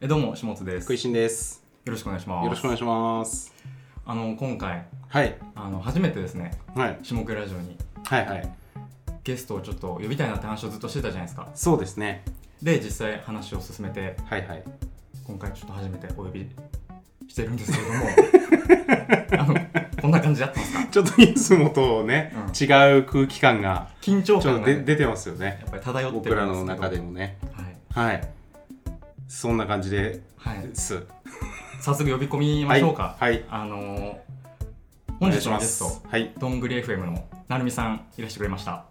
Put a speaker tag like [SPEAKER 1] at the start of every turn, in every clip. [SPEAKER 1] えどうも下津です
[SPEAKER 2] 食い
[SPEAKER 1] よ
[SPEAKER 2] しんです。
[SPEAKER 1] ろしくお願いします
[SPEAKER 2] よろしくお願いします。
[SPEAKER 1] あの今回
[SPEAKER 2] はい。
[SPEAKER 1] あの初めてですね
[SPEAKER 2] はい。
[SPEAKER 1] 下倉ラジオに
[SPEAKER 2] はいはい。
[SPEAKER 1] ゲストをちょっと呼びたいなって話をずっとしてたじゃないですか
[SPEAKER 2] そうですね。
[SPEAKER 1] で実際話を進めて
[SPEAKER 2] はいはい。
[SPEAKER 1] 今回ちょっと初めてお呼びしてるんですけれど もあのこんな感じだったんですか
[SPEAKER 2] ちょっといつもとね、
[SPEAKER 1] うん
[SPEAKER 2] 違う空気感が、
[SPEAKER 1] 緊張
[SPEAKER 2] ちょっ
[SPEAKER 1] 感
[SPEAKER 2] と
[SPEAKER 1] が
[SPEAKER 2] で
[SPEAKER 1] ね、
[SPEAKER 2] 出てますよね。
[SPEAKER 1] やっぱり漂って
[SPEAKER 2] 僕
[SPEAKER 1] るん
[SPEAKER 2] ら
[SPEAKER 1] ですけど
[SPEAKER 2] の中でもね。
[SPEAKER 1] はい、
[SPEAKER 2] はい。そんな感じで
[SPEAKER 1] はい、
[SPEAKER 2] す。
[SPEAKER 1] 早速呼び込みま
[SPEAKER 2] はい。
[SPEAKER 1] しょうか、
[SPEAKER 2] はい。
[SPEAKER 1] あのー本日の
[SPEAKER 2] お願い
[SPEAKER 1] ゲス
[SPEAKER 2] しま
[SPEAKER 1] ト
[SPEAKER 2] すはい。
[SPEAKER 1] どんぐり FM のなるみさんいらしてくれました
[SPEAKER 2] あ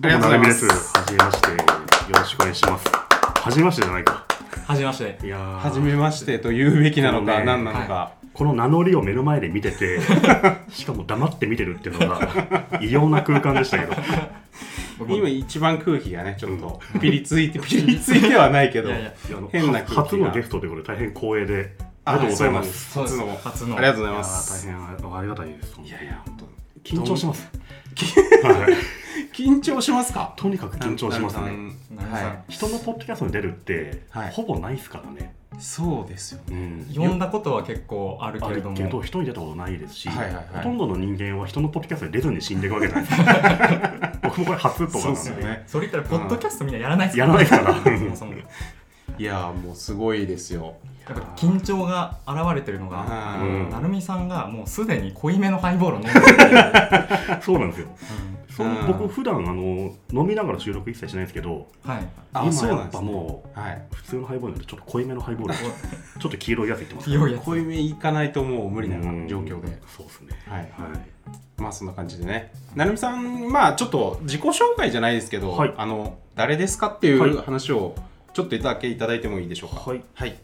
[SPEAKER 2] りがとうございます
[SPEAKER 3] どうもななみですはじめまして。よろしくお願いします。はじめましてじゃないか。
[SPEAKER 1] はじめまして
[SPEAKER 3] いやー
[SPEAKER 2] はじめましてと言うべきなの
[SPEAKER 3] そう
[SPEAKER 2] か、
[SPEAKER 3] ね
[SPEAKER 2] 何なのか。
[SPEAKER 3] この名乗りを目の前で見 てて、しかも黙って見てるっていうのが、異様な空間でしたけど。
[SPEAKER 1] 僕も
[SPEAKER 2] 今一番空気がね、ちょっとピリついて、ピリついてはないけど
[SPEAKER 1] い。やいや
[SPEAKER 3] いやあの
[SPEAKER 2] 変な空気が
[SPEAKER 3] 初のゲストということで大変光栄で、ありがとうございます。
[SPEAKER 2] そうなんです
[SPEAKER 1] 初
[SPEAKER 2] 初
[SPEAKER 1] の
[SPEAKER 2] の。ありがとうご
[SPEAKER 3] い
[SPEAKER 2] ざい
[SPEAKER 3] や
[SPEAKER 2] ます。
[SPEAKER 3] ー大変ありがたいです。
[SPEAKER 2] いやいや、本当
[SPEAKER 3] 緊張します。はい
[SPEAKER 2] 緊張しますか
[SPEAKER 3] とにかく緊張しますね。
[SPEAKER 1] なるみさん
[SPEAKER 2] は
[SPEAKER 3] 人のポッドキャストに出るって、
[SPEAKER 2] はい
[SPEAKER 3] ほぼないですからね。
[SPEAKER 2] い、そうですよね
[SPEAKER 3] うん
[SPEAKER 1] 呼んだことは結構あるけ
[SPEAKER 3] あ
[SPEAKER 1] れ
[SPEAKER 3] る
[SPEAKER 1] ども
[SPEAKER 3] けど人に出たことないですし、
[SPEAKER 2] はいはいはい
[SPEAKER 3] ほとんどの人間は人のポッドキャストに出ずに死んでいくわけじゃないで すか僕もこれ初とかなんで
[SPEAKER 2] そうっすよね
[SPEAKER 1] それ言ったらポッドキャストみんなやらないです
[SPEAKER 3] やらないから
[SPEAKER 1] そもそもやっ
[SPEAKER 2] いやーもうすごいですよ
[SPEAKER 1] ぱ緊張が現れてるのが
[SPEAKER 2] あ
[SPEAKER 3] ー
[SPEAKER 1] なるみさんがもうすでに濃いめのハイボールを飲んでるっていう、
[SPEAKER 3] そうなんですよその
[SPEAKER 2] うん
[SPEAKER 3] 僕普段あの飲みながら収録一切しないんですけど
[SPEAKER 1] うんはい
[SPEAKER 2] あ
[SPEAKER 3] 今
[SPEAKER 2] そうな
[SPEAKER 3] や
[SPEAKER 2] ん
[SPEAKER 3] っ
[SPEAKER 2] です
[SPEAKER 3] ぱ
[SPEAKER 2] ね
[SPEAKER 3] もう
[SPEAKER 2] はい
[SPEAKER 3] 普通のハイボールよりちょっと濃いめのハイボー ルちょっと黄色いやついってます
[SPEAKER 1] 強いやつ
[SPEAKER 2] 濃いめいかないともう無理な
[SPEAKER 3] うん
[SPEAKER 2] 状況で
[SPEAKER 3] そうですね
[SPEAKER 2] はい
[SPEAKER 3] はい
[SPEAKER 2] まあそんな感じでねなるみさんまあちょっと自己紹介じゃないですけど、
[SPEAKER 3] はい
[SPEAKER 2] あの誰ですかってい
[SPEAKER 3] はいう
[SPEAKER 2] 話をちょっとだけいただいてもいいでしょうか
[SPEAKER 3] はい
[SPEAKER 2] はい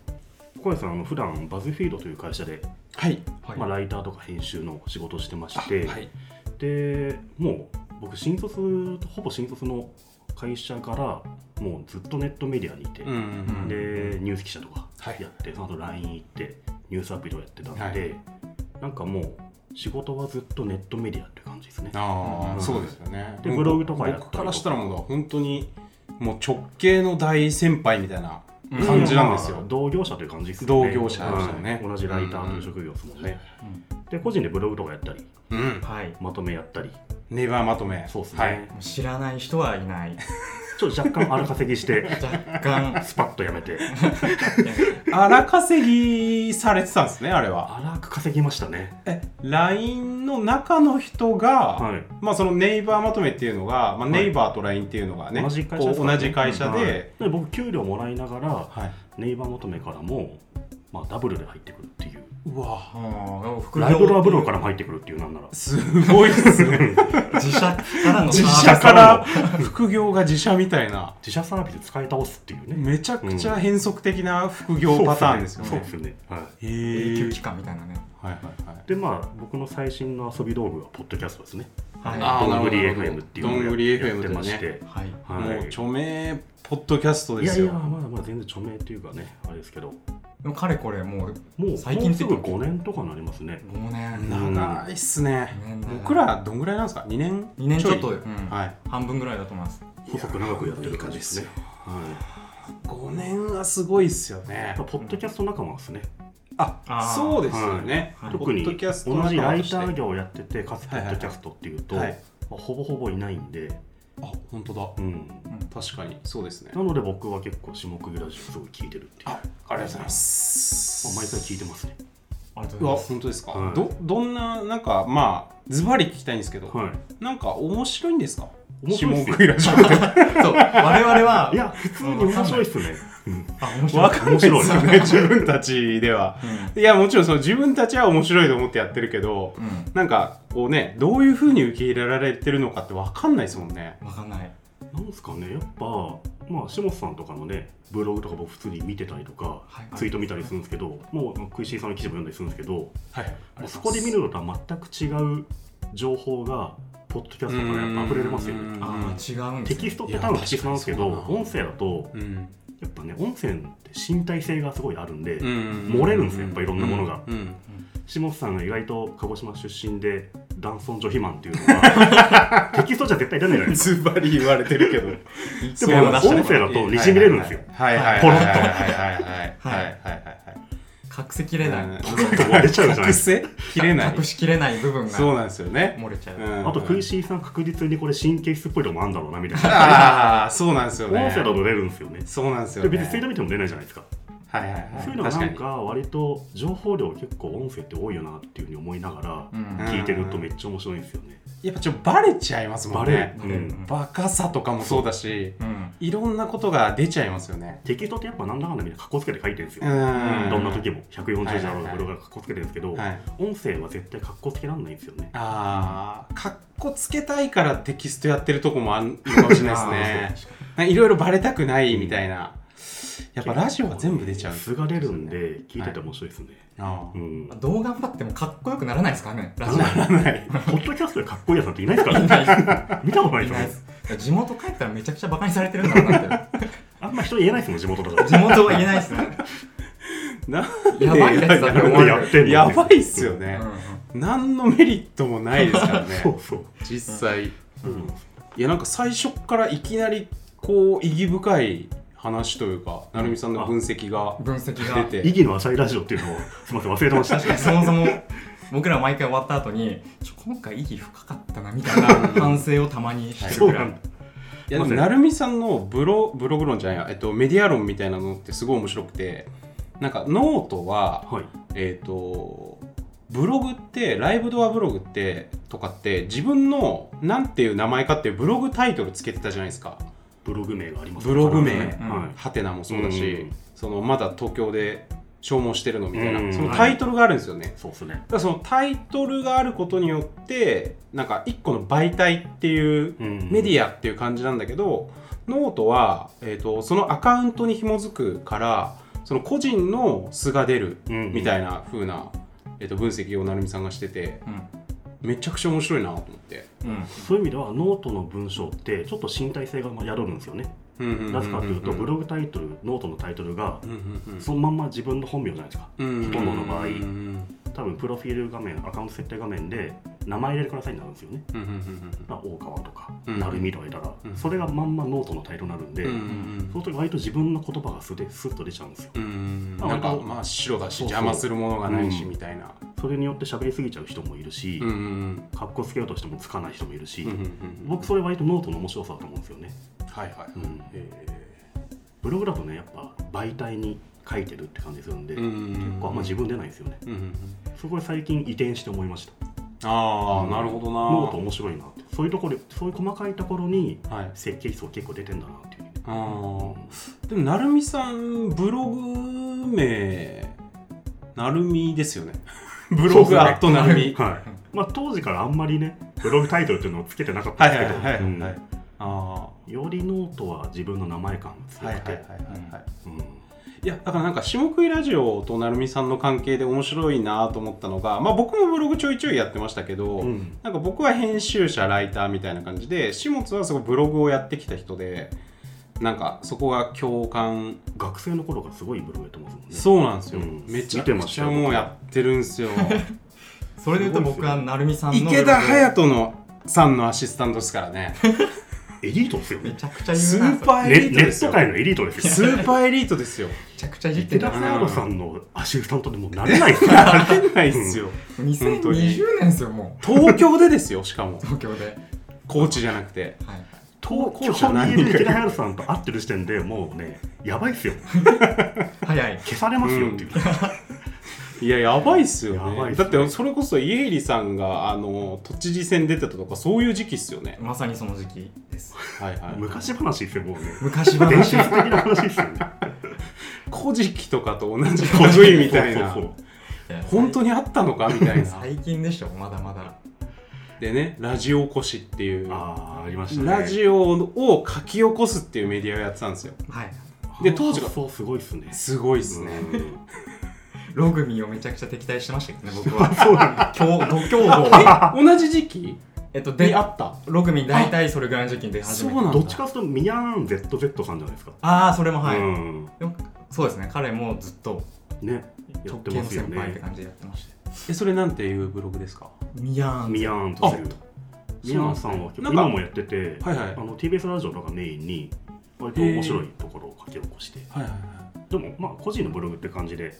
[SPEAKER 3] 小林さんあの普段バズフィードという会社で、
[SPEAKER 2] はい
[SPEAKER 1] はい
[SPEAKER 3] まあ、ライターとか編集の仕事をしてまして、
[SPEAKER 2] はい
[SPEAKER 3] でもう僕新卒ほぼ新卒の会社からもうずっとネットメディアにいて、
[SPEAKER 2] うんうん
[SPEAKER 3] でニュース記者とか
[SPEAKER 2] はい
[SPEAKER 3] やって、その後 LINE 行ってニュースアプリをやってたんで、
[SPEAKER 2] はい
[SPEAKER 3] なんかもう仕事はずっとネットメディアって感じですね
[SPEAKER 2] ああ、
[SPEAKER 1] うん
[SPEAKER 2] そうですよね
[SPEAKER 3] で
[SPEAKER 2] もう
[SPEAKER 3] ブログとかやったりとか
[SPEAKER 2] 僕からしたらもう本当にもう直系の大先輩みたいな感じなんですよ、
[SPEAKER 3] まあ同業者という感じですよね
[SPEAKER 2] 同業者でしたね
[SPEAKER 3] はい同じライターという職業ですもんね、
[SPEAKER 1] うん
[SPEAKER 3] で個人でブログとかやったり
[SPEAKER 2] うん
[SPEAKER 1] はい
[SPEAKER 3] まとめやったり
[SPEAKER 2] ネバーまとめ
[SPEAKER 3] そうですね、
[SPEAKER 2] はい
[SPEAKER 1] もう知らない人はいない
[SPEAKER 3] ちょっと若干荒稼ぎして
[SPEAKER 1] 若干
[SPEAKER 3] スパッとや めて
[SPEAKER 2] 荒稼ぎされてたんですねあれは
[SPEAKER 3] 荒く稼ぎましたね
[SPEAKER 2] え LINE の中の人が、
[SPEAKER 3] はい
[SPEAKER 2] まあそのネイバーまとめっていうのが、まあ、
[SPEAKER 3] い
[SPEAKER 2] ネイバーと LINE っていうのがね、
[SPEAKER 3] 同じ会
[SPEAKER 2] こ
[SPEAKER 3] 社で
[SPEAKER 2] う
[SPEAKER 3] すから
[SPEAKER 2] 同
[SPEAKER 3] ね
[SPEAKER 2] じ会社
[SPEAKER 3] はい
[SPEAKER 2] で、
[SPEAKER 3] で僕給料もらいながら
[SPEAKER 2] はい
[SPEAKER 3] ネイバー求めからも、まあ、ダブルで入ってくるっていう
[SPEAKER 2] うわ
[SPEAKER 1] うん副業
[SPEAKER 3] ライブラブロからも入ってくるっていうなんなら
[SPEAKER 2] すごいです ね
[SPEAKER 1] 自社からの
[SPEAKER 2] 自
[SPEAKER 1] サー
[SPEAKER 2] 社から副業が自社みたいな
[SPEAKER 3] 自社サービス使い倒すっていうね
[SPEAKER 2] めちゃくちゃ変則的な副業パターンですよね、
[SPEAKER 3] そうですよねはい
[SPEAKER 2] へ
[SPEAKER 1] ビ
[SPEAKER 2] え
[SPEAKER 1] ス永久期間みたいなね
[SPEAKER 2] はいはいはい
[SPEAKER 3] でまあ僕の最新の遊び道具はポッドキャストですね
[SPEAKER 1] はい
[SPEAKER 2] あー
[SPEAKER 3] どんぐり
[SPEAKER 2] なるほど
[SPEAKER 3] FM っていうのを
[SPEAKER 2] どんぐり
[SPEAKER 3] や
[SPEAKER 2] FM
[SPEAKER 3] ってまして、
[SPEAKER 1] はい
[SPEAKER 3] はい
[SPEAKER 2] もう著名ポッドキャスト
[SPEAKER 3] い
[SPEAKER 2] で
[SPEAKER 3] や
[SPEAKER 2] すよ
[SPEAKER 3] いやまだまだ全然著名っていうかねあれですけど
[SPEAKER 1] でもかれこれもう
[SPEAKER 3] もう
[SPEAKER 1] 最近
[SPEAKER 3] もうすぐ5年とかになりますね
[SPEAKER 1] 5年
[SPEAKER 2] 長いっすね
[SPEAKER 1] うん
[SPEAKER 2] 僕らどんぐらいなんですか2年
[SPEAKER 1] 2年ちょっとう
[SPEAKER 2] い
[SPEAKER 1] ん
[SPEAKER 2] はい
[SPEAKER 1] 半分ぐらいだと思います
[SPEAKER 3] 細く長くやってる感じですねはい
[SPEAKER 2] 5年はすごいっすよね
[SPEAKER 3] やっぱポッドキャスト仲間ですね
[SPEAKER 2] あ
[SPEAKER 1] あー
[SPEAKER 2] そうですよね、
[SPEAKER 1] はい
[SPEAKER 3] 特に
[SPEAKER 2] ポッ
[SPEAKER 3] 同
[SPEAKER 2] ド
[SPEAKER 3] じ
[SPEAKER 2] キ
[SPEAKER 3] ラ
[SPEAKER 2] ャスト仲間と
[SPEAKER 3] イタ
[SPEAKER 2] して
[SPEAKER 3] ー業をやっててかつポ
[SPEAKER 2] はい
[SPEAKER 3] ッ
[SPEAKER 2] はい
[SPEAKER 3] ドキャストっていうと、
[SPEAKER 2] はい
[SPEAKER 3] まあほぼほぼいないんで、
[SPEAKER 2] あ本当だ
[SPEAKER 3] うん、
[SPEAKER 2] 確かにそうですね
[SPEAKER 3] なので僕は結構下食いラジオすごい聞いてるっていう、まあ、
[SPEAKER 2] あありがとうございます
[SPEAKER 3] 毎回聞いてますね
[SPEAKER 1] ありがとう
[SPEAKER 2] う
[SPEAKER 1] ござ
[SPEAKER 2] わ
[SPEAKER 1] います
[SPEAKER 2] 本当ですか、
[SPEAKER 3] はい
[SPEAKER 2] どどんななんかまあズバリ聞きたいんですけど、
[SPEAKER 3] はい
[SPEAKER 2] なんか面白いんですか
[SPEAKER 3] 面白いっす
[SPEAKER 2] 下
[SPEAKER 3] よ
[SPEAKER 2] 食いラジオっ て
[SPEAKER 1] そう我々はい
[SPEAKER 3] や普通に面白いっすね、うん
[SPEAKER 1] あ面白い
[SPEAKER 2] わかんないですよね自分たちでは
[SPEAKER 1] う
[SPEAKER 2] いやもちろんその自分たちは面白いと思ってやってるけど
[SPEAKER 1] ん、
[SPEAKER 2] なんかこうねどういうふうに受け入れられてるのかって分かんないですもんね
[SPEAKER 1] うん、わかんない
[SPEAKER 3] なんですかねやっぱまあ下津さんとかのねブログとか僕普通に見てたりとか、
[SPEAKER 1] はい
[SPEAKER 3] ツイート見たりするんですけどもう食いしんさんの記事も読んだりするんですけども
[SPEAKER 2] はいあ
[SPEAKER 3] うそこで見るのとは全く違う情報がポッドキャストからやっぱ溢れれますよね
[SPEAKER 1] あー違うんです
[SPEAKER 3] テ
[SPEAKER 1] ね
[SPEAKER 3] キストって多分テキストなんですけど
[SPEAKER 2] いや確かに
[SPEAKER 3] 音声だと
[SPEAKER 2] うん
[SPEAKER 3] やっぱね音声って身体性がすごいあるんで、
[SPEAKER 2] うん
[SPEAKER 3] 漏れるんですよやっぱいろんなものが
[SPEAKER 2] うん
[SPEAKER 3] 下津さんが意外と鹿児島出身で男尊女卑満っていうのは テキストじゃ絶対いらないじゃないです
[SPEAKER 2] ズバリ言われてるけど。
[SPEAKER 3] かでも音声だとにじみれるんですよ
[SPEAKER 2] はいはいはい。
[SPEAKER 3] ポロッと
[SPEAKER 2] はいはいはいはいはいはい
[SPEAKER 1] 隠せきれない、
[SPEAKER 2] うん
[SPEAKER 3] 折れちゃうじゃない
[SPEAKER 2] 隠せ切れない
[SPEAKER 1] 隠。しきれない部分が
[SPEAKER 2] そうなんですよね。
[SPEAKER 1] 漏れちゃう、
[SPEAKER 2] うん
[SPEAKER 3] あとクイシーさん確実にこれ神経質っぽいのもあんだろうなみたいな
[SPEAKER 2] ああ、そうなんですよ
[SPEAKER 3] 音
[SPEAKER 2] ね。
[SPEAKER 3] 声だと出るんですよね
[SPEAKER 2] そうなんですよ
[SPEAKER 3] で
[SPEAKER 2] ね。
[SPEAKER 3] 別にツイート見ても出ないじゃないですか
[SPEAKER 2] はいはいはい。
[SPEAKER 3] そういうのが
[SPEAKER 2] 確か
[SPEAKER 3] なん
[SPEAKER 2] に。
[SPEAKER 3] か割と情報量結構音声って多いよなっていうふうに思いなが
[SPEAKER 1] う
[SPEAKER 3] ら
[SPEAKER 1] ん
[SPEAKER 3] 聞いてるとめっちゃ面白いんですよね
[SPEAKER 2] やっぱちょっとバレちゃいますも
[SPEAKER 3] バ
[SPEAKER 2] ん
[SPEAKER 3] レ
[SPEAKER 2] ね
[SPEAKER 3] る、。うん
[SPEAKER 2] バカさとかもそうだし、
[SPEAKER 1] うん
[SPEAKER 2] いろんなことが出ちゃいますよね。
[SPEAKER 3] テキストってやっぱなんだかんだみんなかっこつけて書いてるんですよ
[SPEAKER 2] う。
[SPEAKER 1] うん
[SPEAKER 3] どんな時も140
[SPEAKER 2] はい
[SPEAKER 3] 字だろう
[SPEAKER 2] はいはい
[SPEAKER 3] これがかっこつけてるんですけど
[SPEAKER 2] はい。
[SPEAKER 3] 音声は絶対かっこつけらんないんですよね
[SPEAKER 2] ああ、かっこつけたいからテキストやってるとこもあるのか もしれ
[SPEAKER 1] あ
[SPEAKER 2] ないで
[SPEAKER 1] ー
[SPEAKER 2] すね。なんかいろいろバレたくないみたいな。やっぱラジオは全部出ちゃう。
[SPEAKER 3] 素が出るん。で聞いてて面白いですね
[SPEAKER 2] あ
[SPEAKER 3] う
[SPEAKER 2] あ。
[SPEAKER 3] ん
[SPEAKER 1] どう頑張ってもかっこよくならないですからねラジオ
[SPEAKER 2] ならない。
[SPEAKER 3] ポッドキャストでかっこいいやつなんていないですから
[SPEAKER 1] い
[SPEAKER 3] ね
[SPEAKER 1] ない
[SPEAKER 3] 見たことない
[SPEAKER 1] い
[SPEAKER 3] で
[SPEAKER 1] ないです
[SPEAKER 3] よ
[SPEAKER 1] す地元帰ったらめちゃくちゃバカにされてるんだろうなって
[SPEAKER 3] あんま人言えないですもん地元だから
[SPEAKER 1] 地 元は言えないですね
[SPEAKER 2] な
[SPEAKER 1] やばいやつだって思
[SPEAKER 3] な
[SPEAKER 1] われ
[SPEAKER 3] んでや
[SPEAKER 1] る
[SPEAKER 3] ってんの。
[SPEAKER 2] やばいっすよ
[SPEAKER 1] う
[SPEAKER 2] ね
[SPEAKER 1] ん。うん
[SPEAKER 2] 何のメリットもないですからね
[SPEAKER 3] そうそう
[SPEAKER 2] 実際。い
[SPEAKER 3] うん
[SPEAKER 2] や、なんか最初からいきなり、こう、意義深い話というか、成美さんの分析が
[SPEAKER 1] 分析が
[SPEAKER 2] 出
[SPEAKER 3] 意
[SPEAKER 2] て。
[SPEAKER 3] 義の浅いラジオっていうのをすみません忘れてました
[SPEAKER 1] 確かにそもそも僕ら毎回終わった後にちょ今回意義深かったなみたいな反省をたまにしてる
[SPEAKER 3] そ
[SPEAKER 1] ぐ
[SPEAKER 3] う
[SPEAKER 1] ら
[SPEAKER 3] ないんだ
[SPEAKER 2] いや、でも、成美さんのブロ、ブログ論じゃないや、えっと、メディア論みたいなのってすごい面白くて、なんか、ノートは、
[SPEAKER 3] はい
[SPEAKER 2] えっ、とブログってライブドアブログってとかって自分のなんていう名前かっていうブログタイトルつけてたじゃないですか
[SPEAKER 3] ブログ名があります
[SPEAKER 2] ブログ名
[SPEAKER 3] はい
[SPEAKER 2] ハテナもそうだし、
[SPEAKER 3] うん
[SPEAKER 2] そのまだ東京で消耗してるのみたいな、
[SPEAKER 3] うん
[SPEAKER 2] そのタイトルがあるんですよね、
[SPEAKER 3] そうですね
[SPEAKER 2] だからそのタイトルがあることによってなんか一個の媒体っていうメデ
[SPEAKER 3] ィ
[SPEAKER 2] ィアっていう感じなんだけど、ノートは、えー、とそのアカウントに紐づくからその個人の素が出る
[SPEAKER 3] ア
[SPEAKER 2] みたいな風な、えっと分析を成美さんがしててめちゃくちゃ面白いなと思って。
[SPEAKER 1] うんうん
[SPEAKER 3] そういう意味ではノートの文章ってちょっと身体性が宿るんですよねなぜかというとブログタイトルノートのタイトルがそのまんま自分の本名じゃないですか
[SPEAKER 2] ほ
[SPEAKER 3] ほとんどの場合
[SPEAKER 2] うんうん
[SPEAKER 3] 多分プロフィール画面アカウント設定画面で名前入れてくださいになるんですよね
[SPEAKER 2] うんうん
[SPEAKER 3] まあ大川とか
[SPEAKER 2] うん
[SPEAKER 3] 成海とか入れたら
[SPEAKER 2] うん
[SPEAKER 3] それがまんまノートのタイトルになるんで
[SPEAKER 2] うんうんうん
[SPEAKER 3] そうすると割と自分の言葉が素でスッと出ちゃうんですよ
[SPEAKER 2] うんうん
[SPEAKER 3] まあ
[SPEAKER 2] なんか
[SPEAKER 3] 割と
[SPEAKER 2] まあ白だし
[SPEAKER 3] そうそう
[SPEAKER 2] 邪魔するものがないし
[SPEAKER 3] うん
[SPEAKER 2] みたいな。
[SPEAKER 3] それによって喋りすぎちゃう人もいるし
[SPEAKER 2] うんうん
[SPEAKER 3] かっこつけようとしてもつかない人もいるし
[SPEAKER 2] うんうんうん
[SPEAKER 3] 僕それ割とノートの面白さだと思うんですよね
[SPEAKER 2] はいはい
[SPEAKER 3] うん
[SPEAKER 2] え
[SPEAKER 3] ブログだとねやっぱ媒体に書いてるって感じするんで
[SPEAKER 2] ーうんう
[SPEAKER 3] 結
[SPEAKER 2] んうん
[SPEAKER 3] 構あんま自分出ないんですよね
[SPEAKER 2] うんうんうん
[SPEAKER 3] そこで最近移転して思いました
[SPEAKER 2] あ
[SPEAKER 3] う
[SPEAKER 2] あ
[SPEAKER 3] ん
[SPEAKER 2] なるほどな。
[SPEAKER 3] ノート面白いなってそういうところそういう細かいところに
[SPEAKER 2] はい。
[SPEAKER 3] 設計思想結構出てんだなっていうね
[SPEAKER 2] あーでも成美さんブログ名成美です よね。ブログアット成美。
[SPEAKER 3] はいまあ当時からあんまりねブログタイトルっていうのをつけてなかった
[SPEAKER 2] は
[SPEAKER 3] ん
[SPEAKER 2] い
[SPEAKER 3] で
[SPEAKER 2] はい
[SPEAKER 3] す
[SPEAKER 2] はい
[SPEAKER 3] けどう
[SPEAKER 2] はいはい
[SPEAKER 3] ん。
[SPEAKER 2] あ
[SPEAKER 3] よりノートは自分の名前感が
[SPEAKER 2] あ。
[SPEAKER 3] 強くて
[SPEAKER 2] はい
[SPEAKER 1] はい
[SPEAKER 3] うん
[SPEAKER 2] いやだからなんか下食いラジオと成美さんの関係で面白いなと思ったのが、まあ、僕もブログちょいちょいやってましたけど、
[SPEAKER 3] うん
[SPEAKER 2] なんか僕は編集者ライターみたいな感じで下津はすごいブログをやってきた人でなんかそこが共感
[SPEAKER 3] 学生の頃からすごいブログやってますもんね
[SPEAKER 2] そうなんですよ、
[SPEAKER 3] うん
[SPEAKER 2] めちゃ
[SPEAKER 3] 見て
[SPEAKER 2] く
[SPEAKER 3] まし
[SPEAKER 2] ち
[SPEAKER 3] た
[SPEAKER 2] ゃ
[SPEAKER 3] よ
[SPEAKER 2] もうやってるんですよ
[SPEAKER 1] それで言うと僕は成美さんの
[SPEAKER 2] 池田隼人のさんのアシスタントですからね
[SPEAKER 3] エリートですよ
[SPEAKER 1] め
[SPEAKER 3] ね
[SPEAKER 1] ちゃくちゃ
[SPEAKER 2] ス
[SPEAKER 1] 有名なんで
[SPEAKER 2] ー
[SPEAKER 1] すよ
[SPEAKER 2] パーエ
[SPEAKER 3] ね
[SPEAKER 2] リート
[SPEAKER 3] ネ
[SPEAKER 2] です
[SPEAKER 3] ッ
[SPEAKER 2] よ
[SPEAKER 3] ト界のエリートですよ
[SPEAKER 2] スーパーエリートですよ
[SPEAKER 1] めちゃくちゃいじって
[SPEAKER 3] 池
[SPEAKER 1] る
[SPEAKER 3] 田
[SPEAKER 1] な
[SPEAKER 3] 沙耶さんのアシスタントでもなれないですから
[SPEAKER 2] なれないっすよ
[SPEAKER 1] 2020年ですよも
[SPEAKER 2] 東京でですよしかも
[SPEAKER 1] う東京で、
[SPEAKER 2] 高知じゃなくて
[SPEAKER 1] はい、
[SPEAKER 3] 東
[SPEAKER 2] 校舎
[SPEAKER 3] 京
[SPEAKER 2] 何
[SPEAKER 3] にい
[SPEAKER 2] 人かいる
[SPEAKER 3] る池田隼人さんと会ってる時点でもうねやばいっすよ
[SPEAKER 1] 早い
[SPEAKER 3] 消されますよっていう、
[SPEAKER 2] いや、やばいっすよ
[SPEAKER 3] やば
[SPEAKER 2] ね。
[SPEAKER 3] いっす
[SPEAKER 2] だ
[SPEAKER 3] ね
[SPEAKER 2] って、それこそ家入さんが、あの、都知事選出てたとか、そういう時期っすよね。
[SPEAKER 1] まさにその時期です
[SPEAKER 2] はいはい。
[SPEAKER 3] 昔話っすよもうね
[SPEAKER 1] 昔
[SPEAKER 3] 伝
[SPEAKER 1] 話
[SPEAKER 3] 説的な話っすよ ね
[SPEAKER 2] 古事記とかと同じ古いみたいな
[SPEAKER 3] そう。そう
[SPEAKER 2] 本当にあったのかみたい な。
[SPEAKER 1] 最近でしょまだまだ
[SPEAKER 2] でね、ラジオ起こしっていう
[SPEAKER 3] そう、ああありましたね
[SPEAKER 2] ラジオを書き起こすっていうメディアをやってたんですよ。
[SPEAKER 1] はい
[SPEAKER 2] で当時が
[SPEAKER 3] そうすごいっすね
[SPEAKER 2] すごいっすね。
[SPEAKER 3] うん
[SPEAKER 1] ログミをめちゃくちゃ敵対してましたけどね僕は
[SPEAKER 3] そうなんだ
[SPEAKER 1] 強度強度
[SPEAKER 2] え、同じ時期
[SPEAKER 1] えっと
[SPEAKER 2] に
[SPEAKER 1] で
[SPEAKER 2] あった
[SPEAKER 1] ログミ大体それぐらいの時期に出始
[SPEAKER 2] そう
[SPEAKER 1] めて
[SPEAKER 2] なんだ。
[SPEAKER 3] どっちかというとミヤーン ZZ さんじゃないですか
[SPEAKER 1] ああそれもはい、
[SPEAKER 3] うん
[SPEAKER 1] でもそうですね彼もずっと
[SPEAKER 3] ねや
[SPEAKER 1] 直
[SPEAKER 3] って
[SPEAKER 1] 系
[SPEAKER 3] ま
[SPEAKER 1] の
[SPEAKER 3] すよ
[SPEAKER 1] 先輩って
[SPEAKER 3] ね
[SPEAKER 1] 感じでやってまして
[SPEAKER 2] え、それなんていうブログですか
[SPEAKER 1] ミヤーン
[SPEAKER 3] ミヤーンとするミヤーンさん
[SPEAKER 2] そ
[SPEAKER 3] は
[SPEAKER 2] うなんですねなんか
[SPEAKER 3] 今もやってて、
[SPEAKER 2] はいはい
[SPEAKER 3] あの TBS ラジオとかメインに割と面白いところを書き起こして
[SPEAKER 2] はいはいは
[SPEAKER 3] でもまあ個人のブログって感じで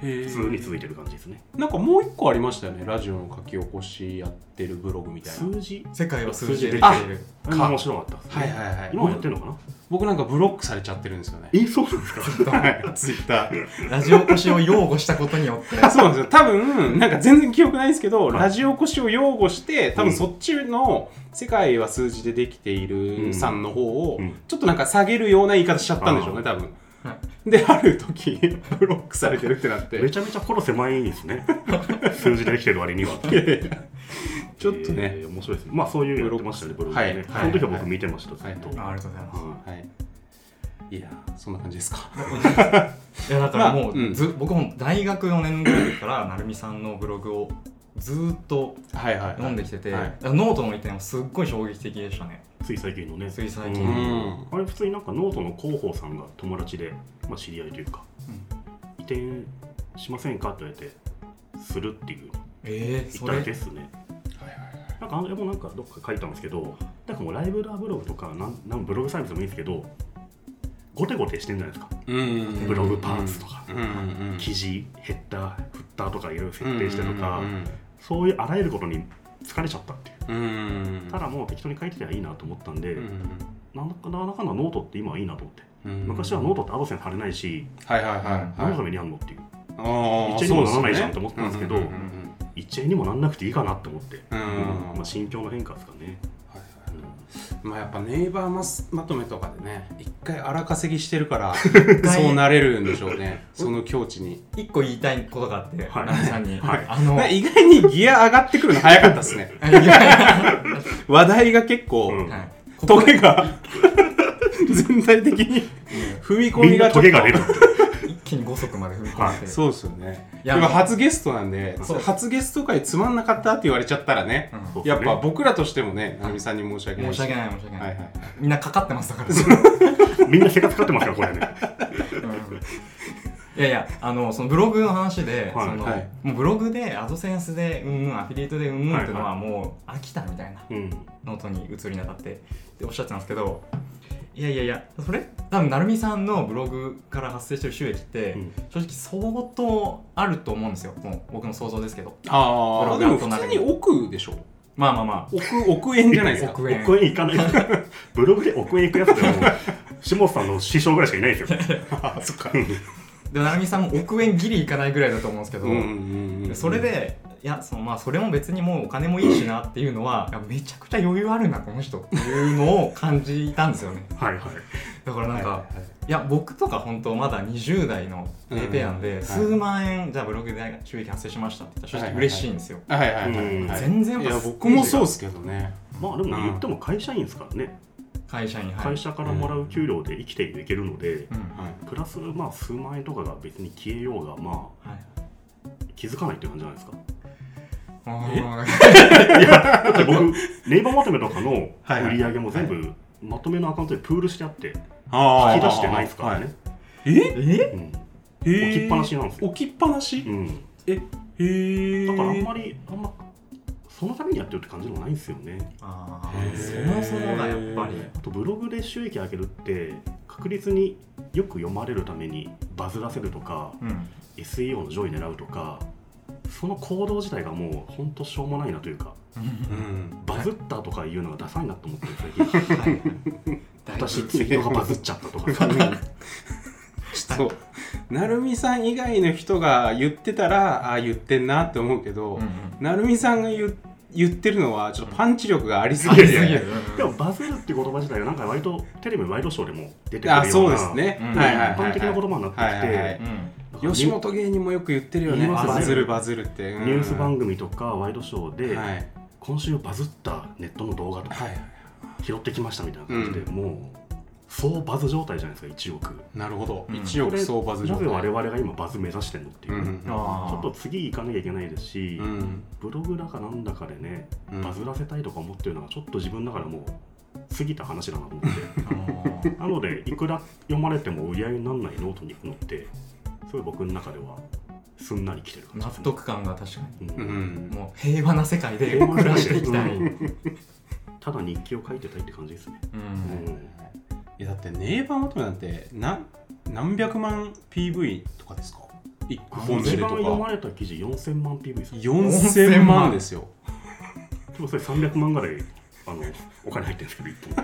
[SPEAKER 2] いへ
[SPEAKER 3] 普
[SPEAKER 2] ー
[SPEAKER 3] 通に続いてる感じですね
[SPEAKER 2] なんかもう一個ありましたよねラジオの書き起こしやってるブログみたいな
[SPEAKER 3] 数字
[SPEAKER 1] 世界は数字でで
[SPEAKER 2] あ
[SPEAKER 1] きている
[SPEAKER 3] あれも面白かったですね
[SPEAKER 2] はいはいはい
[SPEAKER 3] 今もやってるのかな
[SPEAKER 2] 僕なんかブロックされちゃってるんですよね
[SPEAKER 3] えそうなんですか
[SPEAKER 2] ツイッター
[SPEAKER 1] ラジオ越しを擁護したことによって
[SPEAKER 2] そうなんですよ多分なんか全然記憶ないんですけど、
[SPEAKER 3] はい
[SPEAKER 2] ラジオ越しを擁護して多
[SPEAKER 3] う
[SPEAKER 2] 分
[SPEAKER 3] ん
[SPEAKER 2] そっちの「世界は数字でできている」さんの方を
[SPEAKER 3] うん
[SPEAKER 2] ちょっとなんか下げるような言い方しちゃったんでしょうね
[SPEAKER 3] あ
[SPEAKER 2] 多分
[SPEAKER 1] は
[SPEAKER 2] である時ブロックされてるってなって
[SPEAKER 3] めちゃめちゃ心狭いで すね数字でできてる割には
[SPEAKER 2] ちょっとね、
[SPEAKER 3] えー面白いですねまあそういうやってましたね
[SPEAKER 2] ブ
[SPEAKER 3] ブロ
[SPEAKER 2] ロ
[SPEAKER 3] グ
[SPEAKER 2] ッ
[SPEAKER 3] で
[SPEAKER 2] ク
[SPEAKER 3] ね、
[SPEAKER 2] はい
[SPEAKER 3] その時は
[SPEAKER 2] はい
[SPEAKER 3] 僕見てましたずっと、
[SPEAKER 2] はい
[SPEAKER 1] あありがとうございます
[SPEAKER 2] はいいやーそんな感じですか
[SPEAKER 1] いやだからも
[SPEAKER 2] まあう
[SPEAKER 1] うんず、僕も大学4年ぐらいから成美さんのブログをずーっと
[SPEAKER 2] はいはい、はい、
[SPEAKER 1] 読んできてて、
[SPEAKER 2] はい
[SPEAKER 1] ノートの一点はすっごい衝撃的でしたね
[SPEAKER 3] つい最近のね
[SPEAKER 1] つい最近
[SPEAKER 2] う
[SPEAKER 1] うん
[SPEAKER 3] あれ普通になんかノートの広報さんが友達で、まあ、知り合いというか、移転しませんかって言われてするっていう
[SPEAKER 1] ええ
[SPEAKER 3] 言
[SPEAKER 1] そ
[SPEAKER 3] った
[SPEAKER 1] れ
[SPEAKER 3] だけですね
[SPEAKER 2] はいはいはい
[SPEAKER 3] なんかあれもなんかどっか書いたんですけどなんかもうライブラブログとかなんなんブログサービスでもいいんですけどゴテゴテしてんじゃないですか
[SPEAKER 2] うん
[SPEAKER 3] ブログパーツとか
[SPEAKER 2] うんうんうん
[SPEAKER 3] 記事ヘッダーフッターとかいろいろ設定してとか、
[SPEAKER 2] うんうん
[SPEAKER 3] そういうあらゆることに疲れちゃったっていう
[SPEAKER 2] うんうん
[SPEAKER 3] ただもう適当に書いてりゃいいなと思ったんで、
[SPEAKER 2] うん
[SPEAKER 3] なんだかなんだかんだノートって今はいいなと思って、
[SPEAKER 2] うんうん
[SPEAKER 3] 昔はノートってアドセンされないし、
[SPEAKER 2] はいはいはい
[SPEAKER 3] 何のた
[SPEAKER 2] はい
[SPEAKER 3] めにやんのっていう
[SPEAKER 2] あー
[SPEAKER 3] 一円に
[SPEAKER 2] そうで
[SPEAKER 3] も
[SPEAKER 2] すね
[SPEAKER 3] ならないじゃんと思ったんですけど
[SPEAKER 2] うううんうん
[SPEAKER 3] 一円にもなんなくていいかなと思って、
[SPEAKER 2] うん
[SPEAKER 3] まあ、心境の変化ですかね、
[SPEAKER 2] はいはいまあやっぱネイバーマスまとめとかでね一回荒稼ぎしてる から
[SPEAKER 1] 回
[SPEAKER 2] そうなれるんでしょうねその境地に
[SPEAKER 1] 一個言いたいことがあって、
[SPEAKER 3] はい
[SPEAKER 1] 成美さんに、
[SPEAKER 3] はい
[SPEAKER 1] あ の
[SPEAKER 2] 意外にギア上がってくるの早かったですね
[SPEAKER 1] いやいや
[SPEAKER 2] 話題が結構、
[SPEAKER 3] うん
[SPEAKER 1] はい
[SPEAKER 2] トゲが全体的に踏み込
[SPEAKER 3] み
[SPEAKER 2] み
[SPEAKER 3] んな
[SPEAKER 2] がちょ
[SPEAKER 3] ト
[SPEAKER 2] っと
[SPEAKER 3] ゲが出るって
[SPEAKER 1] 一気に5足まで踏み込んで、
[SPEAKER 2] そうですよね
[SPEAKER 1] いや
[SPEAKER 2] やっぱ初ゲストなんで
[SPEAKER 1] そう
[SPEAKER 2] 初ゲスト会つまんなかったって言われちゃったらね、
[SPEAKER 1] うん
[SPEAKER 3] そう
[SPEAKER 2] やっぱ僕らとしてもね成美さんに申し訳ない
[SPEAKER 1] 申し訳
[SPEAKER 2] い
[SPEAKER 1] ない申し訳ない、
[SPEAKER 2] はいはい
[SPEAKER 1] みんなかかってますだから、
[SPEAKER 3] みんな生活かかってますからこれね
[SPEAKER 1] うんいやいやあのそのブログの話で、
[SPEAKER 3] はい
[SPEAKER 1] その
[SPEAKER 2] はい
[SPEAKER 1] もうブログでアドセンスでうんうんアフィリエイトでうんうんっていうのはもう飽きたみたいな
[SPEAKER 3] うん
[SPEAKER 1] ノートに移るにあたってっておっしゃってたんですけどいやいやいやそれ多分成美さんのブログから発生してる収益って、
[SPEAKER 3] うん
[SPEAKER 1] 正直相当あると思うんですよもう僕の想像ですけど
[SPEAKER 2] ああ
[SPEAKER 1] ブ
[SPEAKER 2] で
[SPEAKER 1] ロ
[SPEAKER 2] も
[SPEAKER 1] グの
[SPEAKER 2] 普通に奥でしょ
[SPEAKER 1] まあまあま
[SPEAKER 2] 奥奥円じゃないですか
[SPEAKER 1] 億円
[SPEAKER 3] 億円いかないブログで億円いくやつでも下本さんの師匠ぐらいしかいないです よ
[SPEAKER 2] あそっか
[SPEAKER 1] あでも成美さんも億円ギリいかないぐらいだと思うんですけ
[SPEAKER 2] う
[SPEAKER 1] ど、
[SPEAKER 2] んうんうん
[SPEAKER 1] それでいやそのまあそれも別にもうお金もいいしなっていうのはいやめちゃくちゃ余裕あるなこの人っていうのを感じたんですよね
[SPEAKER 3] はいはい
[SPEAKER 1] だからなんか、
[SPEAKER 2] はいはい
[SPEAKER 1] い、や僕とか本当まだ20代のペペアンで、
[SPEAKER 2] うん
[SPEAKER 1] 数万円、じゃあブログで収益発生しましたって言ったら正直嬉しいんですよ、
[SPEAKER 2] はいはいはいはい
[SPEAKER 1] 全然
[SPEAKER 2] い
[SPEAKER 1] やっ
[SPEAKER 2] や
[SPEAKER 1] ぱ
[SPEAKER 2] 僕もそうですけどね
[SPEAKER 3] まあでも
[SPEAKER 2] うん
[SPEAKER 3] 言っても会社員ですからね、
[SPEAKER 1] 会社員はい
[SPEAKER 3] 会社からもらう給料で生きていけるので、
[SPEAKER 1] うん
[SPEAKER 2] はい
[SPEAKER 3] プラスまあ数万円とかが別に消えようがまあ
[SPEAKER 1] はい
[SPEAKER 3] 気づかないって感じじゃ ないですか
[SPEAKER 1] あ
[SPEAKER 3] だって僕ネイバーまとめとかの
[SPEAKER 2] はいは
[SPEAKER 3] 売
[SPEAKER 2] い
[SPEAKER 3] り上げも全部まとめのアカウントでプールしてあって
[SPEAKER 2] あー
[SPEAKER 3] 引き出してないですからね、
[SPEAKER 2] え
[SPEAKER 1] ーえ
[SPEAKER 3] うん
[SPEAKER 2] へー
[SPEAKER 3] 置きっぱなしなんですよ、
[SPEAKER 2] 置きっぱなし
[SPEAKER 3] うん、
[SPEAKER 2] えへえ
[SPEAKER 3] だからあんまりあんまそのためにやってるって感じでもないんですよね
[SPEAKER 1] あ
[SPEAKER 2] へ
[SPEAKER 1] ー
[SPEAKER 2] ー
[SPEAKER 1] そもそもがやっぱり
[SPEAKER 3] あとブログで収益上げるって確率によく読まれるためにバズらせるとか
[SPEAKER 1] うん
[SPEAKER 3] SEO の上位狙うとかその行動自体がもうほんとしょうもないなというか
[SPEAKER 2] うん
[SPEAKER 3] バズったとかいうのがダサいなと思ってる 最近
[SPEAKER 1] はい
[SPEAKER 3] 私ツイートがバズっちゃったとかさ
[SPEAKER 2] そう成美さん以外の人が言ってたらああ言ってんなって思うけど、
[SPEAKER 1] うんうん
[SPEAKER 2] 成美さんが言言ってるのはちょっとパンチ力がありす
[SPEAKER 1] あ
[SPEAKER 2] ぎ
[SPEAKER 1] り
[SPEAKER 2] る
[SPEAKER 1] すぎ
[SPEAKER 2] よね
[SPEAKER 1] る
[SPEAKER 3] でもバズるって言葉自体がなんか割とテレビのワイドショーでも出てくるような
[SPEAKER 2] あそうですね、
[SPEAKER 1] うん
[SPEAKER 2] はいはい
[SPEAKER 3] 一
[SPEAKER 2] はい、
[SPEAKER 3] 般的な言葉になってきて、
[SPEAKER 2] はいはいはい
[SPEAKER 1] うん
[SPEAKER 3] だから
[SPEAKER 2] 吉本芸人もよく言ってるよね
[SPEAKER 3] 言いますね
[SPEAKER 2] バズるバズるって、
[SPEAKER 3] ニュース番組とかワイドショーで、
[SPEAKER 2] はい
[SPEAKER 3] 今週バズったネットの動画とか
[SPEAKER 2] はい
[SPEAKER 3] 拾ってきましたみたいな感じで、もう総バズ状態じゃないですか1億
[SPEAKER 2] なるほど、
[SPEAKER 1] うん
[SPEAKER 2] 一
[SPEAKER 3] こ
[SPEAKER 2] 億
[SPEAKER 3] れ
[SPEAKER 2] 総バズる
[SPEAKER 3] なぜ我々が今バズ目指してんのっていうう、
[SPEAKER 2] ん
[SPEAKER 3] ね
[SPEAKER 2] うん
[SPEAKER 1] あ
[SPEAKER 3] ち
[SPEAKER 1] ー
[SPEAKER 3] ょっと次行かなきゃいけないですし、
[SPEAKER 2] うん
[SPEAKER 3] ブログだかなんだかでね
[SPEAKER 2] うん
[SPEAKER 3] バズらせたいとか思ってるのはちょっと自分の中でもう過ぎた話だなと思 って
[SPEAKER 1] あのー
[SPEAKER 3] なのでいくら読まれても売り上げにならないノートに行くのってすごい僕の中ではすんなり来てる感じ
[SPEAKER 1] 納
[SPEAKER 3] ですね、
[SPEAKER 1] 得感が確か
[SPEAKER 2] う
[SPEAKER 3] うん
[SPEAKER 1] に
[SPEAKER 2] ん
[SPEAKER 1] もう平和な世界で暮らしていきたい、
[SPEAKER 3] うんただ日記を書いてたいって感じですね、
[SPEAKER 1] う
[SPEAKER 3] うん
[SPEAKER 2] い
[SPEAKER 3] ん、
[SPEAKER 2] やだってネイバーまとめなんて何何百万 PV とかですか一個本
[SPEAKER 3] 一
[SPEAKER 2] でと
[SPEAKER 3] 番読ま
[SPEAKER 2] か
[SPEAKER 3] れた記事4000万 PV ですよ
[SPEAKER 2] 4000万ですよ
[SPEAKER 3] でもそれ300万ぐらいあのお金入ってるんですけ ど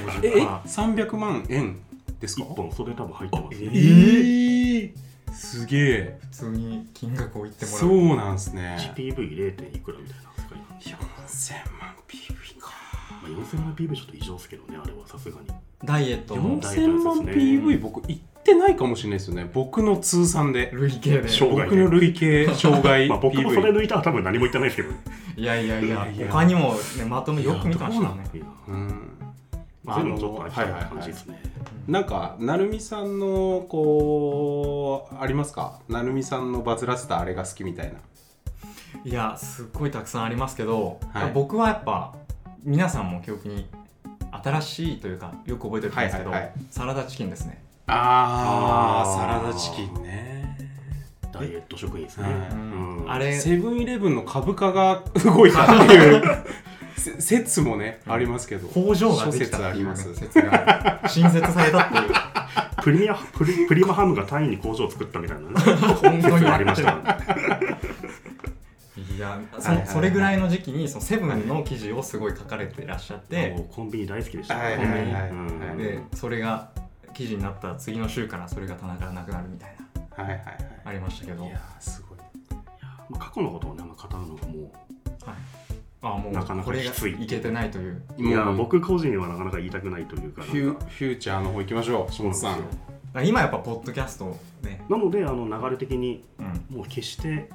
[SPEAKER 3] 1本
[SPEAKER 2] え
[SPEAKER 3] あ
[SPEAKER 2] 300万円ですか
[SPEAKER 3] 1本それ多分入ってます
[SPEAKER 2] え
[SPEAKER 3] ね
[SPEAKER 2] ー、すげえ
[SPEAKER 1] 普通に金額を言ってもら
[SPEAKER 2] そううなんですね
[SPEAKER 3] 1PV0. 点いくらみたいな世界なんで
[SPEAKER 2] 4000万 PV か
[SPEAKER 3] まあ、4000万 PV ちょっと異常ですけどねあれはさすがに
[SPEAKER 1] ダイエットの
[SPEAKER 2] 4000万 PV 僕行ってないかもしれないですよね僕の通算で
[SPEAKER 1] 累計で
[SPEAKER 3] 生涯で
[SPEAKER 2] 僕の累計障 害 PV、
[SPEAKER 3] まあ僕もそれ抜いたら多分何も言ってないですけどね
[SPEAKER 1] いやいやいや
[SPEAKER 2] いやいや
[SPEAKER 1] 他にも、ね、まとめよく見てましたね
[SPEAKER 3] いや
[SPEAKER 2] うん
[SPEAKER 3] まあ全部ちょっと飽きたって感じですね
[SPEAKER 2] なんかなるみさんのこうありますかなるみさんのバズらせたあれが好きみたいない
[SPEAKER 1] やすっごいたくさんありますけど、
[SPEAKER 2] はい
[SPEAKER 1] 僕はやっぱ皆さんも記憶に新しいというかよく覚えてると思うんですけど、
[SPEAKER 2] はいはいは
[SPEAKER 1] サラダチキンですね、
[SPEAKER 2] あ
[SPEAKER 3] ー
[SPEAKER 2] サラダチキンね
[SPEAKER 3] ダイエット食品です
[SPEAKER 2] は
[SPEAKER 3] ね
[SPEAKER 2] い
[SPEAKER 3] うん
[SPEAKER 1] あれ
[SPEAKER 2] セブンイレブンの株価が動いたっていう せ説もね、ありますけど
[SPEAKER 1] 工場ができたって
[SPEAKER 2] 諸説あ
[SPEAKER 1] い
[SPEAKER 2] り
[SPEAKER 1] う、ね、
[SPEAKER 2] ます
[SPEAKER 1] 説が新設されたっていう
[SPEAKER 3] プリミアプリプリマハムが単位に工場を作ったみたいなね
[SPEAKER 1] 本当に
[SPEAKER 3] ありましたからね
[SPEAKER 1] いやそ,、
[SPEAKER 2] はいはいはい
[SPEAKER 1] それぐらいの時期にそのセブンの記事をすごい書かれていらっしゃって、
[SPEAKER 3] もうコンビニ大好きでした
[SPEAKER 2] はい
[SPEAKER 3] ね
[SPEAKER 1] はいはい
[SPEAKER 3] コンビニ
[SPEAKER 1] でそれが記事になった次の週からそれが棚からなくなるみたいな
[SPEAKER 2] はいはい
[SPEAKER 1] ありましたけど
[SPEAKER 2] はいいやーすごい
[SPEAKER 3] まあ過去のことをねあんま語るのがも
[SPEAKER 1] あもう
[SPEAKER 3] なかなか
[SPEAKER 1] これが
[SPEAKER 3] きつい
[SPEAKER 1] いけてないという
[SPEAKER 3] ういや
[SPEAKER 2] もう
[SPEAKER 3] 僕個人にはなかなか言いたくないというかなん
[SPEAKER 2] フ
[SPEAKER 3] か
[SPEAKER 2] ュフューチャーの方行きましょう下
[SPEAKER 3] そうなん
[SPEAKER 2] 本
[SPEAKER 3] です
[SPEAKER 2] さん
[SPEAKER 3] よ
[SPEAKER 1] あ今やっぱポッドキャストね、
[SPEAKER 3] なのであの流れ的に
[SPEAKER 1] うん、
[SPEAKER 3] もう決して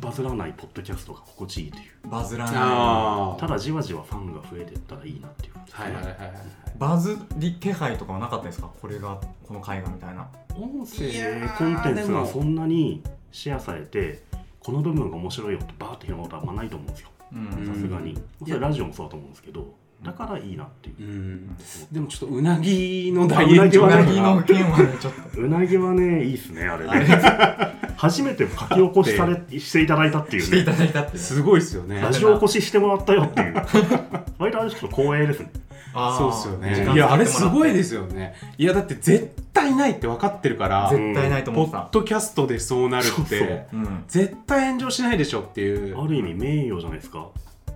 [SPEAKER 3] バズらないポッドキャストが心地いいという
[SPEAKER 1] バズらない
[SPEAKER 2] あー
[SPEAKER 3] ただじわじわファンが増えてったらいいなっていう感じです
[SPEAKER 2] は
[SPEAKER 3] ね
[SPEAKER 2] いはいはいはい
[SPEAKER 1] バズり気配とかはなかったですかこれがこの絵画みたいな
[SPEAKER 3] 音
[SPEAKER 2] いや
[SPEAKER 3] 声
[SPEAKER 2] ー
[SPEAKER 3] コンテンツ
[SPEAKER 2] でも
[SPEAKER 3] がそんなにシェアされてこの部分が面白いよってバーって広まることはあんまないと思うんですよ
[SPEAKER 1] う
[SPEAKER 2] うん
[SPEAKER 3] さすがに、まあそ
[SPEAKER 2] いや
[SPEAKER 3] れラジオもそうだと思うんですけどだからいいなっていうう、
[SPEAKER 2] んでもちょっとうなぎのダイエット
[SPEAKER 1] う
[SPEAKER 2] は
[SPEAKER 1] なぎの件はねちょっと
[SPEAKER 3] うなぎはねいいっすねあれね 初めて書き起こしされしていただいたっ て
[SPEAKER 1] して
[SPEAKER 3] い
[SPEAKER 1] いうた
[SPEAKER 3] ね
[SPEAKER 1] だいた っていう
[SPEAKER 2] すごいですよね
[SPEAKER 3] ラジオ起こししてもらったよっていう 割とあれちょっと光栄ですね
[SPEAKER 1] あー
[SPEAKER 2] そうっすよ
[SPEAKER 1] 時
[SPEAKER 2] ね
[SPEAKER 1] 間
[SPEAKER 2] いやあれすご
[SPEAKER 1] 使
[SPEAKER 2] い
[SPEAKER 1] ってもらって
[SPEAKER 2] ですよねいやだって絶対ないって分かってるから
[SPEAKER 1] 絶対ないと
[SPEAKER 2] ポ
[SPEAKER 1] 思って
[SPEAKER 2] ッ
[SPEAKER 1] た、
[SPEAKER 2] ドキャストでそうなる
[SPEAKER 3] そ
[SPEAKER 2] っ
[SPEAKER 3] うそ
[SPEAKER 2] て
[SPEAKER 3] う
[SPEAKER 1] うん、
[SPEAKER 2] 絶対炎上しないでしょっていう
[SPEAKER 3] ある意味名誉じゃないですか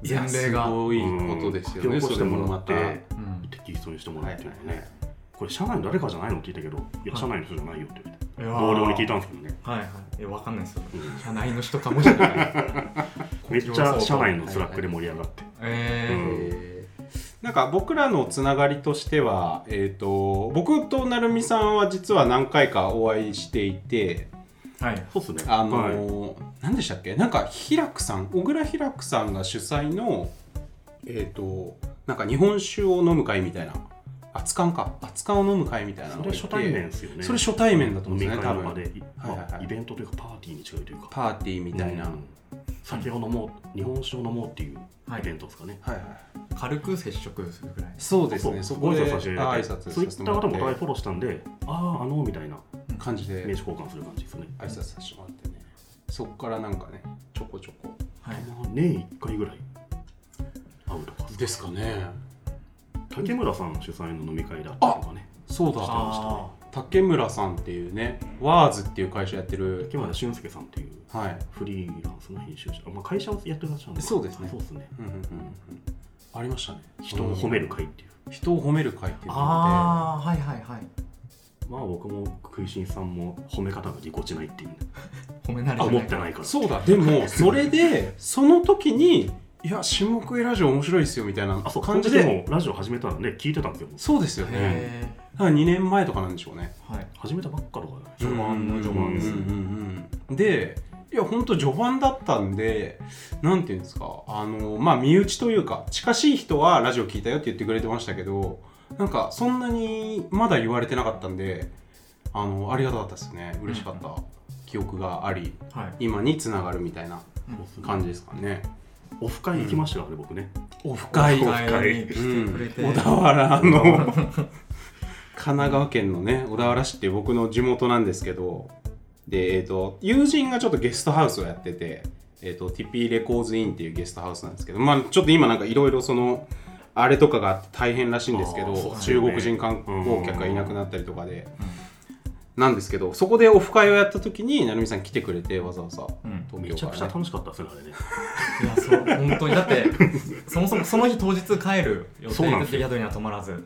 [SPEAKER 2] いや
[SPEAKER 1] 前例が
[SPEAKER 2] すごいことですよ
[SPEAKER 3] う
[SPEAKER 2] ね
[SPEAKER 3] ん書
[SPEAKER 2] そ
[SPEAKER 3] き起こ
[SPEAKER 2] れ
[SPEAKER 3] しても
[SPEAKER 2] も
[SPEAKER 3] ら
[SPEAKER 2] ま
[SPEAKER 3] ったて
[SPEAKER 2] はい
[SPEAKER 1] うん
[SPEAKER 3] テキストにしても
[SPEAKER 2] は
[SPEAKER 3] らう
[SPEAKER 2] い
[SPEAKER 3] っていうのはね、
[SPEAKER 2] はい
[SPEAKER 3] これ社内の誰かじゃないのって言ったけどいや社内の人じゃないよって言って
[SPEAKER 1] いやー
[SPEAKER 3] 同僚に聞いたんですけどね
[SPEAKER 1] はいはいいやわかんないです よ
[SPEAKER 3] うん
[SPEAKER 1] 社内の人かもしれない
[SPEAKER 3] めっちゃ社内のスラックで盛り上がって、
[SPEAKER 1] えー
[SPEAKER 2] えーなんか僕らのつながりとしては、えー、と僕と成美さんは実は何回かお会いしていて
[SPEAKER 1] はい
[SPEAKER 3] そうっすね
[SPEAKER 2] あの
[SPEAKER 3] はい
[SPEAKER 2] ー何でしたっけなんか平久さん小倉平久さんが主催のえっ、となんか日本酒を飲む会みたいな熱燗か熱燗を飲む会みたいなの
[SPEAKER 3] そ
[SPEAKER 2] がいて
[SPEAKER 3] れ初対面ですよね
[SPEAKER 2] それ初対面だと思うんですよね多
[SPEAKER 3] 飲み会の場
[SPEAKER 2] 分
[SPEAKER 3] で、まあ
[SPEAKER 2] はいはい
[SPEAKER 3] イベントというかパーティーに違うというか
[SPEAKER 2] パーティーみたいな、
[SPEAKER 3] うん酒を飲もう日本酒を飲もうっていう
[SPEAKER 1] はい
[SPEAKER 3] イベントですかね、
[SPEAKER 2] はいはい
[SPEAKER 1] 軽く接触するぐらい
[SPEAKER 2] そうですねそ
[SPEAKER 3] そ
[SPEAKER 2] うこで
[SPEAKER 3] ご挨拶させていただ
[SPEAKER 2] 挨
[SPEAKER 3] いて
[SPEAKER 2] 拶
[SPEAKER 3] ツイッターでもお互
[SPEAKER 2] て
[SPEAKER 3] いフォローしたんであああのみたいな
[SPEAKER 2] 感じで
[SPEAKER 3] 名刺交換する感じですね、
[SPEAKER 2] 挨拶させてもらってねそっからなんかねちょこちょこ
[SPEAKER 1] はい
[SPEAKER 3] まあ年1回ぐらい会うとか
[SPEAKER 2] ですかね
[SPEAKER 3] 竹村さん主催の飲み会だったりとかね
[SPEAKER 2] そうだ
[SPEAKER 1] あ
[SPEAKER 2] 竹村さんっていうねワーズっていう会社やってる
[SPEAKER 3] 竹村俊介さんっていう
[SPEAKER 2] はい
[SPEAKER 3] フリーランスの編集者、まあ、会社をやってらっしゃるん
[SPEAKER 2] そうですね
[SPEAKER 3] そうですね
[SPEAKER 2] うんうんうんうんありましたね
[SPEAKER 3] 人を褒める会っていう、
[SPEAKER 2] 人を褒める会っていうのがあっ
[SPEAKER 1] ああはいはいはい
[SPEAKER 3] まあ僕も食いしんさんも褒め方がぎこちないっていうね
[SPEAKER 1] 褒め慣れ
[SPEAKER 3] あ
[SPEAKER 1] て
[SPEAKER 3] 思
[SPEAKER 1] ない
[SPEAKER 3] ってないか
[SPEAKER 2] て
[SPEAKER 3] ら
[SPEAKER 2] そうだでもそれでその時にいや下食いラジオ面白いですよみたいな
[SPEAKER 3] あそう
[SPEAKER 2] 感
[SPEAKER 3] 感
[SPEAKER 2] じ
[SPEAKER 3] じで
[SPEAKER 2] で
[SPEAKER 3] もうラジオ始めたらね聞いてたんですよ
[SPEAKER 2] そうですよね
[SPEAKER 1] へ
[SPEAKER 2] だから2年前とかなんでしょうね
[SPEAKER 1] ーはい
[SPEAKER 3] 始めたばっかとかだね
[SPEAKER 1] 序盤の序盤です
[SPEAKER 2] うんうんうんでいや本当序盤だったんでなんていうんですかあのまあ身内というか近しい人はラジオ聞いたよって言ってくれてましたけどなんかそんなにまだ言われてなかったんであのありがたかったですね嬉しかった、記憶があり
[SPEAKER 1] はい
[SPEAKER 2] 今につながるみたいな
[SPEAKER 3] 感
[SPEAKER 2] 感
[SPEAKER 3] じ
[SPEAKER 2] じですかね
[SPEAKER 3] オフ会行きましたよ、ね僕ね
[SPEAKER 2] オフ会
[SPEAKER 1] お
[SPEAKER 2] う
[SPEAKER 1] 使いに来てくれ
[SPEAKER 2] ん
[SPEAKER 1] て、
[SPEAKER 2] 小田原の神奈川県のね小田原市っていう僕の地元なんですけどで、えっと友人がちょっとゲストハウスをやってて、えっとティピーレコーズインっていうゲストハウスなんですけど、まあ、ちょっと今なんかいろいろそのあれとかがあって大変らしいんですけど、
[SPEAKER 3] あーそうだよね
[SPEAKER 2] 中国人観光客がいなくなったりとかで。なんですけどそこでオフ会をやった時に成美さん来てくれてわざわざ
[SPEAKER 1] うん
[SPEAKER 2] 東京から、ね、
[SPEAKER 3] めちゃくちゃ楽しかったですねあれね
[SPEAKER 1] いやそう本当にだってそもそもその日当日帰る予
[SPEAKER 3] そうなん
[SPEAKER 1] 定
[SPEAKER 3] です
[SPEAKER 1] で
[SPEAKER 3] よ
[SPEAKER 1] 宿には泊まらず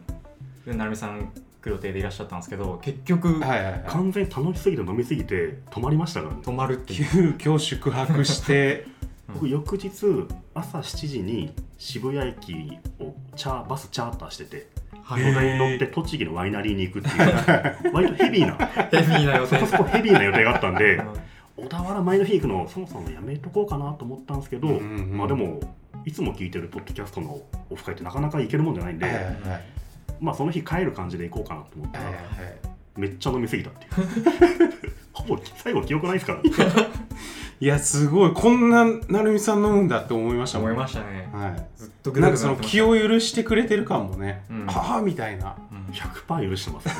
[SPEAKER 1] で成美さん来る予定でいらっしゃったんですけど結局、
[SPEAKER 2] はいはいはい
[SPEAKER 3] 完全に楽しすぎて飲みすぎて泊まりましたからね
[SPEAKER 1] 泊まるってい
[SPEAKER 2] 急
[SPEAKER 1] う
[SPEAKER 2] 遽宿泊して
[SPEAKER 3] 僕翌日朝7時に渋谷駅をチャーバスチャーターしてて
[SPEAKER 1] は
[SPEAKER 3] そ
[SPEAKER 1] い
[SPEAKER 2] へー
[SPEAKER 3] れに乗って栃木のワイナリーに行くって いう割とヘビーな
[SPEAKER 1] ヘビーな予
[SPEAKER 3] そ
[SPEAKER 1] 定
[SPEAKER 3] こそこヘビーな予定があったんで
[SPEAKER 1] うん
[SPEAKER 3] 小田原前の日行くのそもそもやめとこうかなと思ったんですけど、
[SPEAKER 2] うんうんうん
[SPEAKER 3] まあでもいつも聞いてるポッドキャストのオフ会ってなかなか行けるもんじゃないん で、
[SPEAKER 2] はいはいはい
[SPEAKER 3] まあその日帰る感じで行こうかなと思った
[SPEAKER 2] はい
[SPEAKER 3] ら、
[SPEAKER 2] はいはい
[SPEAKER 3] めっちゃ飲みすぎたっていう ほぼ最後記憶ないですから
[SPEAKER 2] いやすごいこんな成美さん飲むんだって思いましたもん
[SPEAKER 1] 思いましたね
[SPEAKER 2] は
[SPEAKER 1] ずっと
[SPEAKER 2] い、
[SPEAKER 1] グ
[SPEAKER 2] な
[SPEAKER 1] ダ
[SPEAKER 2] ん
[SPEAKER 1] グダ
[SPEAKER 2] かそ
[SPEAKER 1] な
[SPEAKER 2] の
[SPEAKER 1] ってま
[SPEAKER 2] 気を許してくれてる感もね、
[SPEAKER 1] うん
[SPEAKER 2] はあみたいな
[SPEAKER 1] し
[SPEAKER 3] 100%許してます、ね、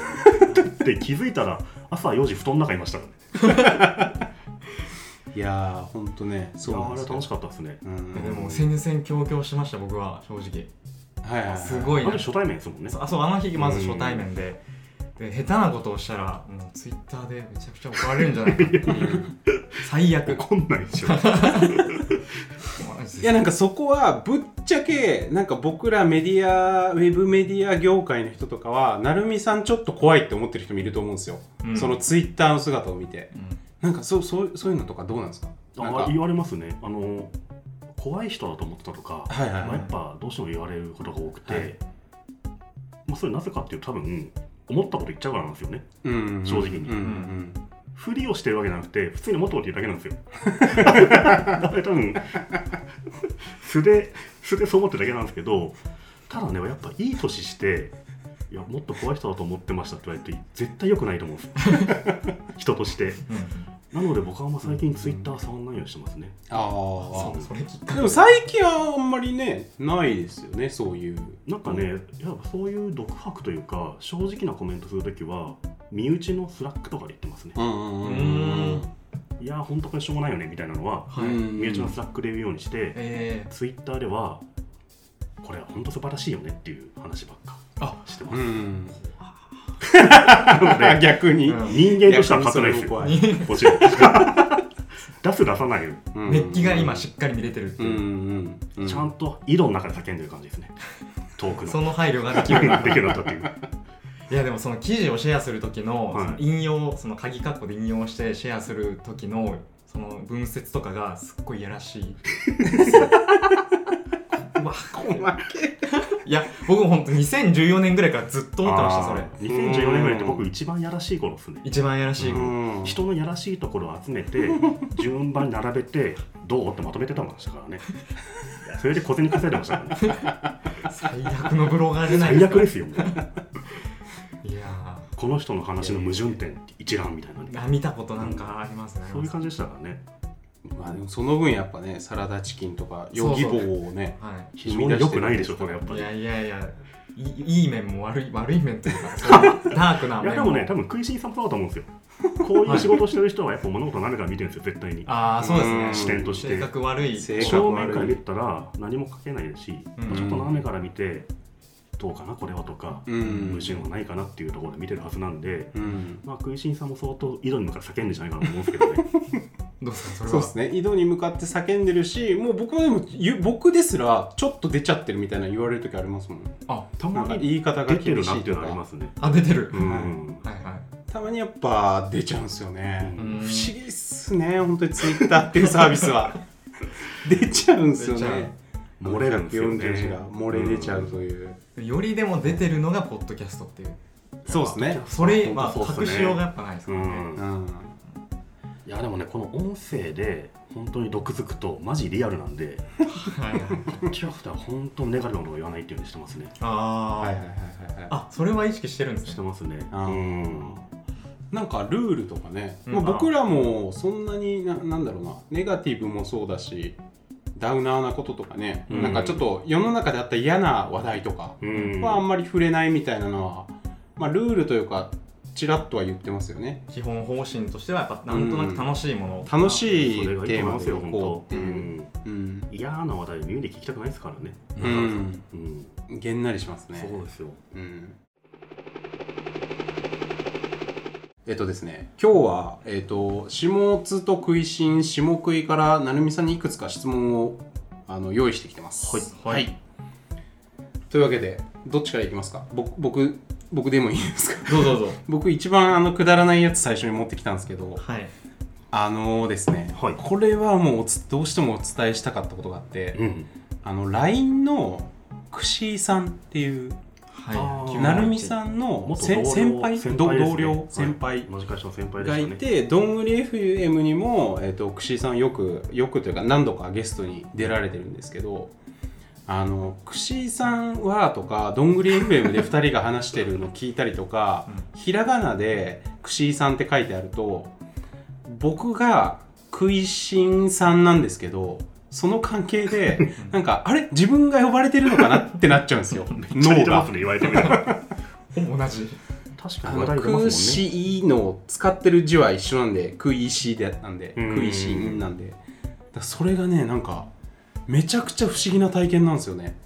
[SPEAKER 3] だって気づいたら朝4時布団の中にいましたからね
[SPEAKER 2] いやーほんとね
[SPEAKER 3] い
[SPEAKER 2] そう
[SPEAKER 3] や
[SPEAKER 2] な
[SPEAKER 3] あ
[SPEAKER 2] ん
[SPEAKER 3] れ
[SPEAKER 2] です
[SPEAKER 3] は
[SPEAKER 2] よ
[SPEAKER 3] 楽しかったですね
[SPEAKER 2] う
[SPEAKER 1] た
[SPEAKER 2] ん
[SPEAKER 1] でも戦々恐々してました僕は正直
[SPEAKER 2] はいはいはい
[SPEAKER 1] すごい
[SPEAKER 3] ま
[SPEAKER 1] な
[SPEAKER 3] ず初対面ですもんね
[SPEAKER 1] そう あそうあの日まず初対面で,、で下手なことをしたらもうツイッターでめちゃくちゃ怒られるんじゃないかって いう最悪
[SPEAKER 3] 怒んないでしょ
[SPEAKER 2] いやなんかそこはぶっちゃけなんか僕らメディアウェブメディア業界の人とかは成美さんちょっと怖いって思ってる人もいると思うんですよ、
[SPEAKER 1] うん
[SPEAKER 2] そのツイッターの姿を見て
[SPEAKER 1] うん
[SPEAKER 2] なんかそうそうそういうのとかどうなんですかなんか
[SPEAKER 3] あ言われますねあの怖い人だと思ってたとか、
[SPEAKER 2] はいはいはい
[SPEAKER 3] まあ、やっぱどうしても言われることが多くて、
[SPEAKER 2] はい
[SPEAKER 3] まあ、それなぜかっていうと多分思ったこと言っちゃうからなんですよね
[SPEAKER 2] うんうんうん
[SPEAKER 3] 正直に
[SPEAKER 2] うんうん
[SPEAKER 3] ふりをしてるわけじゃなくて普通に思ったこと言うだけなんですよ だから多分素で素でそう思ってるだけなんですけどただねやっぱいい年していやもっと怖い人だと思ってましたって言われて絶対良くないと思うんです 人としてなので僕はあんま最近ツイッター触んないようにしてますね
[SPEAKER 2] あ
[SPEAKER 1] そうそれきっか
[SPEAKER 2] あで
[SPEAKER 1] け
[SPEAKER 2] も最近はあんまりねないですよねそういう
[SPEAKER 3] なんかね、やっぱそういう独白というか正直なコメントするときは身内のスラックとかで言ってますね
[SPEAKER 2] うんうんうん
[SPEAKER 1] うん
[SPEAKER 3] いやー本当これしょうがないよねみたいなのは
[SPEAKER 1] はい、
[SPEAKER 2] うん
[SPEAKER 3] 身内のスラックで言うようにして、
[SPEAKER 1] え
[SPEAKER 3] ツイッターではこれは本当素晴らしいよねっていう話ばっか
[SPEAKER 1] あ
[SPEAKER 3] してま
[SPEAKER 2] う
[SPEAKER 3] す、
[SPEAKER 2] ん
[SPEAKER 3] なので
[SPEAKER 2] 逆に
[SPEAKER 1] うん
[SPEAKER 3] 人間としては勝てないですよ
[SPEAKER 2] 逆にそれも
[SPEAKER 1] ー、
[SPEAKER 2] 怖い
[SPEAKER 3] もちろん 出す出さないより
[SPEAKER 2] うん
[SPEAKER 1] メッキが今しっかり見れてるって
[SPEAKER 2] うん
[SPEAKER 1] いう、
[SPEAKER 2] うんうん
[SPEAKER 3] ちゃんと井戸の中で叫んでる感じですね遠く
[SPEAKER 1] そ
[SPEAKER 3] の
[SPEAKER 1] の配慮ができ
[SPEAKER 3] 気分
[SPEAKER 1] る
[SPEAKER 3] ができるようになったっていう
[SPEAKER 1] いやでもその記事をシェアする時の
[SPEAKER 3] はい
[SPEAKER 1] その引用、その鍵括弧で引用してシェアする時のその文節とかがすっごいいやらし いうわ
[SPEAKER 2] 細けい
[SPEAKER 1] いや僕も本当2014年ぐらいからずっと思ってましたそれ
[SPEAKER 3] あー2014年ぐらいって僕一番やらしい頃ですね
[SPEAKER 1] 一番いやらしい、
[SPEAKER 2] うん
[SPEAKER 3] 人のやらしいところを集め て順番に並べてどうってまとめてたもんでした からねそれで小銭稼いでましたから ね
[SPEAKER 1] 最悪のブロガーじゃない
[SPEAKER 3] 最悪ですすよ
[SPEAKER 1] かいや
[SPEAKER 3] この人の話の矛盾点一覧みたいなね
[SPEAKER 1] ーあ見たことなんかありますね、
[SPEAKER 3] そういう感じでしたからね
[SPEAKER 2] まあでもその分やっぱねサラダチキンとかヨギボーをね
[SPEAKER 1] は
[SPEAKER 3] 非常に良くないでしょこれやっぱ
[SPEAKER 1] い、い
[SPEAKER 3] り
[SPEAKER 1] やいやいやいいいい面も悪い悪い面というかそういう ダークない
[SPEAKER 3] や
[SPEAKER 1] 面
[SPEAKER 3] でもね多分食いしんさんもそうだと思うんですよこういう仕事をしてる人はやっぱ物事を斜めから見てるんですよ絶対に
[SPEAKER 1] ああそうです
[SPEAKER 2] う
[SPEAKER 1] ね
[SPEAKER 2] ん
[SPEAKER 3] 視点として
[SPEAKER 1] 性格悪い
[SPEAKER 2] 性格
[SPEAKER 3] 正面から見たら何も書けないし、
[SPEAKER 1] うん
[SPEAKER 3] ちょっと斜めから見てどうかなこれはとか、
[SPEAKER 2] うん
[SPEAKER 3] 矛盾はないかなっていうところで見てるはずなんで、
[SPEAKER 2] うん
[SPEAKER 3] まあ食いしんさんも相当井戸に向かって叫んでんじゃないかなと思うんですけどね
[SPEAKER 1] どうですかそ
[SPEAKER 2] そう
[SPEAKER 1] れ
[SPEAKER 2] で
[SPEAKER 1] は
[SPEAKER 2] すね井戸に向かって叫んでるしもう僕はでもゆ僕ですらちょっと出ちゃってるみたいな言われる時ありますもん
[SPEAKER 1] あ
[SPEAKER 3] た
[SPEAKER 2] なん
[SPEAKER 3] ま
[SPEAKER 2] か
[SPEAKER 3] に
[SPEAKER 2] 言い方が
[SPEAKER 3] 出て
[SPEAKER 2] 厳
[SPEAKER 3] る
[SPEAKER 2] し
[SPEAKER 3] なっ
[SPEAKER 2] い
[SPEAKER 3] てい
[SPEAKER 2] と
[SPEAKER 3] うのはありま
[SPEAKER 2] か
[SPEAKER 3] ますね
[SPEAKER 1] あ出てる、
[SPEAKER 3] う
[SPEAKER 1] は
[SPEAKER 3] ん
[SPEAKER 1] いはい
[SPEAKER 2] たまにやっぱ出ちゃうんですよね
[SPEAKER 3] う
[SPEAKER 2] 不
[SPEAKER 3] ん
[SPEAKER 2] 思議っすね本当にツイッターっていうサービス は出ちゃうんですよ
[SPEAKER 1] 出ちゃ
[SPEAKER 2] ね
[SPEAKER 3] 漏れるんですよね
[SPEAKER 2] 140字が漏れ出ちゃうという、
[SPEAKER 1] よりでも出てるのがポッドキャストっていう
[SPEAKER 2] そうですね
[SPEAKER 1] それま
[SPEAKER 3] 本当
[SPEAKER 1] あ
[SPEAKER 3] そう
[SPEAKER 1] 隠
[SPEAKER 3] っすね
[SPEAKER 1] しようがやっぱないです
[SPEAKER 3] う
[SPEAKER 1] からね、
[SPEAKER 2] うんん
[SPEAKER 3] いやでもねこの音声で本当に毒づくとマジリアルな んで
[SPEAKER 1] はいはい
[SPEAKER 3] ポッドキャストは本当にネガティブなことを言わないっていうふうにしてますね
[SPEAKER 1] あー、
[SPEAKER 2] はいはいはいはいはい
[SPEAKER 1] あそれは意識してるんで
[SPEAKER 3] し
[SPEAKER 1] す
[SPEAKER 3] て
[SPEAKER 1] ね
[SPEAKER 3] ますね
[SPEAKER 2] あー
[SPEAKER 3] うん
[SPEAKER 2] なんかルールとかね、
[SPEAKER 1] うん
[SPEAKER 2] まあ、僕らもそんなにななんだろうなネガティブもそうだしダウナーなこととかね、
[SPEAKER 3] うん
[SPEAKER 2] なんかちょっと世の中であった嫌な話題とか
[SPEAKER 3] うん
[SPEAKER 2] はあんまり触れないみたいなのは、まあ、ルールというかちらっとは言ってますよね
[SPEAKER 1] 基本方針としてはやっぱなんとなく楽しいもの、
[SPEAKER 2] 楽しい
[SPEAKER 3] それがいい
[SPEAKER 2] テ
[SPEAKER 3] と
[SPEAKER 2] ー
[SPEAKER 3] 思
[SPEAKER 2] マ
[SPEAKER 3] います
[SPEAKER 2] で
[SPEAKER 3] よ
[SPEAKER 2] いこ
[SPEAKER 3] 本
[SPEAKER 2] うっ
[SPEAKER 3] 当
[SPEAKER 2] ていう、うん
[SPEAKER 3] 嫌な話題耳で聞きたくないですからね
[SPEAKER 2] うん
[SPEAKER 3] うん
[SPEAKER 2] げんなりしますね
[SPEAKER 3] そうですよ
[SPEAKER 2] うんえっとですね、今日は、えっと、下津と食いしん、下食いから、成美さんにいくつか質問をあの用意してきてます。
[SPEAKER 1] はいはい
[SPEAKER 2] というわけで、どっちからいきますか僕、僕、僕でもいいですか
[SPEAKER 1] どうぞどうぞ
[SPEAKER 2] 僕一番あの、くだらないやつ最初に持ってきたんですけど、
[SPEAKER 1] はい
[SPEAKER 2] あのですね、
[SPEAKER 3] はい
[SPEAKER 2] これはもうおつどうしてもお伝えしたかったことがあって、
[SPEAKER 3] うん
[SPEAKER 2] あの、LINE の、くしーさんっていう
[SPEAKER 1] はい
[SPEAKER 3] あー
[SPEAKER 2] なるみさんの
[SPEAKER 3] 元
[SPEAKER 2] せ先輩
[SPEAKER 3] 先
[SPEAKER 2] 同
[SPEAKER 3] 輩ですね
[SPEAKER 2] 同
[SPEAKER 3] は
[SPEAKER 2] 僚
[SPEAKER 3] い
[SPEAKER 2] 先輩
[SPEAKER 3] 同じ会社の先輩で
[SPEAKER 2] が
[SPEAKER 3] し
[SPEAKER 2] い
[SPEAKER 3] たね
[SPEAKER 2] てどんぐり FM にも、えっとくしーさんよくよくというか何度かゲストに出られてるんですけどあのくしーさんはとかどんぐり FM で2人が話してるの聞いたりとか、ひらがなでくしーさんって書いてあると僕が食いしんさんなんですけどその関係 でなんかあれ自分が呼ばれてるのかなってなっちゃうんですよ
[SPEAKER 3] チャリ
[SPEAKER 2] 脳
[SPEAKER 3] 出ま
[SPEAKER 2] が
[SPEAKER 3] す。ね言われてみれば
[SPEAKER 1] ほぼ同じ
[SPEAKER 3] 確か
[SPEAKER 2] あ
[SPEAKER 3] に
[SPEAKER 2] の
[SPEAKER 3] 話題出ますもん
[SPEAKER 2] 空
[SPEAKER 3] ね
[SPEAKER 2] 詞の使ってる字は一緒なんで食いしでなんで
[SPEAKER 3] うん
[SPEAKER 2] 食いしんなんでだからそれがねなんかめちゃくちゃ不思議な体験なんですよね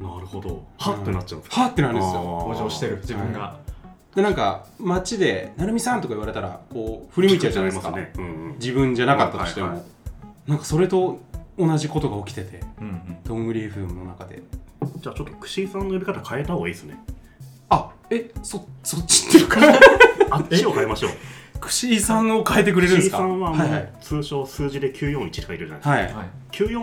[SPEAKER 3] なるほどはってなっちゃうんです
[SPEAKER 2] はーってなるんですよ
[SPEAKER 3] 向
[SPEAKER 1] 向上してる自分が、
[SPEAKER 2] でなんか街で「成美さん」とか言われたらこう振り向いちゃうじゃないですか
[SPEAKER 3] ね、うんうん、
[SPEAKER 2] 自分じゃなかったとしても、
[SPEAKER 3] はいはい
[SPEAKER 2] なんかそれと同じことが起きてて
[SPEAKER 1] うんうん
[SPEAKER 2] どんぐり FM の中で
[SPEAKER 3] じゃあちょっと串井さんの呼び方変えた方がいいですね
[SPEAKER 2] あえそそっちっていうか
[SPEAKER 3] あっちを変えましょう
[SPEAKER 2] くしーさんを変えてくれるんで
[SPEAKER 3] 串
[SPEAKER 2] す
[SPEAKER 3] 井
[SPEAKER 2] か
[SPEAKER 3] さんはも
[SPEAKER 2] はいは
[SPEAKER 3] う
[SPEAKER 2] い
[SPEAKER 3] 通称数字で941って書いてるじゃないですか、
[SPEAKER 1] は
[SPEAKER 2] はい
[SPEAKER 1] い、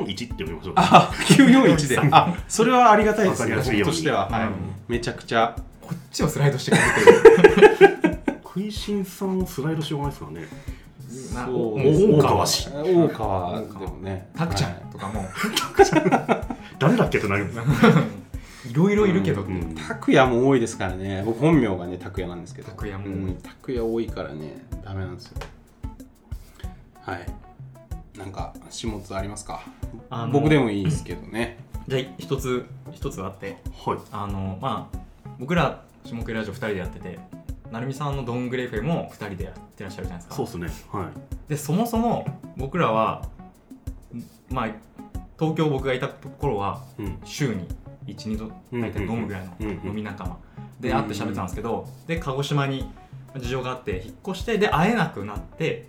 [SPEAKER 3] 941って呼びましょう
[SPEAKER 2] あ、941で。あ、それはありがたいですね、
[SPEAKER 3] わかりやすい
[SPEAKER 2] 僕
[SPEAKER 3] ように
[SPEAKER 2] としては。
[SPEAKER 1] はい
[SPEAKER 2] めちゃくちゃ。
[SPEAKER 1] こっちをスライドしてくれてる
[SPEAKER 3] 食いしんさんをスライドしようがないですからね
[SPEAKER 1] な
[SPEAKER 2] そう
[SPEAKER 1] もう
[SPEAKER 3] 大川氏
[SPEAKER 2] 大川でもね。
[SPEAKER 1] タクちゃ
[SPEAKER 2] はい
[SPEAKER 1] んとかも、
[SPEAKER 3] 誰だっけってなるんですよ
[SPEAKER 1] い、ろいろいるけど、
[SPEAKER 3] うん
[SPEAKER 2] 拓也も多いですからね。僕本名がね、拓也なんですけど。
[SPEAKER 1] 拓也も多い
[SPEAKER 2] うん拓也多いからね、ダメなんですよ。はい。なんか、始末ありますか
[SPEAKER 1] あの
[SPEAKER 2] 僕でもいいですけどね。
[SPEAKER 1] じゃあ一つ一つあって
[SPEAKER 3] はい
[SPEAKER 1] あのまあ僕ら下食いラジオ2人でやってて成美さんのどんぐり FM も2人でやってらっしゃるじゃないですか
[SPEAKER 3] そうですねは、
[SPEAKER 1] でそもそも僕らはまあ東京僕がいた頃はい
[SPEAKER 3] うん、
[SPEAKER 1] 週に12度大体飲むぐらいの
[SPEAKER 3] うんうんうん
[SPEAKER 1] 飲み仲間で会って喋ってたんですけどで鹿児島に事情があって引っ越してで会えなくなって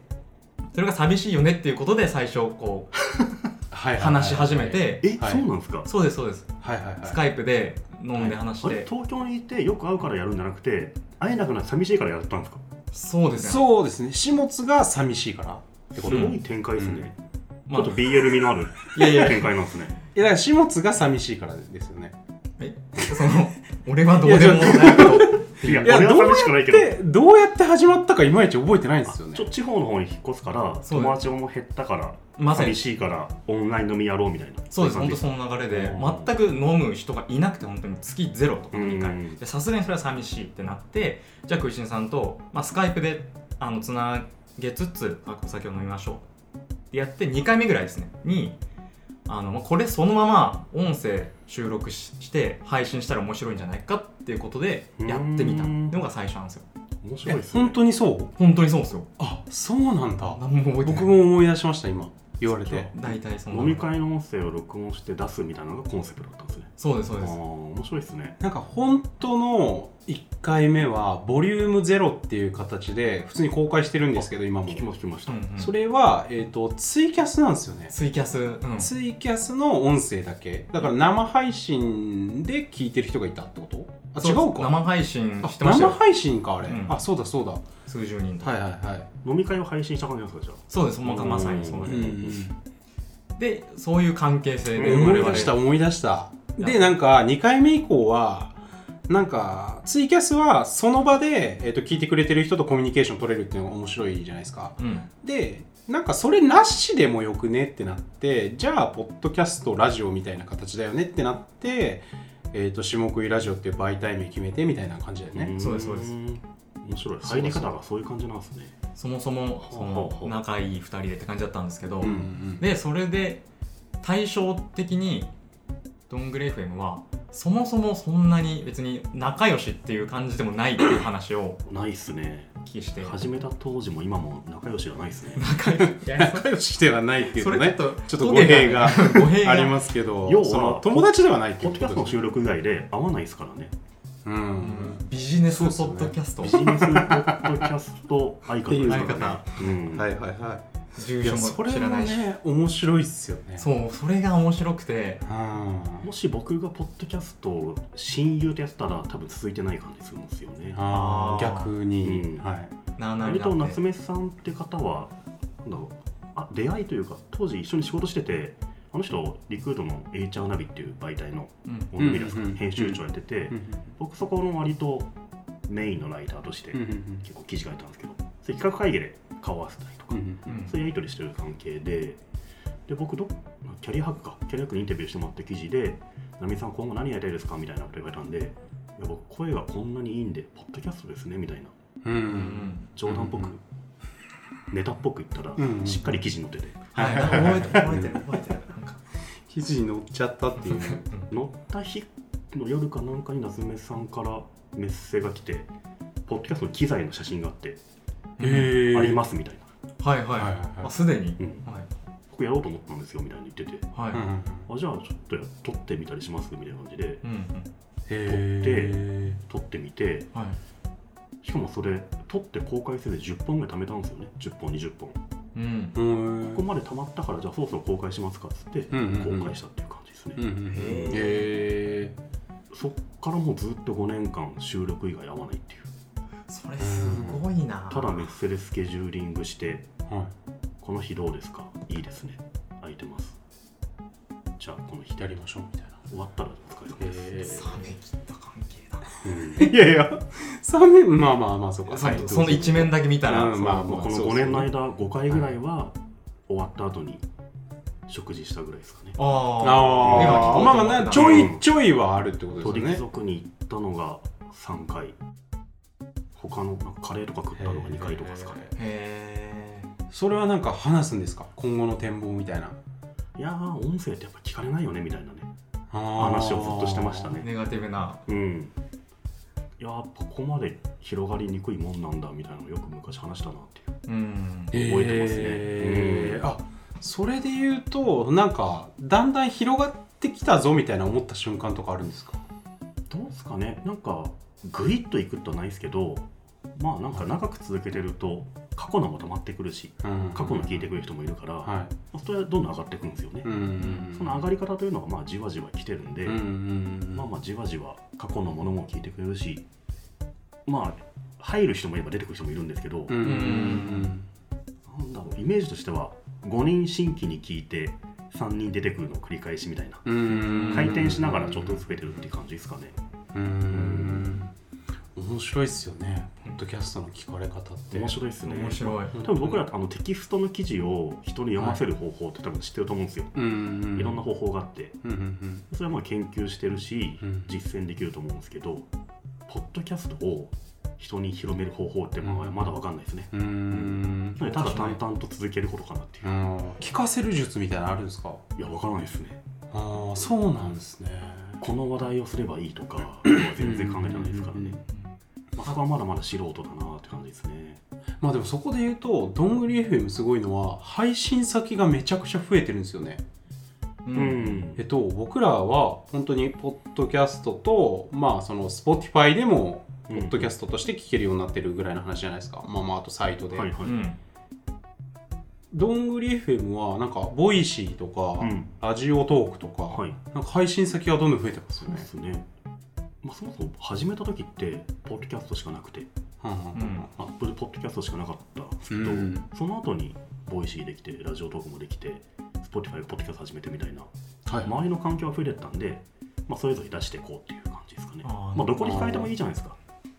[SPEAKER 1] それが寂しいよねっていうことで最初こ
[SPEAKER 2] はいうはいはい
[SPEAKER 1] 話し始め。て
[SPEAKER 3] え、
[SPEAKER 2] はい
[SPEAKER 3] そうなんですか
[SPEAKER 1] そうですそうです
[SPEAKER 2] はいはいはい。
[SPEAKER 1] スカイプで飲んで話し
[SPEAKER 3] あれ
[SPEAKER 1] て
[SPEAKER 3] 東京にいてよく会うからやるんじゃなくて会えなくなって寂しいからやったんですか
[SPEAKER 1] そうですね
[SPEAKER 2] そうですね。始末が寂しいからってこ
[SPEAKER 3] す
[SPEAKER 2] と。
[SPEAKER 1] う
[SPEAKER 3] ご
[SPEAKER 1] ん
[SPEAKER 3] い展開ですね、
[SPEAKER 1] ま
[SPEAKER 3] ちょ
[SPEAKER 1] あ
[SPEAKER 3] っと BL 味のある
[SPEAKER 2] いやいや、い
[SPEAKER 3] 展開なんですね
[SPEAKER 2] やだから始末が寂しいからですよね。
[SPEAKER 1] えその俺はどうでもないけど
[SPEAKER 3] いや
[SPEAKER 2] いや
[SPEAKER 3] 俺は寂しくないけど
[SPEAKER 2] でどうやって始まったかいまいち覚えてないんですよね
[SPEAKER 3] ちょっと地方の方に引っ越すから
[SPEAKER 1] そう
[SPEAKER 3] 友達も減ったから
[SPEAKER 1] まさに
[SPEAKER 3] 寂しいからオンライン飲みやろうみたいな
[SPEAKER 1] そうです本当
[SPEAKER 3] う
[SPEAKER 1] その流れで
[SPEAKER 3] うん
[SPEAKER 1] 全く飲む人がいなくて本当に月ゼロとか2
[SPEAKER 3] う
[SPEAKER 1] 回
[SPEAKER 3] ん
[SPEAKER 1] でさすがにそれは寂しいってなってじゃあクイシンさんと、まあ、スカイプであのつなげつつあお酒を飲みましょうってやって2回目ぐらいですねにあのまあこれそのまま音声収録しして配信したら面白いんじゃないかっていうことでやってみたのが最初なんですよ
[SPEAKER 3] 面白いですね
[SPEAKER 2] 本当にそう
[SPEAKER 1] 本当にそうですよ
[SPEAKER 2] あそうなんだ
[SPEAKER 1] 何も覚えてない
[SPEAKER 2] 僕も思い出しました今言われて
[SPEAKER 1] 大体その
[SPEAKER 3] 飲み会の音声を録音して出すみたいなのがコンセプトだったんですね
[SPEAKER 1] そうですそう
[SPEAKER 3] ああ
[SPEAKER 1] です
[SPEAKER 3] ー面白いですね
[SPEAKER 2] なんか本当の1回目はボリュームゼロっていう形で普通に公開してるんですけど今も
[SPEAKER 3] 聞きました聞きました、
[SPEAKER 1] うんうん
[SPEAKER 2] それは、えー、とツイキャスなんですよね
[SPEAKER 1] ツイキャス、うん、
[SPEAKER 2] ツイキャスの音声だけだから生配信で聞いてる人がいたってことあ違うか
[SPEAKER 1] 生配信
[SPEAKER 2] あ
[SPEAKER 1] してました
[SPEAKER 2] 生
[SPEAKER 1] よ
[SPEAKER 2] 配信かあれ、
[SPEAKER 1] うん
[SPEAKER 2] あそうだそうだは
[SPEAKER 1] 数十人とか
[SPEAKER 2] いはいはい
[SPEAKER 3] 飲み会を配信した感じなんですかじ
[SPEAKER 1] そうですまさまさにそう
[SPEAKER 3] う
[SPEAKER 1] で
[SPEAKER 2] うん
[SPEAKER 1] す、
[SPEAKER 2] うん
[SPEAKER 1] でそういう関係性で
[SPEAKER 3] うん
[SPEAKER 1] 我
[SPEAKER 2] 思い
[SPEAKER 1] 々
[SPEAKER 2] 出した思い出した
[SPEAKER 1] いや
[SPEAKER 2] でなんか2回目以降はなんかツイキャスはその場で、えっと聞いてくれてる人とコミュニケーション取れるっていうのが面白いじゃないですか
[SPEAKER 1] うん
[SPEAKER 2] でなんかそれなしでもよくねってなってじゃあポッドキャストラジオみたいな形だよねってなってえっ、と下食いラジオっていう媒体名決めてみたいな感じだよ
[SPEAKER 3] ゃあ
[SPEAKER 2] ね、
[SPEAKER 3] ん
[SPEAKER 1] そうですそうです
[SPEAKER 3] 面白い
[SPEAKER 2] そうそう
[SPEAKER 3] 入り方がそういう感じなんですね
[SPEAKER 1] そもそもそ
[SPEAKER 3] ほうほ
[SPEAKER 1] の
[SPEAKER 3] う
[SPEAKER 1] 仲いい2人でって感じだったんですけど、
[SPEAKER 2] うんうんうん
[SPEAKER 1] でそれで対照的にどんぐり FM はそもそもそんなに別に仲良しっていう感じでもないっていう話を
[SPEAKER 3] ないっすね
[SPEAKER 1] お聞きして
[SPEAKER 3] 始めた当時も今も仲良しはないっすね
[SPEAKER 1] 仲良しいや
[SPEAKER 2] 仲良しではないっていう
[SPEAKER 1] そ
[SPEAKER 2] と
[SPEAKER 1] れそれ
[SPEAKER 2] ね
[SPEAKER 1] ちょっと
[SPEAKER 2] ちょっと語弊が
[SPEAKER 1] 語弊が
[SPEAKER 2] ありますけど
[SPEAKER 3] 要は
[SPEAKER 2] その友達ではないってい
[SPEAKER 3] ポッ
[SPEAKER 2] う
[SPEAKER 3] ドキャスト
[SPEAKER 2] こ
[SPEAKER 3] の収録以外で会わないですからね
[SPEAKER 2] とうん
[SPEAKER 1] ビジネスポッドキャスト、
[SPEAKER 3] ビジネスポッドキャスト相方です
[SPEAKER 1] 相
[SPEAKER 3] から
[SPEAKER 1] 方
[SPEAKER 3] ね、うん
[SPEAKER 2] はいはいはい
[SPEAKER 1] 住
[SPEAKER 2] いや
[SPEAKER 1] 所
[SPEAKER 2] そ
[SPEAKER 1] も
[SPEAKER 2] れ
[SPEAKER 1] 知
[SPEAKER 2] も
[SPEAKER 1] らないし
[SPEAKER 2] ね面白いっすよね
[SPEAKER 1] そうそれが面白くて
[SPEAKER 2] うん
[SPEAKER 3] もし僕がポッドキャストを親友とやってたら多分続いてない感じするんですよね
[SPEAKER 2] あ
[SPEAKER 1] あー
[SPEAKER 2] ー逆に、
[SPEAKER 3] うん
[SPEAKER 2] はい
[SPEAKER 1] なあなあに
[SPEAKER 3] 割
[SPEAKER 1] なっ
[SPEAKER 3] と
[SPEAKER 1] て
[SPEAKER 3] 夏目さんって方はなんだろうあ出会いというか当時一緒に仕事しててあの人リクードの A チャーナビっていう媒体の
[SPEAKER 1] うん
[SPEAKER 3] オンビラスか
[SPEAKER 2] うんうんうん
[SPEAKER 3] 編集長やってて、僕そこの割とメインのライターとして結構記事書いたんですけど、それ企画会議で顔合わせたりとか、
[SPEAKER 1] うん
[SPEAKER 3] そういうやり取りしてる関係でで僕どキャリアハックかキャリアハックにインタビューしてもらった記事で「ナミさん今後何やりたいですか?」みたいなこと言われたんで「いや僕声がこんなにいいんでポッドキャストですね」みたい
[SPEAKER 2] う
[SPEAKER 3] な
[SPEAKER 2] んう
[SPEAKER 1] うんん
[SPEAKER 3] 冗談っぽく、
[SPEAKER 2] うんうん
[SPEAKER 3] ネタっぽく言ったら、
[SPEAKER 2] うんうん
[SPEAKER 3] しっかり記事に載ってて
[SPEAKER 1] はい覚えてる覚えてる覚えてるなんか
[SPEAKER 2] 記事に載っちゃったっていう
[SPEAKER 3] 載った日の夜かなんかに夏目さんからメッセが来てポッドキャストの機材の写真があって、
[SPEAKER 2] へ
[SPEAKER 3] あり
[SPEAKER 2] ま
[SPEAKER 3] ますみたいな
[SPEAKER 1] はいはい、
[SPEAKER 2] はいはいはい
[SPEAKER 1] あすでに、
[SPEAKER 3] うん
[SPEAKER 1] はい
[SPEAKER 3] 僕やろうと思ったんですよみたいに言ってて
[SPEAKER 1] はい、
[SPEAKER 2] うんうん
[SPEAKER 3] あじゃあちょっとや撮ってみたりしますみたいな感じで
[SPEAKER 1] うんうん
[SPEAKER 2] へ
[SPEAKER 3] 撮ってみて
[SPEAKER 1] はい、
[SPEAKER 3] しかもそれ撮って公開せず10本ぐらい貯めたんですよね10本20本こ
[SPEAKER 1] うん
[SPEAKER 2] えうん
[SPEAKER 3] こまで貯まったからじゃあそろそろ公開しますかっつって
[SPEAKER 2] うんうんうん
[SPEAKER 3] 公開したっていう感じですね、
[SPEAKER 2] うんうん
[SPEAKER 1] へ
[SPEAKER 2] へえ
[SPEAKER 3] そっからもうずっと5年間収録以外合わないっていう
[SPEAKER 1] それすごいな
[SPEAKER 3] ただメッセでスケジューリングして
[SPEAKER 2] は
[SPEAKER 3] この日どうですかいいですね空いてますじゃあこの日
[SPEAKER 2] いやりましょうみたいな
[SPEAKER 3] 終わったらお疲れ様です、
[SPEAKER 2] へ
[SPEAKER 1] 冷め切った関係だ
[SPEAKER 3] う
[SPEAKER 2] え
[SPEAKER 3] ん
[SPEAKER 2] いやいや三年まあまあまあそうか
[SPEAKER 1] そのその一面だけ見たら、
[SPEAKER 2] うんまあまあ
[SPEAKER 3] この
[SPEAKER 2] そうそう
[SPEAKER 3] 5年の間5回ぐらいは終わった後に食事したぐらいですかね
[SPEAKER 1] あ
[SPEAKER 2] ああ
[SPEAKER 1] 今聞こうと思ってた
[SPEAKER 2] まあまあなちょいちょいはあるってことで
[SPEAKER 3] 鳥
[SPEAKER 2] すよ
[SPEAKER 3] 貴
[SPEAKER 2] ね
[SPEAKER 3] 族に行ったのが3回他のなんかカレーとか食ったのが2回とかですかね
[SPEAKER 2] へえ
[SPEAKER 1] へ
[SPEAKER 2] それはなんか話すんですか今後の展望みたいない
[SPEAKER 3] やー音声ってやっぱ聞かれないよねみたいなね
[SPEAKER 2] 話
[SPEAKER 3] 話をずっとしてました
[SPEAKER 1] え
[SPEAKER 3] ね
[SPEAKER 1] ネガティブな
[SPEAKER 3] うんいやーここまで広がりにくいもんなんだみたいなのよく昔話したなっていう
[SPEAKER 1] うん
[SPEAKER 3] 覚えてますね
[SPEAKER 2] え
[SPEAKER 3] う
[SPEAKER 2] ー
[SPEAKER 3] ん
[SPEAKER 2] あそれで言うとなんかだんだん広がってきたぞみたいな思った瞬間とかあるんですか
[SPEAKER 3] どうですかねなんかグイッといくことはないですけどまあなんか長く続けてると過去のも溜まってくるし過去の聞いてくれる人もいるから、ま
[SPEAKER 2] は
[SPEAKER 3] あそれはどんどん上がっていくんですよね、
[SPEAKER 2] いうん
[SPEAKER 3] その上がり方というのはまあじわじわ来てるんで、
[SPEAKER 2] うんうん
[SPEAKER 3] まあまあじわじわ過去のものも聞いてくれるしまあ入る人もいれば出てくる人もいるんですけど、
[SPEAKER 2] うんうん
[SPEAKER 3] なんだろうイメージとしては5人新規に聞いて3人出てくるのを繰り返しみたいな
[SPEAKER 2] うんうん
[SPEAKER 3] 回転しながらちょっとずつ増えてるっていう感じですかね
[SPEAKER 2] うん面白いっすよねポッドキャストの聞かれ方って
[SPEAKER 3] 面白いですね
[SPEAKER 1] 面白い
[SPEAKER 3] 多分僕らってあのテキストの記事を人に読ませる方法って多分知ってると思うんですよ、
[SPEAKER 2] うんうん
[SPEAKER 3] いろんな方法があって
[SPEAKER 2] うんうん
[SPEAKER 3] それはまあ研究してるし、
[SPEAKER 2] うん
[SPEAKER 3] 実践できると思うんですけどポッドキャストを人に広める方法ってまあまだ分かんないですね、
[SPEAKER 2] うんうん
[SPEAKER 3] なのでただ淡々と続けることかなっていう、
[SPEAKER 2] うん聞かせる術みたいなのあるんですか
[SPEAKER 3] いや分からないですね
[SPEAKER 2] ああそうなんですね
[SPEAKER 3] この話題をすればいいとかは全然考えてないですからね、まあ、そこはまだまだ素人だなって感じですね
[SPEAKER 2] まあでもそこで言うとどんぐり FM すごいのは配信先がめちゃくちゃ増えてるんですよね
[SPEAKER 1] う
[SPEAKER 3] うん
[SPEAKER 2] えっと僕らは本当にポッドキャストとまあその Spotify でもポッドキャ
[SPEAKER 3] ス
[SPEAKER 2] ストとして聞けるようになってるぐらいの話じゃないですか、まあまああとサイトで、
[SPEAKER 3] はいは
[SPEAKER 1] う
[SPEAKER 3] い、
[SPEAKER 1] ん
[SPEAKER 2] どんぐり FM はなんかボイシーとか、
[SPEAKER 3] うん
[SPEAKER 2] ラジオトークとか,、
[SPEAKER 3] はい
[SPEAKER 2] なんか配信先がどんどん増えてますよ
[SPEAKER 3] そう
[SPEAKER 2] ね
[SPEAKER 3] で、すね、まあ、そもそも始めた時ってポッドキャストしかなくて
[SPEAKER 2] はんはんはんはん
[SPEAKER 3] アップルポッドキャストしかなかったんですけど、
[SPEAKER 2] うん
[SPEAKER 3] その後にボイシーできてラジオトークもできて Spotify がポッドキャスト始めてみたいな、
[SPEAKER 2] はい
[SPEAKER 3] 周りの環境が増えてったんで、まあ、それぞれ出していこうっていう感じですかね
[SPEAKER 1] あー
[SPEAKER 3] まあ、どこに控えてもいいじゃないですか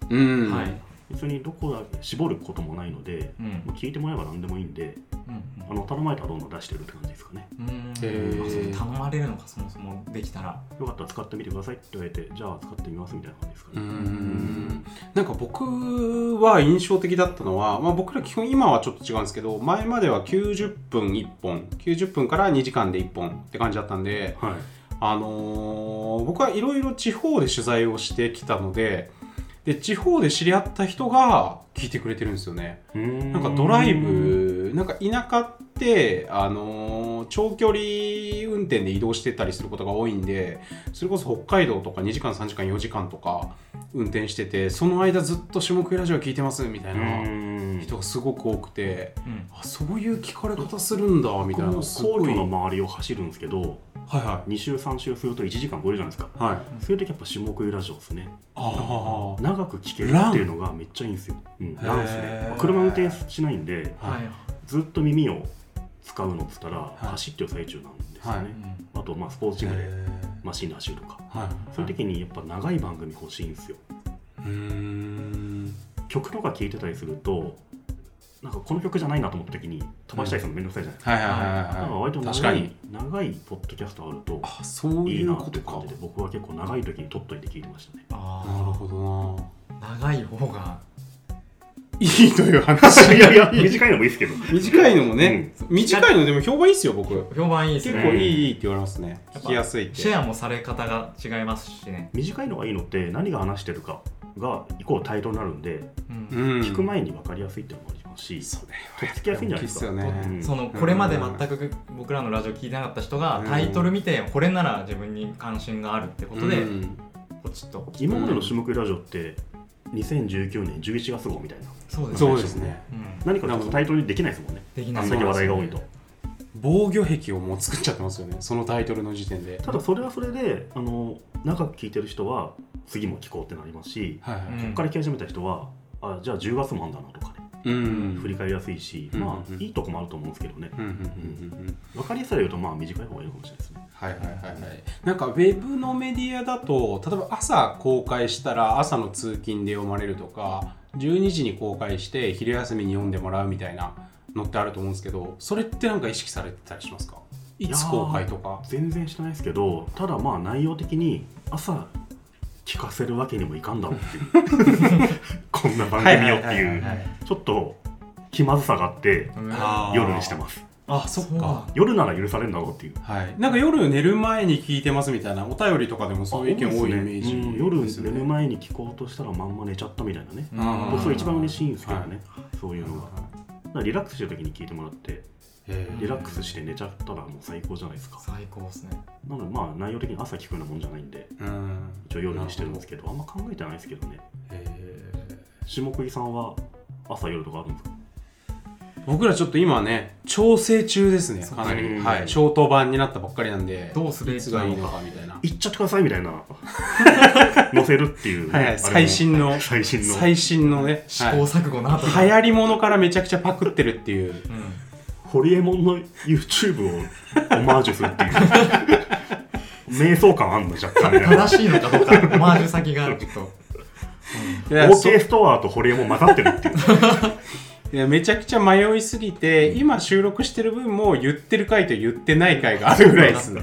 [SPEAKER 2] うん
[SPEAKER 1] はい
[SPEAKER 3] 別にどこだ絞ることもないので、
[SPEAKER 1] うん
[SPEAKER 3] まあ、聞いてもらえば何でもいいんで
[SPEAKER 1] うん
[SPEAKER 3] あの頼まれたらどんどん出してるって感じですかね
[SPEAKER 1] うん
[SPEAKER 2] へー
[SPEAKER 1] あそれ頼まれるのかそもそもできたら
[SPEAKER 3] よかったら使ってみてくださいって言われてじゃあ使ってみますみたいな感じですか
[SPEAKER 2] う
[SPEAKER 3] ね
[SPEAKER 2] んなんか僕は印象的だったのは、まあ、僕ら基本今はちょっと違うんですけど前までは90分1本90分から2時間で1本って感じだったんで
[SPEAKER 3] はい、
[SPEAKER 2] あのー僕はいろいろ地方で取材をしてきたのでで地方で知り合った人が聞いてくれてるんですよね。
[SPEAKER 3] な
[SPEAKER 2] なんかドライブなんか田舎って、あのー長距離運転で移動してたりすることが多いんでそれこそ北海道とか2時間3時間4時間とか運転しててその間ずっと下食いラジオ聞いてますみたいな人がすごく多くて
[SPEAKER 1] うん
[SPEAKER 2] あそういう聞かれ方するんだみたいなのす
[SPEAKER 3] 皇
[SPEAKER 2] ごい
[SPEAKER 3] 居の周りを走るんですけど
[SPEAKER 2] はいは
[SPEAKER 3] 2周3周すると1時間超えるじゃないですか
[SPEAKER 2] いはい
[SPEAKER 3] そういう時やっぱ下食いラジオですね
[SPEAKER 2] ああ
[SPEAKER 3] 長く聞けるっていうのがめっちゃいいんですようん
[SPEAKER 2] へー
[SPEAKER 3] ランですね車運転しないんで
[SPEAKER 1] はい
[SPEAKER 3] ずっと耳を使うのっつったら、
[SPEAKER 2] い
[SPEAKER 3] 走ってる最中なんですよね、
[SPEAKER 2] は
[SPEAKER 1] う
[SPEAKER 2] い
[SPEAKER 1] ん
[SPEAKER 3] あとまあスポーツチームで
[SPEAKER 2] え
[SPEAKER 3] マシンで走るとか、
[SPEAKER 2] ーはい
[SPEAKER 3] そういう時にやっぱ長い番組欲しいんですよ
[SPEAKER 2] うーん
[SPEAKER 3] 曲とか聴いてたりするとなんかこの曲じゃないなと思った時に飛ばしたりするのめんどくさいじゃないですか、
[SPEAKER 2] はいはいはい
[SPEAKER 3] だから
[SPEAKER 2] はい
[SPEAKER 3] 割と
[SPEAKER 2] 確か
[SPEAKER 3] 長
[SPEAKER 2] に
[SPEAKER 3] い長いポッドキャストあると
[SPEAKER 2] あそう
[SPEAKER 3] い
[SPEAKER 2] い
[SPEAKER 3] いな
[SPEAKER 2] う
[SPEAKER 3] っ
[SPEAKER 2] こ
[SPEAKER 3] て
[SPEAKER 2] と
[SPEAKER 3] 感
[SPEAKER 2] か
[SPEAKER 3] じで僕は結構長い時に撮っといて聞いて ましたね
[SPEAKER 1] あ
[SPEAKER 2] なるほどな
[SPEAKER 1] ど長い方が
[SPEAKER 2] いいという話
[SPEAKER 3] いやいや短いのもいいですけど
[SPEAKER 2] 短いのもね、短いのでも評判いいっすよ僕
[SPEAKER 1] 評判いいです
[SPEAKER 2] 結
[SPEAKER 1] ね
[SPEAKER 2] 構いいって言われますね
[SPEAKER 1] やっぱ
[SPEAKER 2] 聞きやすいって
[SPEAKER 1] シェアもされ方が違いますしね、
[SPEAKER 3] 短いのがいいのって何が話してるかがイコールタイトルになるんで、
[SPEAKER 1] うん
[SPEAKER 2] うん
[SPEAKER 3] 聞く前に分かりやすいっていうのもありますし、
[SPEAKER 2] それ
[SPEAKER 3] とっつきやすいんじゃないですか
[SPEAKER 2] 大きっすよね
[SPEAKER 3] うん
[SPEAKER 1] そのこれまで全く僕らのラジオ聞いてなかった人がタイトル見てこれなら自分に関心があるってことで
[SPEAKER 2] うん
[SPEAKER 1] ポチッと
[SPEAKER 3] 今までの「種目ラジオ」って2019年11月号みたいな
[SPEAKER 1] そうですね
[SPEAKER 2] そうですね
[SPEAKER 1] うん
[SPEAKER 3] 何かちょっとタイトルにできないですもんね
[SPEAKER 1] でき
[SPEAKER 3] あ
[SPEAKER 1] なんい
[SPEAKER 3] だけ話題が多いと
[SPEAKER 2] 防御壁をもう作っちゃってますよねそのタイトルの時点で
[SPEAKER 3] ただそれはそれであの長く聞いてる人は次も聞こうってなりますし
[SPEAKER 2] はいはい
[SPEAKER 1] うん
[SPEAKER 3] ここから聞き始めた人はあじゃあ10月もあんだなとかね
[SPEAKER 2] うん
[SPEAKER 3] 振り返りやすいし
[SPEAKER 2] うん
[SPEAKER 3] ま
[SPEAKER 2] う
[SPEAKER 3] あ
[SPEAKER 2] んうん
[SPEAKER 3] いいとこもあると思うんですけどね
[SPEAKER 2] うんうんうんうんうん
[SPEAKER 3] 分かりやすさで言うとまあ短い方がいいのかもしれないですね
[SPEAKER 2] はいはいはいはいなんかウェブのメディアだと例えば朝公開したら朝の通勤で読まれるとか12時に公開して昼休みに読んでもらうみたいなのってあると思うんですけどそれってなんか意識されてたりしますかい
[SPEAKER 3] やー
[SPEAKER 2] つ公開とか
[SPEAKER 3] 全然してないですけどただまあ内容的に朝聞かせるわけにもいかんだろうっていう こんな番組をって
[SPEAKER 2] はいはいは
[SPEAKER 3] いう
[SPEAKER 2] いはい
[SPEAKER 3] ちょっと気まずさがあって
[SPEAKER 1] うん
[SPEAKER 2] あー
[SPEAKER 3] 夜にしてます
[SPEAKER 2] あそっ
[SPEAKER 1] そうなん
[SPEAKER 2] か
[SPEAKER 1] だ
[SPEAKER 3] 夜なら許されるんだろうっていう
[SPEAKER 2] はい、なんか夜寝る前に聞いてますみたいなお便りとかでもそういう意見多いイメージ、
[SPEAKER 3] うん夜寝る前に聞こうとしたらまんま寝ちゃったみたいなね
[SPEAKER 1] うん
[SPEAKER 2] あー
[SPEAKER 3] 僕
[SPEAKER 1] 僕
[SPEAKER 3] そ
[SPEAKER 1] は
[SPEAKER 3] れ
[SPEAKER 1] 一
[SPEAKER 3] 一
[SPEAKER 1] 番
[SPEAKER 3] 番嬉しいんですけどねそういうのがだからリラックスしてる時に聞いてもらってリラックスして寝ちゃったらもう最高じゃないですか
[SPEAKER 1] 最高ですね
[SPEAKER 3] なのでまあ内容的に朝聞くようなもんじゃないんで
[SPEAKER 2] うん
[SPEAKER 3] 一応夜にしてるんですけどあんま考えてないですけどね
[SPEAKER 2] え
[SPEAKER 3] 下食いさんは朝夜とかあるんですか
[SPEAKER 2] ー僕らちょっと今ね調整中ですね
[SPEAKER 1] そう
[SPEAKER 2] かなり、
[SPEAKER 3] うん
[SPEAKER 2] はい、ショート版になったばっかりなんで
[SPEAKER 1] どうすべ
[SPEAKER 2] い
[SPEAKER 1] き
[SPEAKER 2] つ
[SPEAKER 1] な
[SPEAKER 2] がいい
[SPEAKER 1] の
[SPEAKER 2] の
[SPEAKER 1] か
[SPEAKER 2] かみたいな
[SPEAKER 3] 行っちゃってくださいみたいな載せるっていう、
[SPEAKER 2] はい
[SPEAKER 3] あ
[SPEAKER 2] は
[SPEAKER 3] れも
[SPEAKER 2] い、最新の
[SPEAKER 3] 最新の
[SPEAKER 2] 最新のね、
[SPEAKER 1] 試行
[SPEAKER 2] はい
[SPEAKER 1] 錯誤の後
[SPEAKER 2] 流行りものからめちゃくちゃパクってるっていう
[SPEAKER 1] うん
[SPEAKER 3] ホリエモンの YouTube をオマージュするっていう瞑想感あんの若干ね
[SPEAKER 1] 正しいのかどうかオマージュ先がちょっと
[SPEAKER 2] いやそ
[SPEAKER 3] OK ストアとホリエモン混ざって るっていう
[SPEAKER 2] いやめちゃくちゃ迷いすぎて今収録してる分も言ってる回と言ってない回があるぐらいですね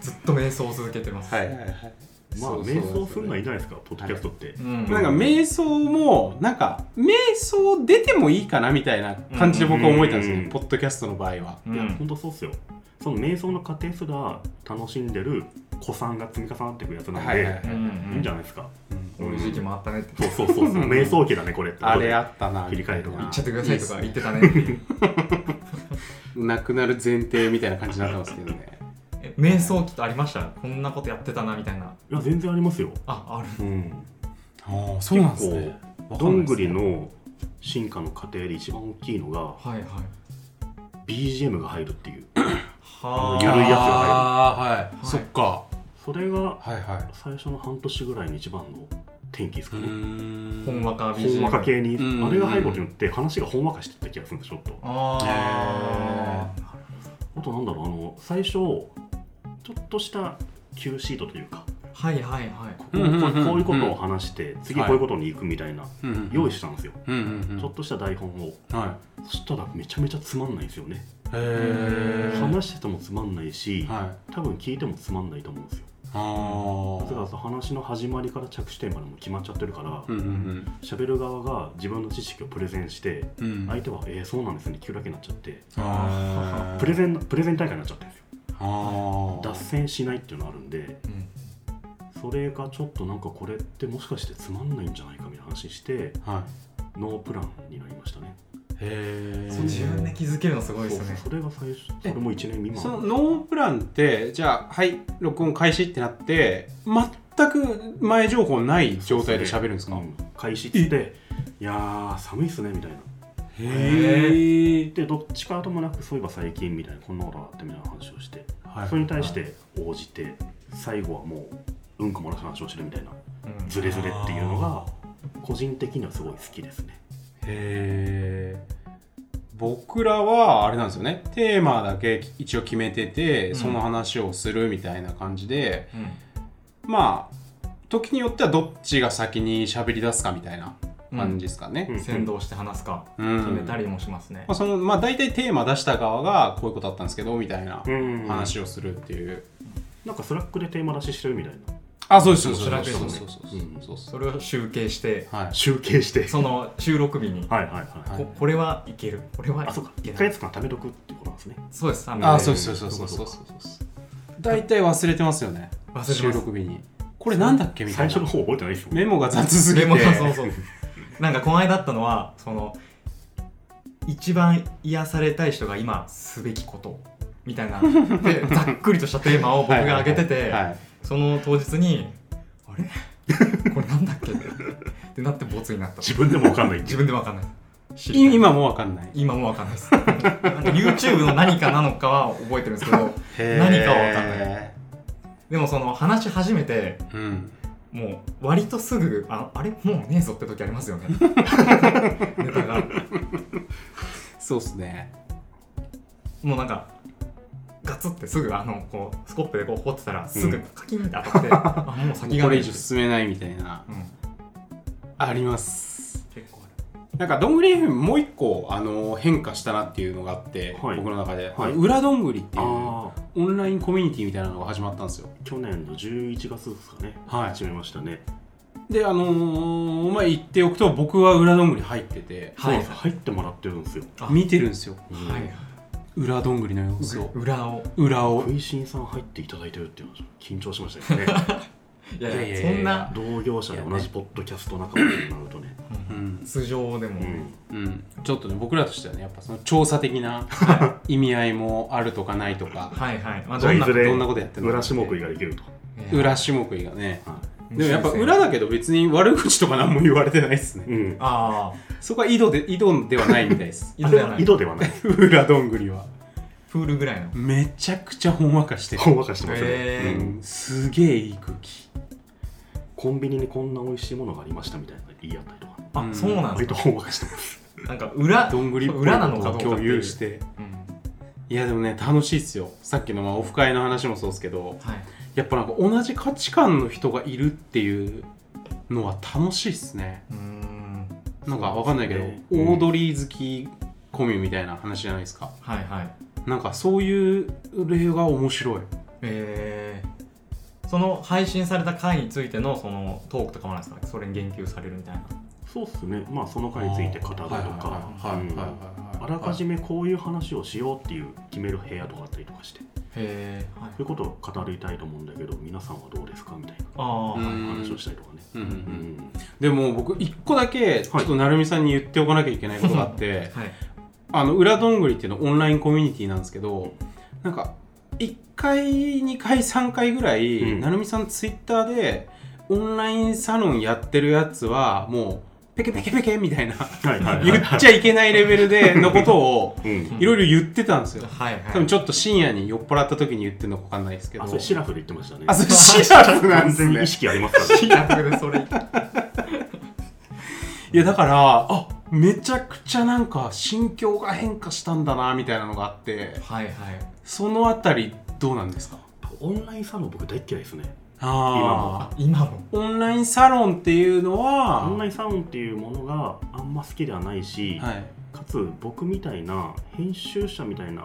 [SPEAKER 1] ずっと瞑想を続けてます
[SPEAKER 2] はいはいはい
[SPEAKER 3] まあ
[SPEAKER 2] そうそう
[SPEAKER 3] 瞑
[SPEAKER 2] そう
[SPEAKER 3] 想するのはいいじゃないですかポッドキャストって
[SPEAKER 1] う
[SPEAKER 2] なんか瞑想もなんか瞑想出てもいいかなみたいな感じで僕は思えたんですね、
[SPEAKER 3] うん
[SPEAKER 2] ポッドキャストの場合は。
[SPEAKER 1] う
[SPEAKER 3] いや
[SPEAKER 1] ん
[SPEAKER 3] 本当そうっすよその瞑想の過程すら楽しんでる子さんが積み重なっていくやつなんで、
[SPEAKER 2] はいいはいいはい
[SPEAKER 1] うん
[SPEAKER 3] いんじゃないですか
[SPEAKER 1] こういう時期もあったねって
[SPEAKER 3] そうそうそうそう瞑想期だねこれってこと
[SPEAKER 2] あ
[SPEAKER 3] で
[SPEAKER 2] れあったな
[SPEAKER 3] 振り返る
[SPEAKER 2] み
[SPEAKER 3] と
[SPEAKER 2] たい
[SPEAKER 1] 言
[SPEAKER 2] な
[SPEAKER 1] っちゃってくださいとか言ってたねっていう
[SPEAKER 2] なくなる前提みたいな感じになってますけどね。
[SPEAKER 1] え瞑想期とありましたこんなことやってたなみたいない
[SPEAKER 3] や全然ありますよ、
[SPEAKER 1] あある
[SPEAKER 3] うん、
[SPEAKER 2] ああそ
[SPEAKER 3] そうなんですね。どんぐりの進化の過程で一番大きいのが
[SPEAKER 1] はいはい
[SPEAKER 3] BGM が入るっていう
[SPEAKER 1] は
[SPEAKER 3] ゆ
[SPEAKER 1] あ
[SPEAKER 3] るいやつが入る
[SPEAKER 2] ああはい、
[SPEAKER 1] い
[SPEAKER 2] そっか
[SPEAKER 3] それが
[SPEAKER 2] はいはい。
[SPEAKER 3] 最初の半年ぐらいの一番の転機ですか
[SPEAKER 2] う
[SPEAKER 3] ね
[SPEAKER 2] ーん
[SPEAKER 1] ほんわか
[SPEAKER 3] ほんわか
[SPEAKER 1] BGM
[SPEAKER 3] 系に
[SPEAKER 2] うん
[SPEAKER 3] あれが入ることによって話がほんわかしてった気がするんですちょっと
[SPEAKER 1] ああ
[SPEAKER 3] あとなんだろうあの最初ちょっとした Q シートというか
[SPEAKER 1] はいはいはい
[SPEAKER 3] ここ
[SPEAKER 2] うんうんうんうん
[SPEAKER 3] こういうことを話して次こういうことに行くみたいな
[SPEAKER 2] うんうん
[SPEAKER 3] 用意したんですよ
[SPEAKER 2] うんうんうん
[SPEAKER 3] ちょっとした台本を
[SPEAKER 2] は
[SPEAKER 3] そしたらめちゃめちゃつまんないんですよね
[SPEAKER 2] い。へえ。はい。
[SPEAKER 3] 話しててもつまんないし
[SPEAKER 2] あ
[SPEAKER 3] 多分聞いてもつまんないと思うんですよ
[SPEAKER 2] あ
[SPEAKER 3] だからその話の始まりから着地点までも決まっちゃってるから
[SPEAKER 2] うんうん
[SPEAKER 3] 喋る側が自分の知識をプレゼンして
[SPEAKER 2] うんうん。
[SPEAKER 3] 相手は「えー、そうなんですね」聞くだけになっちゃって
[SPEAKER 2] あー
[SPEAKER 3] プレゼンプレゼン大会になっちゃってるんですよ
[SPEAKER 2] はいはいはいあー
[SPEAKER 3] 脱線しないっていうのあるんで
[SPEAKER 1] うん
[SPEAKER 3] それがちょっとなんかこれってもしかしてつまんないんじゃないかみたいな話して
[SPEAKER 2] はい
[SPEAKER 3] ノープランになりましたね
[SPEAKER 2] へ
[SPEAKER 1] そう自分で気づけるのすごいですね
[SPEAKER 3] そうそれが最初それも1年未
[SPEAKER 2] その
[SPEAKER 3] 満
[SPEAKER 2] ノープランってじゃあはい録音開始ってなって全く前情報ない状態で喋るんですか
[SPEAKER 3] うん開始っつって「いやー寒いっすね」みたいな
[SPEAKER 2] へえ
[SPEAKER 3] でどっちからともなくそういえば最近みたいなこんなことがあってみたいな話をして
[SPEAKER 2] はい
[SPEAKER 3] それに対して応じて最後はもううんこ漏らす話をしてるみたいな
[SPEAKER 1] うん
[SPEAKER 3] ズレズレっていうのが個人的にはすごい好きですね
[SPEAKER 2] へえ僕らはあれなんですよねテーマだけ一応決めてて、
[SPEAKER 1] うん
[SPEAKER 2] その話をするみたいな感じで
[SPEAKER 1] うん
[SPEAKER 2] まあ時によってはどっちが先に喋り出すかみたいな感じですかね。
[SPEAKER 3] うん
[SPEAKER 1] 先導して話すか
[SPEAKER 2] うん
[SPEAKER 1] 決めたりもしますね
[SPEAKER 2] まあ、そのまあ大体テーマ出した側がこういうことあったんですけどみたいな
[SPEAKER 3] うん
[SPEAKER 2] 話をするっていう、
[SPEAKER 3] なんかスラックでテーマ出ししてるみたい
[SPEAKER 2] あそうですそう
[SPEAKER 1] そう
[SPEAKER 2] です
[SPEAKER 1] そ
[SPEAKER 2] そうう
[SPEAKER 1] です
[SPEAKER 2] そうそう
[SPEAKER 3] うん
[SPEAKER 2] そうそ
[SPEAKER 1] それを集計して
[SPEAKER 2] うはい
[SPEAKER 3] な集計して
[SPEAKER 1] その収録日に
[SPEAKER 3] はいはいはい
[SPEAKER 2] は
[SPEAKER 1] ここれはいけるこれは
[SPEAKER 3] あそうか
[SPEAKER 1] いけ
[SPEAKER 3] 1
[SPEAKER 1] な
[SPEAKER 3] か
[SPEAKER 1] い
[SPEAKER 3] 月間貯めとくってことなんですね
[SPEAKER 1] そうですあ
[SPEAKER 2] あ
[SPEAKER 1] の
[SPEAKER 2] そうですそうですそうですそうですそうです大体忘れてますよね
[SPEAKER 1] 忘れてます
[SPEAKER 2] 収録日にこれなんだっけみたい
[SPEAKER 3] 最
[SPEAKER 2] な
[SPEAKER 3] 初の方覚えてないですよ
[SPEAKER 2] メモが雑すぎ
[SPEAKER 1] メ
[SPEAKER 2] て
[SPEAKER 1] モがそうそうなんかこの間だったのはその一番癒されたい人が今すべきことみたいなでざっくりとしたテーマを僕が挙げてて
[SPEAKER 2] はいはいはいはい
[SPEAKER 1] その当日に「あれこれなんだっけ?」ってなってボツになった
[SPEAKER 3] 自分でも分かんないって
[SPEAKER 1] 自
[SPEAKER 3] いう
[SPEAKER 1] 分でもわかんない知りたい
[SPEAKER 2] い今もわかんない
[SPEAKER 1] 今もわかんないですなんか YouTube の何かなのかは覚えてるんですけど何かはわかん
[SPEAKER 2] ない
[SPEAKER 1] でもその話し始めて
[SPEAKER 2] うん
[SPEAKER 1] もう割とすぐああれもうねえぞって時あります よねネタが
[SPEAKER 2] そうっすね
[SPEAKER 1] もうなんかガツってすぐあのこうスコップでこう掘ってたらすぐ
[SPEAKER 3] うん
[SPEAKER 1] カキンって当た って、あもう先が
[SPEAKER 2] こ
[SPEAKER 1] な
[SPEAKER 2] れ
[SPEAKER 1] い
[SPEAKER 2] 以上進めないみたいな
[SPEAKER 1] うん、
[SPEAKER 2] あります
[SPEAKER 1] 結構
[SPEAKER 2] なんかどんぐり FM もう一個あの変化したなっていうのがあって、
[SPEAKER 3] はい
[SPEAKER 2] 僕の中で、
[SPEAKER 3] はい
[SPEAKER 2] 裏どんぐりっていうオ
[SPEAKER 3] ああ
[SPEAKER 2] ンラインコミュニティみたいなのが始まったんですよ
[SPEAKER 3] 去年の11月ですかね
[SPEAKER 2] はい
[SPEAKER 3] 始めましたね
[SPEAKER 2] であのーまあ言っておくと僕は裏どんぐり入ってて
[SPEAKER 1] はい
[SPEAKER 3] そう入ってもらってるんですよ
[SPEAKER 1] あ
[SPEAKER 2] 見てるんですよ
[SPEAKER 3] うん
[SPEAKER 1] あるはいはい
[SPEAKER 2] 裏どんぐりの様子を
[SPEAKER 1] 裏を
[SPEAKER 2] 裏を
[SPEAKER 3] 食いしんさん入っていただいてるっていうのは緊張しましたけどね
[SPEAKER 1] いやいや
[SPEAKER 2] いやいやいや
[SPEAKER 1] そんな、
[SPEAKER 3] 同業者で同じポッドキャスト仲間になるとね、
[SPEAKER 2] う
[SPEAKER 1] うん
[SPEAKER 2] ん、
[SPEAKER 1] 通常でも、
[SPEAKER 3] うん、
[SPEAKER 2] うん、ちょっとね僕らとしてはねやっぱその調査的な意味合いもあるとかないとか
[SPEAKER 1] はいはい、まあ、
[SPEAKER 3] じ
[SPEAKER 1] ど
[SPEAKER 3] ゃあ
[SPEAKER 1] ん
[SPEAKER 3] い
[SPEAKER 1] な
[SPEAKER 3] ずれ
[SPEAKER 2] どんなことやってんの
[SPEAKER 3] 裏種目ができると、
[SPEAKER 1] いや
[SPEAKER 2] 裏種目がね
[SPEAKER 3] は
[SPEAKER 2] でもやっぱ裏だけど別に悪口とか何も言われてないですね
[SPEAKER 3] いうん、
[SPEAKER 1] ああ
[SPEAKER 2] そこは井戸で井戸ではないみたいです
[SPEAKER 1] 井戸じゃない
[SPEAKER 3] 井戸ではない
[SPEAKER 2] 裏どんぐりは
[SPEAKER 1] プールぐらいの
[SPEAKER 2] めちゃくちゃほんわかしてる
[SPEAKER 3] ほ、んわかしてますね、
[SPEAKER 1] へー
[SPEAKER 3] う
[SPEAKER 2] うんん、すげえいい空気
[SPEAKER 3] コンビニにこんな美味しいものがありましたみたいな言い合ったりとか
[SPEAKER 1] あ、
[SPEAKER 2] うん
[SPEAKER 1] そうなんで
[SPEAKER 3] 割
[SPEAKER 1] す
[SPEAKER 3] と
[SPEAKER 1] か
[SPEAKER 3] ほんわかしてます
[SPEAKER 1] なんか裏
[SPEAKER 2] どんぐりっぽい
[SPEAKER 1] 裏なの
[SPEAKER 2] こ
[SPEAKER 1] か
[SPEAKER 2] と
[SPEAKER 1] どう
[SPEAKER 2] を
[SPEAKER 1] かって
[SPEAKER 2] 共
[SPEAKER 1] いう
[SPEAKER 2] 有して
[SPEAKER 1] うん
[SPEAKER 2] いやでもね楽しいっすよさっきのまあオフ会の話もそうですけど
[SPEAKER 1] はい
[SPEAKER 2] やっぱなんか同じ価値観の人がいるっていうのは楽しいっすね
[SPEAKER 1] うーん
[SPEAKER 2] なんかわかんないけど、
[SPEAKER 3] そうですね
[SPEAKER 2] オードリー好きコミュみたいな話じゃないですか
[SPEAKER 1] はいはい
[SPEAKER 2] なんかそういう例が面白い
[SPEAKER 1] えー、その配信された回についてのそのトークとかもあるんですかそれに言及されるみたいな
[SPEAKER 3] そうっすねまあその回について語ると
[SPEAKER 2] はいはい
[SPEAKER 3] か
[SPEAKER 2] はいはい
[SPEAKER 3] うん
[SPEAKER 2] はい
[SPEAKER 3] あ
[SPEAKER 2] はい
[SPEAKER 3] らかじめこういう話をしようっていう決める部屋とかあったりとかしてそ
[SPEAKER 1] へえ、はいう
[SPEAKER 3] いうことを語りたいと思うんだけど皆さんはどうですかみたいな
[SPEAKER 1] ああ、
[SPEAKER 2] うん
[SPEAKER 3] 話をしたりとかね、
[SPEAKER 2] うんうんう
[SPEAKER 3] うんん
[SPEAKER 2] でも僕一個だけちょっと成美さんに言っておかなきゃいけないことがあって、
[SPEAKER 1] はい
[SPEAKER 2] あの裏どんぐりっていうのオンラインコミュニティなんですけどなんか1回2回3回ぐらい、
[SPEAKER 3] うん
[SPEAKER 2] なるみさんツイッターでオンラインサロンやってるやつはもうペケペケペケみ たいな
[SPEAKER 3] はいはいはい
[SPEAKER 2] 言っちゃいけないレベルでのことを
[SPEAKER 3] うん
[SPEAKER 2] いろいろ言ってたんですよ
[SPEAKER 1] はいはい
[SPEAKER 2] 多分ちょっと深夜に酔っ払った時に言ってるのかわかんないですけど
[SPEAKER 3] あそれシラフで言ってましたね
[SPEAKER 2] あそれシラフなん
[SPEAKER 3] 完
[SPEAKER 2] です
[SPEAKER 3] 全 に
[SPEAKER 2] ね
[SPEAKER 3] 意識ありますからね
[SPEAKER 1] 逆でそれ
[SPEAKER 2] いやだからあめちゃくちゃなんか心境が変化したんだなみたいなのがあって
[SPEAKER 1] はいはい
[SPEAKER 2] そのあたりどうなんですか
[SPEAKER 3] オンラインサロン僕大っ嫌いですね
[SPEAKER 2] ああ
[SPEAKER 1] あ今も
[SPEAKER 2] オンラインサロンっていうの
[SPEAKER 3] オ
[SPEAKER 2] は、
[SPEAKER 3] ンラインサロンっていうものがあんま好きではないし、
[SPEAKER 2] はい、
[SPEAKER 3] かつ僕みたいな編集者みたいな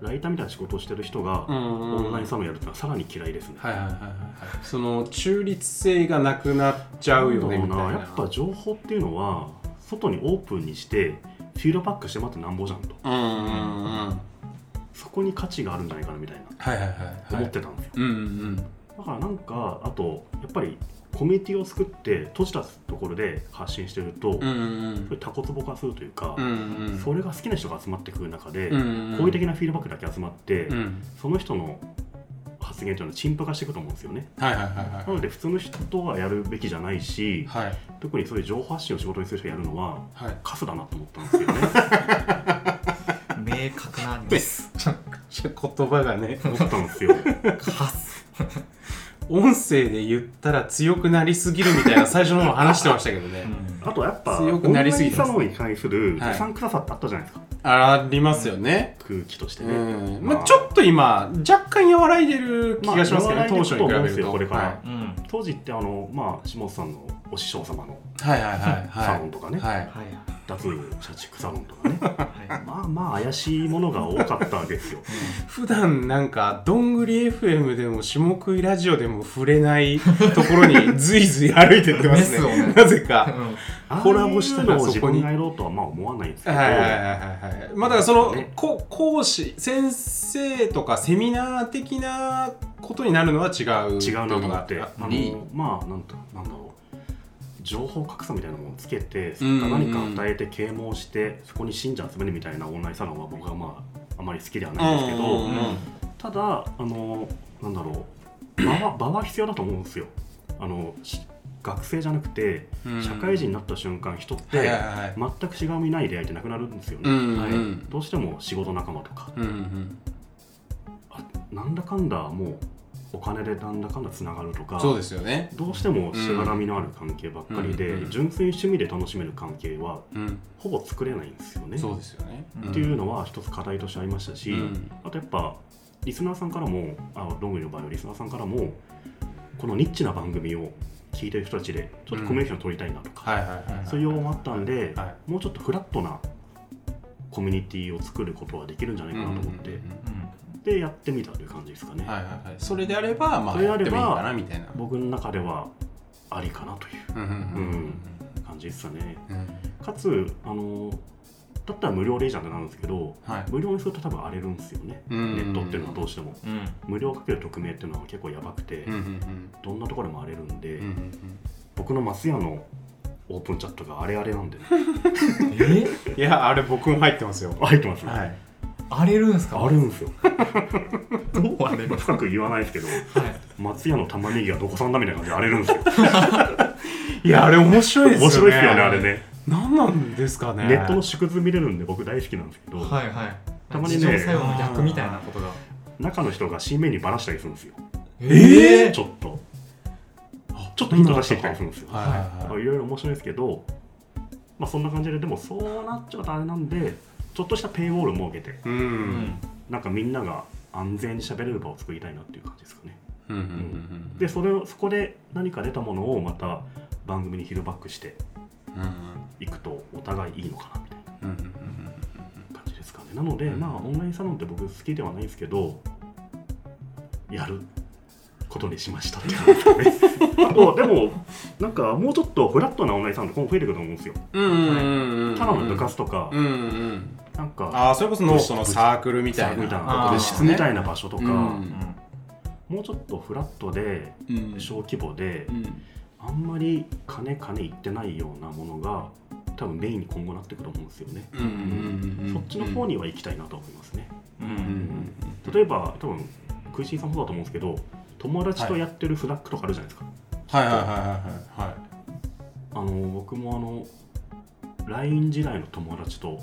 [SPEAKER 3] ライターみたいな仕事をしてる人が、
[SPEAKER 2] ん
[SPEAKER 3] オンラインサ
[SPEAKER 2] ロン
[SPEAKER 3] ロンやるってのはさらに嫌いですね、
[SPEAKER 2] はいはいはいはいはいその中立性がなくなっちゃうよね
[SPEAKER 3] な
[SPEAKER 2] み
[SPEAKER 3] ん
[SPEAKER 2] た
[SPEAKER 3] だ
[SPEAKER 2] い
[SPEAKER 3] ろう
[SPEAKER 2] な
[SPEAKER 3] なやっぱ情報っていうのは外にオープンにしてフィードバックしてもらってなんぼじゃんと
[SPEAKER 2] うんうんうん
[SPEAKER 3] そこに価値があるんじゃないかなみたい
[SPEAKER 2] はいはいはい
[SPEAKER 3] な
[SPEAKER 2] はい
[SPEAKER 3] 思ってたんですよ、
[SPEAKER 2] うんうん
[SPEAKER 3] だからなんかあとやっぱりコミュニティを作って閉じたところで発信してると、
[SPEAKER 2] うんうん
[SPEAKER 3] それタコツボ化するというか、
[SPEAKER 2] うんうんうん
[SPEAKER 3] それが好きな人が集まってくる中で、
[SPEAKER 2] うんうん
[SPEAKER 3] 好意的なフィードバックだけ集まって、
[SPEAKER 2] うん
[SPEAKER 3] その人の発言というのは陳腐化していくと思うんですよね
[SPEAKER 2] はいはいはい
[SPEAKER 3] な
[SPEAKER 2] は
[SPEAKER 3] ので普通の人はやるべきじゃない
[SPEAKER 2] い
[SPEAKER 3] し
[SPEAKER 2] はい
[SPEAKER 3] 特にそういう情報発信を仕事にする人がやるのは
[SPEAKER 2] はい
[SPEAKER 3] カスだなと思ったんですよね
[SPEAKER 1] 明確なです。
[SPEAKER 2] 言葉がね
[SPEAKER 3] 思ったんですよ
[SPEAKER 1] かす。
[SPEAKER 2] 音声で言ったら強くなりすぎるみたいな最初の方話してましたけどね、
[SPEAKER 3] あとやっぱ
[SPEAKER 2] 強くなりすぎてます
[SPEAKER 3] オンラインサロンに対する
[SPEAKER 2] はいう
[SPEAKER 3] さんくささってあったじゃないですか、
[SPEAKER 2] ありますよね、
[SPEAKER 3] 空気として
[SPEAKER 2] う
[SPEAKER 3] ね、
[SPEAKER 2] んまあ、ちょっと今若干和らいでる気がしますけど、
[SPEAKER 3] まあ
[SPEAKER 2] 当初に比べ
[SPEAKER 3] 和らいで
[SPEAKER 2] る
[SPEAKER 3] ると
[SPEAKER 2] と
[SPEAKER 3] 思うんですよこれから
[SPEAKER 2] はい
[SPEAKER 1] うん。
[SPEAKER 3] 当時ってあのまあ下津さんのお師匠様の
[SPEAKER 2] はいはいはい
[SPEAKER 3] サ
[SPEAKER 2] は
[SPEAKER 3] ロンとかね、
[SPEAKER 2] いはい
[SPEAKER 1] はい
[SPEAKER 3] 脱社畜サロンと かね
[SPEAKER 1] はい。
[SPEAKER 3] まあまあ怪しいものが多かったわけですよ
[SPEAKER 2] 普段なんかどんぐり FM でも下食いラジオでも触れないところにずいずい歩いてってますね
[SPEAKER 1] ですよね
[SPEAKER 2] なぜ
[SPEAKER 1] う
[SPEAKER 2] か
[SPEAKER 1] ん。
[SPEAKER 2] コラボしたら
[SPEAKER 3] ああいうの
[SPEAKER 2] そ
[SPEAKER 3] を自
[SPEAKER 2] こに
[SPEAKER 3] 分がやろうとはまあ思わないんですけ
[SPEAKER 2] は
[SPEAKER 3] ど、
[SPEAKER 2] いはいはいはいはいまあだからその、
[SPEAKER 3] ね
[SPEAKER 2] こ講師先生とかセミナー的なことになるのは違う
[SPEAKER 3] 違うなと思って
[SPEAKER 2] いうの
[SPEAKER 3] あ
[SPEAKER 2] があり
[SPEAKER 3] のまあなんとなんだろう情報格差みたいなものをつけてそ
[SPEAKER 2] うん
[SPEAKER 3] こから何か与えて啓蒙してそこに信者集めるみたいなオンラインサロンは僕はまああまり好きではないんですけ
[SPEAKER 2] う
[SPEAKER 3] ど
[SPEAKER 2] ん
[SPEAKER 3] ただあのなんだろう場は場は必要だと思うんですよあのし学生じゃなくて
[SPEAKER 2] うん
[SPEAKER 3] 社会人になった瞬間人っ
[SPEAKER 2] はいはい
[SPEAKER 3] て
[SPEAKER 2] はい
[SPEAKER 3] 全く違う見ない出会いってなくなるんですよ
[SPEAKER 2] う
[SPEAKER 3] ね、
[SPEAKER 2] ん
[SPEAKER 1] はい
[SPEAKER 2] うん
[SPEAKER 3] どうしても仕事仲間とか
[SPEAKER 2] うんうん
[SPEAKER 3] あなんだかんだもうお金でなんだかんだつながるとか
[SPEAKER 2] そうですよね
[SPEAKER 3] どうしてもしがらみのある関係ばっかりで、
[SPEAKER 2] うんうん
[SPEAKER 3] 純粋に趣味で楽しめる関係は
[SPEAKER 2] うん
[SPEAKER 3] ほぼ作れないんですよね。
[SPEAKER 2] そうですよね
[SPEAKER 1] うん
[SPEAKER 3] っていうのは一つ課題としてありましたし、
[SPEAKER 2] うん
[SPEAKER 3] あとやっぱリスナーさんからもあどんぐりの場合はリスナーさんからもこのニッチな番組を聞いてる人たちでちょっとコミュニケーション取りたいなとか、
[SPEAKER 2] はいはいはい
[SPEAKER 3] そういう要望もあったんで、
[SPEAKER 2] は
[SPEAKER 3] もうちょっとフラットなコミュニティを作ることはできるんじゃないかなと思って、
[SPEAKER 2] うんうんうん
[SPEAKER 3] でやってみたという感じですかね。
[SPEAKER 2] はいはいはいそれであればま
[SPEAKER 3] そ
[SPEAKER 2] あ
[SPEAKER 3] れで
[SPEAKER 2] や
[SPEAKER 3] あ
[SPEAKER 2] っ
[SPEAKER 3] れ
[SPEAKER 2] て
[SPEAKER 3] ば
[SPEAKER 2] もいいかなみたいな
[SPEAKER 3] 僕の中ではありかなとい
[SPEAKER 2] う
[SPEAKER 3] う
[SPEAKER 2] んうん
[SPEAKER 3] 感じですかね。
[SPEAKER 2] うんうん
[SPEAKER 3] かつあのだったら無料でいいじゃんってなるんですけど
[SPEAKER 2] はい
[SPEAKER 3] 無料にすると多分荒れるんですよね、
[SPEAKER 2] ネ
[SPEAKER 3] ネットっていうのはどうしても
[SPEAKER 1] うん。
[SPEAKER 3] 無料かける匿名っていうのは結構やばくて、
[SPEAKER 2] うんうんうん
[SPEAKER 3] どんなところでも荒れるんで、
[SPEAKER 2] うんうん
[SPEAKER 3] 僕の松屋のオープンチャットがあれあれなんで、 ね、
[SPEAKER 1] え
[SPEAKER 2] うんいやあれ僕も入ってますよ
[SPEAKER 3] 入ってますね、
[SPEAKER 2] はい
[SPEAKER 1] 荒れるんですか
[SPEAKER 3] あるんですよ
[SPEAKER 1] どう荒れる
[SPEAKER 3] ま
[SPEAKER 1] は
[SPEAKER 3] あ深く言わないですけど
[SPEAKER 1] い。
[SPEAKER 3] 松屋の玉ねぎがどこさんだみたいな感じで荒れるんですよ
[SPEAKER 2] いやあれ面白いですよね
[SPEAKER 3] 面白いですよねあれね
[SPEAKER 2] 何なんですかね
[SPEAKER 3] ネットの縮図見れるんで僕大好きなんですけど、
[SPEAKER 1] はいはい。
[SPEAKER 3] たまにね
[SPEAKER 1] 自浄作用の逆みたいなことが。
[SPEAKER 3] 中の人が新メニューばらしたりするんですよ
[SPEAKER 2] え
[SPEAKER 3] ちょっとちょっとヒント出してきたりするんですよ
[SPEAKER 2] はいはい
[SPEAKER 3] まあ
[SPEAKER 2] はい
[SPEAKER 3] いろいろ面白いですけど、まあ、そんな感じででもそうなっちゃうとあれなんでちょっとしたペイウォールを設けて
[SPEAKER 2] う。
[SPEAKER 1] うん
[SPEAKER 3] なんかみんなが安全に喋れる場を作りたいなっていう感じですかね
[SPEAKER 2] うんうんうん
[SPEAKER 3] でそれをそこで何か出たものをまた番組にフィードバックして
[SPEAKER 2] うん
[SPEAKER 3] いくとお互いいいのかなみたいな
[SPEAKER 2] うんうんうん
[SPEAKER 3] 感じですかねなのでまあオンラインサロンって僕好きではないですけどやることにしましたって感じです かねあとでもなんかもうちょっとフラットなオンラインサロンって今後増えてくると思うんですよ
[SPEAKER 2] うんうんうんうんうん
[SPEAKER 3] ただの部活とか、
[SPEAKER 2] うんうん
[SPEAKER 3] なんか
[SPEAKER 2] ああそれこそノートのサークルみたいな
[SPEAKER 3] みたいな
[SPEAKER 1] あー
[SPEAKER 3] 部室みたいな場所とか、
[SPEAKER 2] うん
[SPEAKER 3] もうちょっとフラットで
[SPEAKER 2] うん
[SPEAKER 3] 小規模で、
[SPEAKER 2] うん
[SPEAKER 3] あんまり金金言ってないようなものが多分メインに今後なってくると思うんですよね、
[SPEAKER 2] うんうんうんうん
[SPEAKER 3] そっちの方には行きたいなと思いますね、
[SPEAKER 1] う
[SPEAKER 2] うんうん
[SPEAKER 1] ん。
[SPEAKER 3] 例えば多分クイシンさんもそうだと思うんですけど友達とやってるスラックとかあるじゃないですか、
[SPEAKER 2] はいはいはいはいはい
[SPEAKER 3] あの僕もあの LINE 時代の友達と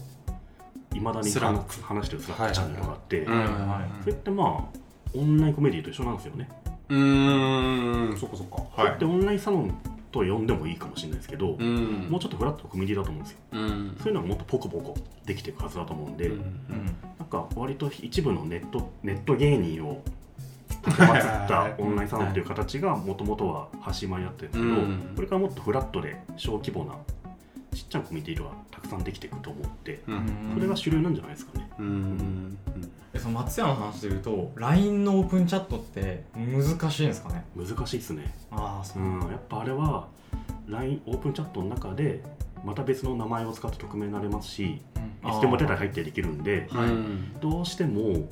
[SPEAKER 3] いまだに
[SPEAKER 2] スラッ
[SPEAKER 3] 話話してるスラックチャンネルがあって、
[SPEAKER 2] うんはい
[SPEAKER 3] それってまあオンラインコメディと一緒なんですよね
[SPEAKER 2] うーんそっかそっかは
[SPEAKER 3] でオンラインサロンと呼んでもいいかもしれないですけど、
[SPEAKER 2] うん
[SPEAKER 3] もうちょっとフラットなコミュニティだと思うんですよ
[SPEAKER 2] うん
[SPEAKER 3] そういうのがもっとポコポコできていくはずだと思うんで、
[SPEAKER 1] うん。
[SPEAKER 3] なんか割と一部のネットネット芸人を立てま つったオンラインサロンという形がもともとは端前にあってるんですけど、
[SPEAKER 2] うん
[SPEAKER 3] これからもっとフラットで小規模なちっちゃなコミュニティがたくさんできていくと思って、
[SPEAKER 2] うん
[SPEAKER 3] それが主流なんじゃないですかね。
[SPEAKER 2] うん
[SPEAKER 1] えその松屋の話で言うと LINE のオープンチャットって難しいんですかね
[SPEAKER 3] 難しいですね、
[SPEAKER 1] ああそうう、
[SPEAKER 3] ん、やっぱあれは LINE オープンチャットの中でまた別の名前を使って匿名になれますしいつでも手
[SPEAKER 1] た
[SPEAKER 3] 代入ってできるんで
[SPEAKER 1] はい
[SPEAKER 2] うん
[SPEAKER 3] どうしても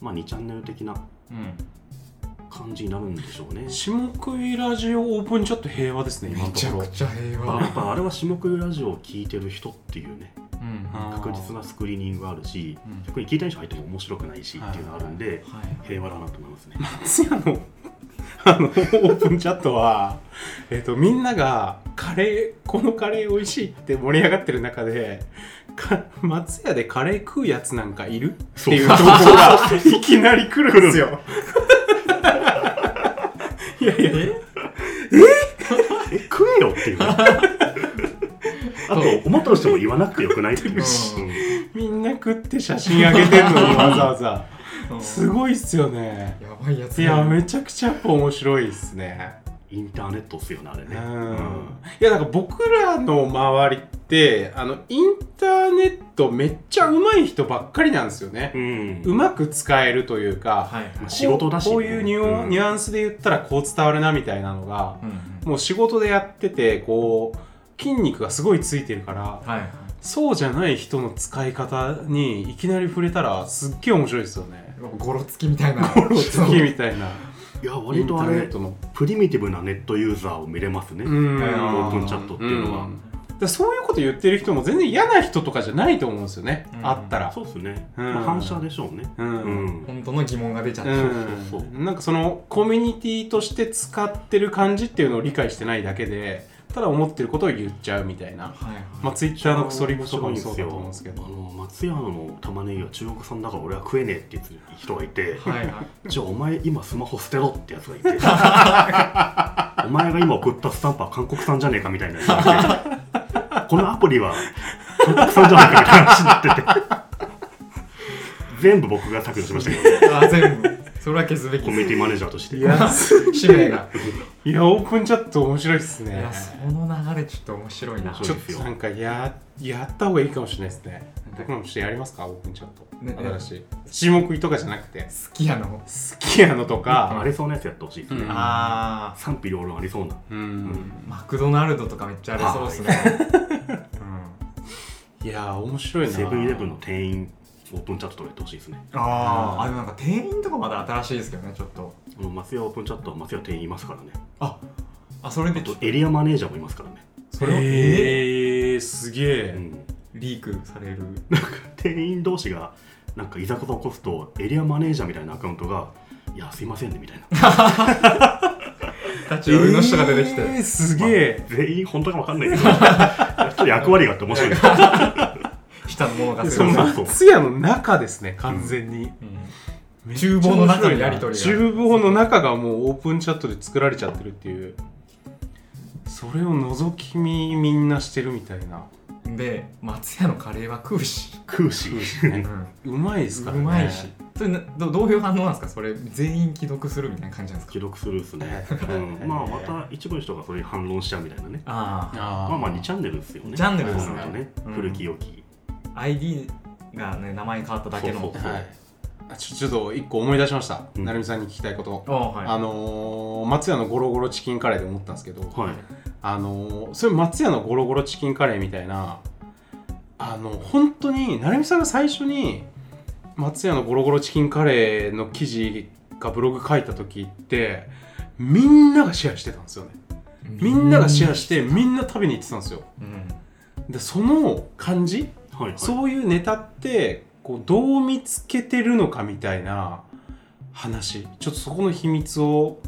[SPEAKER 3] まあ、2チャンネル的な
[SPEAKER 1] うん
[SPEAKER 3] 感じになるんでしょうね。
[SPEAKER 2] 下食いラジオオープンちょっと平和ですね今のところ
[SPEAKER 1] ちゃ平
[SPEAKER 3] まあやっぱあれは下食いラジオを聞いてる人っていうね
[SPEAKER 1] うんは
[SPEAKER 2] あー
[SPEAKER 3] 確実なスクリーニングがあるし
[SPEAKER 1] うん
[SPEAKER 3] 逆に聞いた人入っても面白くないしっていうのがあるんで
[SPEAKER 1] い
[SPEAKER 3] 平和だなと思いますね。
[SPEAKER 2] 松屋のあのオープンチャットは、えっとみんながカレーこのカレー美味しいって盛り上がってる中でか松屋でカレー食うやつなんかいるっていう投稿がいきなり来るんですよ。いやいや
[SPEAKER 1] え
[SPEAKER 3] え食えよっていうねあと思ったとしても言わなくてよくないってい
[SPEAKER 1] う
[SPEAKER 3] う、うん
[SPEAKER 2] みんな食って写真あげてんのにわざわ ざすごいっすよね。
[SPEAKER 1] やばいやつ
[SPEAKER 2] いやめちゃくちゃやっぱ面白いっすね。
[SPEAKER 3] インターネットっすよねあれ
[SPEAKER 2] う
[SPEAKER 3] ね、
[SPEAKER 2] ん
[SPEAKER 3] うん
[SPEAKER 2] いやなんか僕らの周りってあのインターネットめっちゃ上手い人ばっかりなんですよね、
[SPEAKER 3] う
[SPEAKER 2] うんまく使えるというか、
[SPEAKER 1] はいはい
[SPEAKER 3] まあ仕事だしね
[SPEAKER 2] こうこういうニュ,、
[SPEAKER 3] うん
[SPEAKER 2] ニュアンスで言ったらこう伝わるなみたいなのが
[SPEAKER 1] う、んうん
[SPEAKER 2] もう仕事でやっててこう筋肉がすごいついてるから
[SPEAKER 1] はいはい
[SPEAKER 2] そうじゃない人の使い方にいきなり触れたらすっげえ面白いですよね。
[SPEAKER 1] ゴロつきみたいな
[SPEAKER 2] ゴロつきみたいな。
[SPEAKER 3] いや割とあ
[SPEAKER 2] インター
[SPEAKER 3] れ
[SPEAKER 2] ネットの
[SPEAKER 3] プリミティブなネットユーザーを見れますね、
[SPEAKER 2] うん
[SPEAKER 1] オー
[SPEAKER 3] プンチャットっていうのは
[SPEAKER 2] んだからそういうこと言ってる人も全然嫌な人とかじゃないと思うんですよね、
[SPEAKER 1] うん
[SPEAKER 2] あったら
[SPEAKER 3] そうですね、
[SPEAKER 2] うん
[SPEAKER 3] まあ、反射でしょうね
[SPEAKER 2] う、
[SPEAKER 3] うん
[SPEAKER 2] うん
[SPEAKER 3] ん、
[SPEAKER 1] 本当の疑問が出ちゃった、
[SPEAKER 3] そうそう
[SPEAKER 2] なんかそのコミュニティとして使ってる感じっていうのを理解してないだけでただ思ってることを言っちゃうみたいな、
[SPEAKER 1] はいはい、
[SPEAKER 2] まあ、ツイッターのクソリプとか
[SPEAKER 3] 面
[SPEAKER 2] も
[SPEAKER 3] 白
[SPEAKER 2] そ
[SPEAKER 3] い
[SPEAKER 2] うんだと思うんです
[SPEAKER 3] す
[SPEAKER 2] け
[SPEAKER 3] よ
[SPEAKER 2] ど
[SPEAKER 3] あの松屋の玉ねぎは中国産だから俺は食えねえって言ってる人がいて
[SPEAKER 1] はいはい
[SPEAKER 3] じゃあお前今スマホ捨てろってやつがいて お前が今送ったスタンプは韓国産じゃねえかみたいなやつがいてこのアプリは韓国産じゃねえかみたいな話になってて全部僕が削除しましたけど
[SPEAKER 1] あ全部それは消すべき
[SPEAKER 3] コミュニティマネージャーとして
[SPEAKER 2] いや
[SPEAKER 1] 使命が
[SPEAKER 2] いやオープンチャット面白いっす
[SPEAKER 1] い
[SPEAKER 2] ね
[SPEAKER 1] やその流れちょっと面白いな
[SPEAKER 3] 面
[SPEAKER 2] ち
[SPEAKER 3] 白
[SPEAKER 2] ょ
[SPEAKER 3] い
[SPEAKER 2] っ
[SPEAKER 3] ですよ
[SPEAKER 2] となんかややった方がいいかもしれないですね僕らもちょっとやりますかオープンチャット、
[SPEAKER 1] ね
[SPEAKER 2] 新しい下食いとかじゃなくて
[SPEAKER 1] 好きやの
[SPEAKER 2] 好きやのと
[SPEAKER 3] あ
[SPEAKER 2] か
[SPEAKER 3] りそうなやつやってほしいですね、
[SPEAKER 2] うん
[SPEAKER 1] あ
[SPEAKER 3] 賛否両論ありそうな
[SPEAKER 2] うん
[SPEAKER 1] ーマクドナルドとかめっちゃありそうですね、うん、
[SPEAKER 2] いやー面白いな
[SPEAKER 3] セブンイレブンの店員オープンチャットとかやってほしいですね
[SPEAKER 1] あーあでもなんか店員とかまだ新しいですけどねちょっと
[SPEAKER 3] あの松屋オープンチャットは松屋店員いますからね
[SPEAKER 1] ああそれで
[SPEAKER 3] あとエリアマネージャーもいますからね、
[SPEAKER 1] それを、え
[SPEAKER 2] えー、すげ
[SPEAKER 3] う
[SPEAKER 2] え、
[SPEAKER 3] ん、
[SPEAKER 1] ーリークされる
[SPEAKER 3] 店員同士がなんかいざこざ起こすとエリアマネージャーみたいなアカウントが「いやすいませんね」みたいな
[SPEAKER 1] 立ち寄りの人が出てきて、
[SPEAKER 2] えー、すげえ、
[SPEAKER 3] 全員本当か分かんないけど ちょっと役割があって面白いですね
[SPEAKER 1] 下のものがすご
[SPEAKER 2] その
[SPEAKER 1] い
[SPEAKER 3] まあ
[SPEAKER 2] 松屋の中ですね完全に、めっちゃ面白い
[SPEAKER 1] 厨房の中
[SPEAKER 2] な
[SPEAKER 1] のやり取りが
[SPEAKER 2] 厨房の中がもうオープンチャットで作られちゃってるっていうそれを覗き見みんなしてるみたいな
[SPEAKER 1] うん、で松屋のカレーは食うし、
[SPEAKER 3] 食うし
[SPEAKER 1] う
[SPEAKER 2] ね
[SPEAKER 1] ん
[SPEAKER 2] うまいですから
[SPEAKER 1] う
[SPEAKER 2] ね
[SPEAKER 1] まいしそれなどどういう反応なんですかそれ全員既読するみたいな感じなんですか
[SPEAKER 3] 記録するですね、うん、まあまた一部の人がそれに反論しちゃうみたいなね
[SPEAKER 1] ああ
[SPEAKER 2] あー
[SPEAKER 3] まあまあ2チャンネルですよね
[SPEAKER 1] 二チャンネルですね
[SPEAKER 3] そうなるとね
[SPEAKER 1] うん
[SPEAKER 3] 古き良き
[SPEAKER 1] ID がね名前変わっただけの
[SPEAKER 3] そうそう
[SPEAKER 2] はいあちょちょっと一個思い出しました、
[SPEAKER 3] うん
[SPEAKER 2] なるみさんに聞きたいこと、
[SPEAKER 1] ああはい
[SPEAKER 2] あのー松屋のゴロゴロチキンカレーで思ったんですけど、
[SPEAKER 3] はい
[SPEAKER 2] あのそれ松屋のゴロゴロチキンカレーみたいなあの本当に成美さんが最初に松屋のゴロゴロチキンカレーの記事がブログ書いた時ってみんながシェアしてたんですよねみんながシェアしてみんな食べに行ってたんですよ
[SPEAKER 1] うん
[SPEAKER 2] でその感じ
[SPEAKER 3] はいはい
[SPEAKER 2] そういうネタってこうどう見つけてるのかみたいな話ちょっとそこの秘密を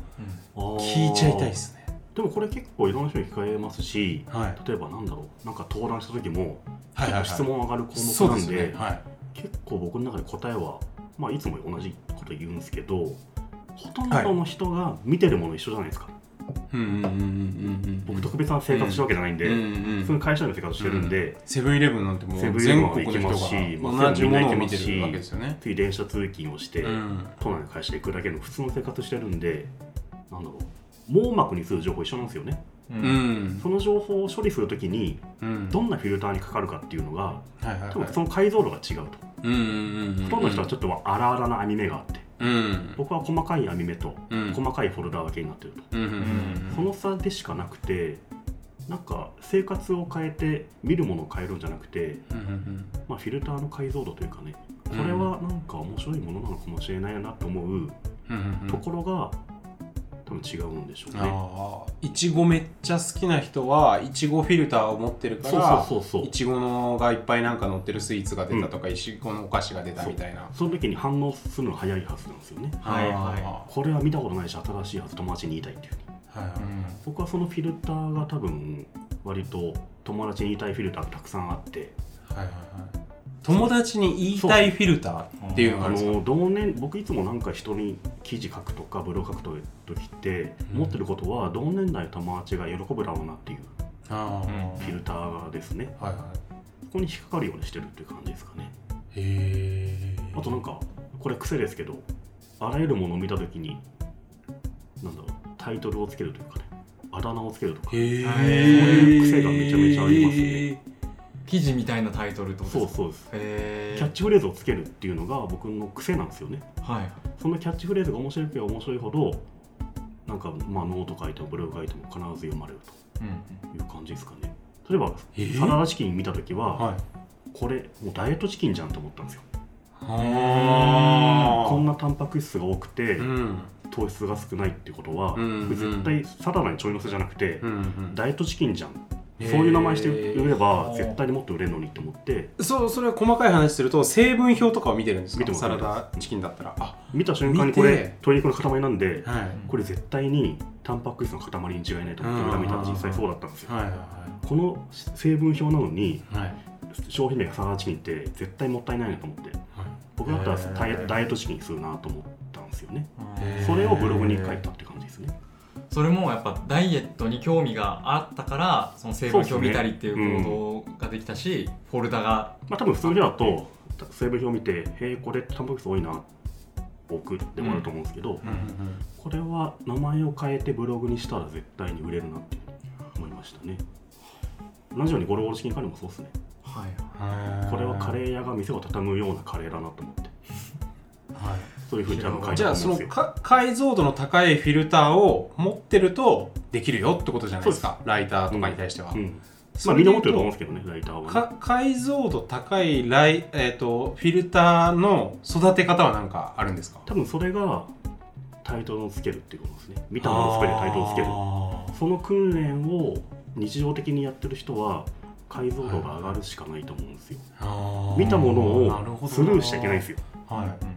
[SPEAKER 2] 聞いちゃいたいですね
[SPEAKER 3] でもこれ結構いろんな人に聞かれますし
[SPEAKER 2] はい
[SPEAKER 3] 例えばなんだろうなんか登壇した時も
[SPEAKER 2] はいはいはい
[SPEAKER 3] 質問上がる項
[SPEAKER 2] そうで
[SPEAKER 3] 目なん
[SPEAKER 2] す
[SPEAKER 3] で
[SPEAKER 2] ねはい
[SPEAKER 3] 結構僕の中で答えは、まあ、いつも同じこと言うんですけどほとんどの人が見てるもの一緒じゃないですか、
[SPEAKER 2] うんうんうんうんうん
[SPEAKER 3] 僕特別な生活してるわけじゃないんで、
[SPEAKER 2] うんう
[SPEAKER 3] 普通
[SPEAKER 2] んう
[SPEAKER 3] に
[SPEAKER 2] ん、
[SPEAKER 3] 会社での生活してるんで、
[SPEAKER 2] セブンイレブンなんても
[SPEAKER 3] セブ
[SPEAKER 2] う
[SPEAKER 3] ンイレブン
[SPEAKER 2] 全
[SPEAKER 3] は
[SPEAKER 2] 国の
[SPEAKER 3] 行き
[SPEAKER 2] 人
[SPEAKER 3] ますし
[SPEAKER 2] が同じものを見てるわけですよね。
[SPEAKER 3] つい電車通勤をして、
[SPEAKER 2] うん、
[SPEAKER 3] 都内の会社行くだけの普通の生活してるんでなんだろう網膜にする情報一緒なんですよね
[SPEAKER 1] う
[SPEAKER 2] うんん、
[SPEAKER 3] その情報を処理するときに
[SPEAKER 2] うん、
[SPEAKER 3] どんなフィルターにかかるかっていうのが
[SPEAKER 2] はいはい
[SPEAKER 3] 多
[SPEAKER 2] は
[SPEAKER 3] 分
[SPEAKER 2] い
[SPEAKER 3] その解像度が違うと、
[SPEAKER 2] うんうんうん、
[SPEAKER 3] ほとんどの人はちょっと荒々な網目があって
[SPEAKER 2] うん、うん、
[SPEAKER 3] 僕は細かい網目と
[SPEAKER 2] うん、
[SPEAKER 3] 細かいフォルダ分けになってると
[SPEAKER 2] うん、うん、
[SPEAKER 3] その差でしかなくてなんか生活を変えて見るものを変えるんじゃなくて、
[SPEAKER 2] うん、
[SPEAKER 3] まあ、フィルターの解像度というかねこれはなんか面白いものなのかもしれないなと思うところが、多分違うんでしょうね。
[SPEAKER 2] ああいちごめっちゃ好きな人はいちごフィルターを持ってるから
[SPEAKER 3] そうそうそうそう
[SPEAKER 2] いちごのがいっぱいなんか乗ってるスイーツが出たとか、いちごのお菓子が出たみたいな
[SPEAKER 3] その時に反応するの早いはずなんですよね。
[SPEAKER 1] はい
[SPEAKER 2] あー
[SPEAKER 1] は
[SPEAKER 3] これは見たことないし新しいはず友達に言いたいっていう
[SPEAKER 2] はいはい
[SPEAKER 3] 僕はそのフィルターが多分割と友達に言いたいフィルターがたくさんあって
[SPEAKER 2] はいはいはい友達に言いたいフィルターっていうのが
[SPEAKER 3] あ
[SPEAKER 2] あるんですか
[SPEAKER 3] の同年僕いつもなんか人に記事書くとかブログ書くと時って
[SPEAKER 2] うん
[SPEAKER 3] 持ってることは同年代の友達が喜ぶだろうなっていう
[SPEAKER 2] あー
[SPEAKER 1] うん
[SPEAKER 3] フィルターですね
[SPEAKER 2] はいは
[SPEAKER 3] そこに引っかかるようにしてるっていう感じですかね
[SPEAKER 2] いへえ
[SPEAKER 3] あとなんかこれ癖ですけどあらゆるものを見た時になんだろうタイトルをつけるというかねあだ名をつけるとか
[SPEAKER 2] へえ
[SPEAKER 1] そういう
[SPEAKER 3] 癖がめちゃめちゃありますね
[SPEAKER 1] 記事みたいなタイトルってこと
[SPEAKER 3] そ
[SPEAKER 1] で
[SPEAKER 3] う
[SPEAKER 1] すか
[SPEAKER 3] そうです
[SPEAKER 1] へ
[SPEAKER 3] キャッ
[SPEAKER 1] え
[SPEAKER 3] チフレーズをつけるっていうのが僕の癖なんですよね
[SPEAKER 1] はい
[SPEAKER 3] そのキャッチフレーズが面白いけば面白いほどなんかまあノート書いてもブログ書いても必ず読まれる
[SPEAKER 1] うん
[SPEAKER 3] という感じですかね例えば
[SPEAKER 2] えー
[SPEAKER 3] サラダチキン見た時は、
[SPEAKER 2] はい
[SPEAKER 3] これもうダイエットチキンじゃんと思ったんですよ
[SPEAKER 2] あー
[SPEAKER 3] こんなタンパク質が多くて、
[SPEAKER 2] うん
[SPEAKER 3] 糖質が少ないってことは、
[SPEAKER 2] うんうん
[SPEAKER 3] これ絶対サラダにちょいのせじゃなくて、
[SPEAKER 2] うんうん
[SPEAKER 3] ダイエットチキンじゃん
[SPEAKER 2] へ
[SPEAKER 3] そう
[SPEAKER 2] ー
[SPEAKER 3] いう名前して売れば
[SPEAKER 1] あー
[SPEAKER 3] 絶対にもっと売れるのにって思って
[SPEAKER 2] そうそれ細かい話すると成分表とかを見てるんですか
[SPEAKER 3] 見てます
[SPEAKER 2] サラダチキンだったらあ
[SPEAKER 3] 見た瞬間に
[SPEAKER 2] 見て
[SPEAKER 3] これ鶏肉の塊なんで
[SPEAKER 2] はい
[SPEAKER 3] これ絶対にタンパク質の塊に違いないと思って裏見たら実際そうだったんですよ
[SPEAKER 2] はい
[SPEAKER 3] この成分表なのに
[SPEAKER 2] はいはい
[SPEAKER 3] 商品名がサラダチキンって絶対もったいないなと思って僕だったらダイエ
[SPEAKER 1] へー
[SPEAKER 3] ダイエットチキンにするなと思ったんですよね
[SPEAKER 1] うん
[SPEAKER 2] へー
[SPEAKER 3] それをブログに書いたって感じですね
[SPEAKER 1] それもやっぱダイエットに興味があったからその成分表を見たりっていう行動ができたし、フォルダが
[SPEAKER 3] まあ多分普通の人だと成分表を見て「へえこれタンパク質多いな」送ってもらうと思うんですけ
[SPEAKER 2] う
[SPEAKER 3] ど、
[SPEAKER 2] んうん
[SPEAKER 3] これは名前を変えてブログにしたら絶対に売れるなって思いましたねラジオにゴロゴロチキンカレーもそうですね
[SPEAKER 1] はい
[SPEAKER 2] うん
[SPEAKER 3] これはカレー屋が店を畳むようなカレーだなと思って
[SPEAKER 2] はい
[SPEAKER 3] そういうふうに多分書いて
[SPEAKER 2] じ
[SPEAKER 3] あ
[SPEAKER 2] ゃ
[SPEAKER 3] る
[SPEAKER 2] あ
[SPEAKER 3] と
[SPEAKER 2] そ
[SPEAKER 3] 思うん
[SPEAKER 2] の
[SPEAKER 3] ですよ
[SPEAKER 2] か解像度の高いフィルターを持ってるとできるよってことじゃないですかライターとかに対しては、
[SPEAKER 3] うん
[SPEAKER 2] そ
[SPEAKER 3] まあ
[SPEAKER 2] れ
[SPEAKER 3] みん
[SPEAKER 2] で言
[SPEAKER 3] な持っ
[SPEAKER 2] う
[SPEAKER 3] てると思うんですけどねライターは、ね、
[SPEAKER 2] か解像度高いライ、えー、とフィルターの育て方は何かあるんですか
[SPEAKER 3] 多分それがタイトルをつけるっていうことですね見たものすべてタイトルをつける
[SPEAKER 2] あ
[SPEAKER 3] その訓練を日常的にやってる人は解像度が上がるしかないと思うんですよ、
[SPEAKER 2] ーあー
[SPEAKER 3] 見たもの
[SPEAKER 2] なるほどな
[SPEAKER 3] をスルーしちゃいけないんですよ
[SPEAKER 2] はい、うん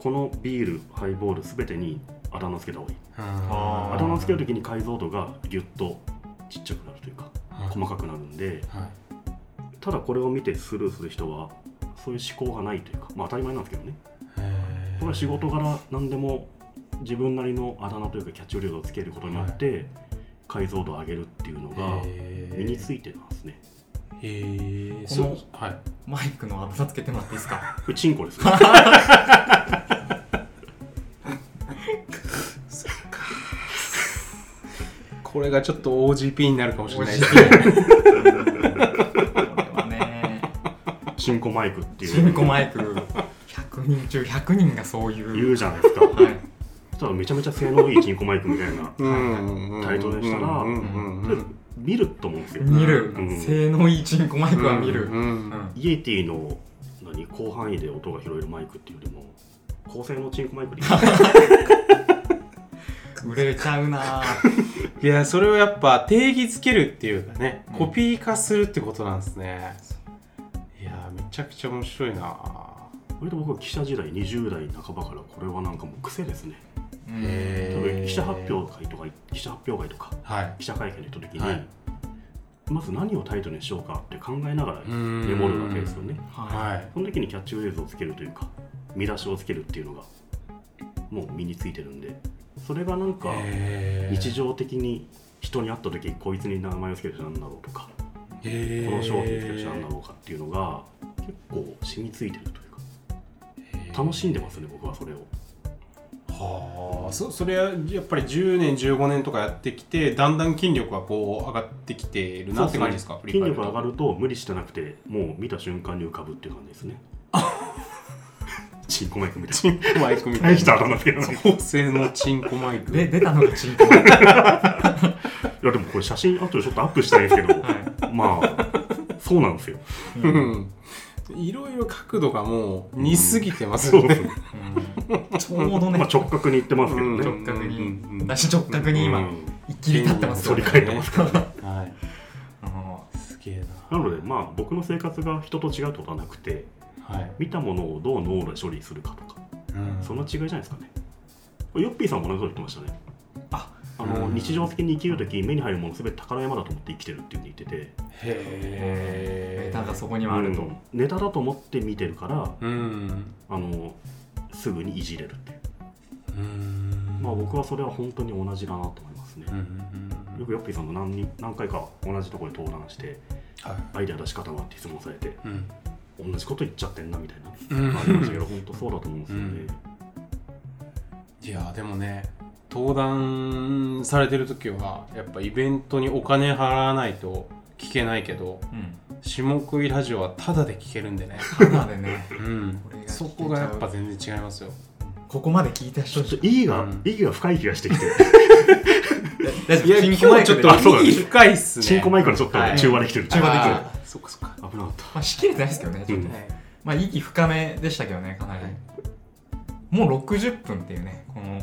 [SPEAKER 3] このビールハイボールすべてにあだ名つけた方がいい
[SPEAKER 1] あー
[SPEAKER 3] あだ名つけるときに解像度がギュッとちっちゃくなるというか
[SPEAKER 2] はい
[SPEAKER 3] 細かくなるんで
[SPEAKER 2] はい
[SPEAKER 3] ただこれを見てスルーする人はそういう思考がないというかまあ当たり前なんですけどね
[SPEAKER 2] へー
[SPEAKER 3] これは仕事柄何でも自分なりのあだ名というかキャッチフレーズをつけることによって解像度を上げるっていうのが
[SPEAKER 2] へ
[SPEAKER 3] 身についてますね。
[SPEAKER 2] えー、
[SPEAKER 1] この
[SPEAKER 2] そうはい
[SPEAKER 1] マイクのあだ名つけてもらっていいですか
[SPEAKER 3] これチンコですね。
[SPEAKER 2] これがちょっと OGP になるかもしれ ないですね
[SPEAKER 1] これはね
[SPEAKER 3] チンコマイクっていう
[SPEAKER 1] チンコマイク100人中100人がそういう
[SPEAKER 3] 言うじゃないで すか。
[SPEAKER 1] はい、
[SPEAKER 3] そしたらめちゃめちゃ性能いいチンコマイクみたいな。タイトルでしたら
[SPEAKER 2] うんうん
[SPEAKER 3] と
[SPEAKER 2] う
[SPEAKER 3] りあえず
[SPEAKER 2] ん
[SPEAKER 3] 見ると思うんですよ。
[SPEAKER 1] 見る、
[SPEAKER 3] うん
[SPEAKER 1] 性能いいチンコマイクは見る、
[SPEAKER 2] うんうん
[SPEAKER 3] イエティの何広範囲で音が拾えるマイクっていうよりも高性能チンコマイクでいい
[SPEAKER 1] うん売れちゃうなぁ
[SPEAKER 2] いやそれをやっぱ定義づけるっていうかねコピー化するってことなんですね、いやめちゃくちゃ面白いな
[SPEAKER 3] 割と僕は記者時代20代半ばからこれはなんかもう癖ですね。
[SPEAKER 1] うん
[SPEAKER 3] 多
[SPEAKER 2] へ
[SPEAKER 3] 分記者発表会とか記者発表会とか
[SPEAKER 2] はい
[SPEAKER 3] 記者会見で行った時に、
[SPEAKER 2] はい
[SPEAKER 3] まず何をタイトルにしようかって考えながら
[SPEAKER 2] うーん
[SPEAKER 3] メモるわけですよね
[SPEAKER 1] は
[SPEAKER 2] はい
[SPEAKER 3] その時にキャッチフレーズをつけるというか見出しをつけるっていうのがもう身についてるんでそれがなんか
[SPEAKER 2] へー
[SPEAKER 3] 日常的に人に会った時こいつに名前をつける人なんだろうとか
[SPEAKER 2] へ
[SPEAKER 3] こ
[SPEAKER 2] ー
[SPEAKER 3] の商品つける人なんだろうかっていうのが結構染みついてるというか楽しんでますね僕はそれを
[SPEAKER 2] はあそそれはやっぱり10年15年とかやってきてだんだん筋力がこう上がってきてるなって感じですか
[SPEAKER 3] そうですね筋力が上が
[SPEAKER 2] る
[SPEAKER 3] ると無理してなくてもう見た瞬間に浮かぶっていう感 じですねチンコマイクみたいな
[SPEAKER 2] チンコマイクみたい
[SPEAKER 3] 大
[SPEAKER 2] な
[SPEAKER 3] した頭つけどない。い
[SPEAKER 2] 高性能チンコマイ
[SPEAKER 1] い
[SPEAKER 2] ク
[SPEAKER 1] で出たのがチンコマイク、はい、
[SPEAKER 3] やでもこ れ写真後でちょっとアップしたいんですけど、まあそうなんですよ。
[SPEAKER 2] うんいろいろ角度がもう似すぎてます
[SPEAKER 3] そ
[SPEAKER 2] よ
[SPEAKER 3] う
[SPEAKER 2] ね、
[SPEAKER 3] ですね。
[SPEAKER 1] うんちょうどね、
[SPEAKER 3] まあ直角に言ってますけど
[SPEAKER 2] うん
[SPEAKER 3] ね。
[SPEAKER 1] 直角に、
[SPEAKER 2] うんうん
[SPEAKER 1] 私直角に今、
[SPEAKER 3] うん
[SPEAKER 1] 一気に立ってますよ、
[SPEAKER 3] 反り返ってます
[SPEAKER 1] からね。
[SPEAKER 2] はい
[SPEAKER 1] うん
[SPEAKER 2] すげえ
[SPEAKER 3] なのでまあ僕の生活が人と違うってことはなくて
[SPEAKER 2] なはい、
[SPEAKER 3] 見たものをどう脳で処理するかとか
[SPEAKER 2] うん
[SPEAKER 3] その違いじゃないですかねヨッピーさんも同じこと言ってましたね
[SPEAKER 1] あ
[SPEAKER 3] あの
[SPEAKER 2] うん
[SPEAKER 3] 日常的に生きる時目に入るもの全て宝山だと思って生きてるっていうふうに言ってて
[SPEAKER 2] へえ
[SPEAKER 1] ネタがそこにはあると。
[SPEAKER 3] うんネタだと思って見てるから
[SPEAKER 2] うん
[SPEAKER 3] あのすぐにいじれるっていう
[SPEAKER 2] うん
[SPEAKER 3] まあ僕はそれは本当に同じだなと思いますね
[SPEAKER 2] うん
[SPEAKER 3] よくヨッピーさんと何人何回か同じところで登壇して
[SPEAKER 2] はい
[SPEAKER 3] アイデア出し方はって質問されて
[SPEAKER 2] うん
[SPEAKER 3] 同じこと言っちゃってんなみたいな
[SPEAKER 2] うん
[SPEAKER 3] ありましたけど本当そうだと思うんですよね、
[SPEAKER 2] うんいやーでもね登壇されてる時はやっぱイベントにお金払わないと聞けないけど
[SPEAKER 1] うん。
[SPEAKER 2] 下食いラジオはタダで聞けるんでね、
[SPEAKER 1] ただでね、
[SPEAKER 2] うん
[SPEAKER 1] これが聞けちゃう
[SPEAKER 2] そこがやっぱ全然違いますよ
[SPEAKER 1] ここまで聞いた
[SPEAKER 3] ち
[SPEAKER 1] 人
[SPEAKER 3] ょっと意義が、
[SPEAKER 2] うん
[SPEAKER 3] 意義が深い気がしてきて、
[SPEAKER 1] 大丈夫チンコ
[SPEAKER 2] 今
[SPEAKER 1] マ
[SPEAKER 2] 日
[SPEAKER 1] イ
[SPEAKER 2] ち
[SPEAKER 1] ク
[SPEAKER 2] ょっ
[SPEAKER 1] で
[SPEAKER 2] と
[SPEAKER 1] ま
[SPEAKER 3] あそうなんです
[SPEAKER 2] 右深いっすね
[SPEAKER 3] チンコマイクのちょっと
[SPEAKER 2] はい
[SPEAKER 3] 中和できてる。
[SPEAKER 1] 中和できてる
[SPEAKER 2] あーそっかそっか
[SPEAKER 3] 危なかった。
[SPEAKER 1] あ仕切れてないですけどね、ちょっとね。まあ、息深めでしたけどね、かなり。もう60分っていうね、この、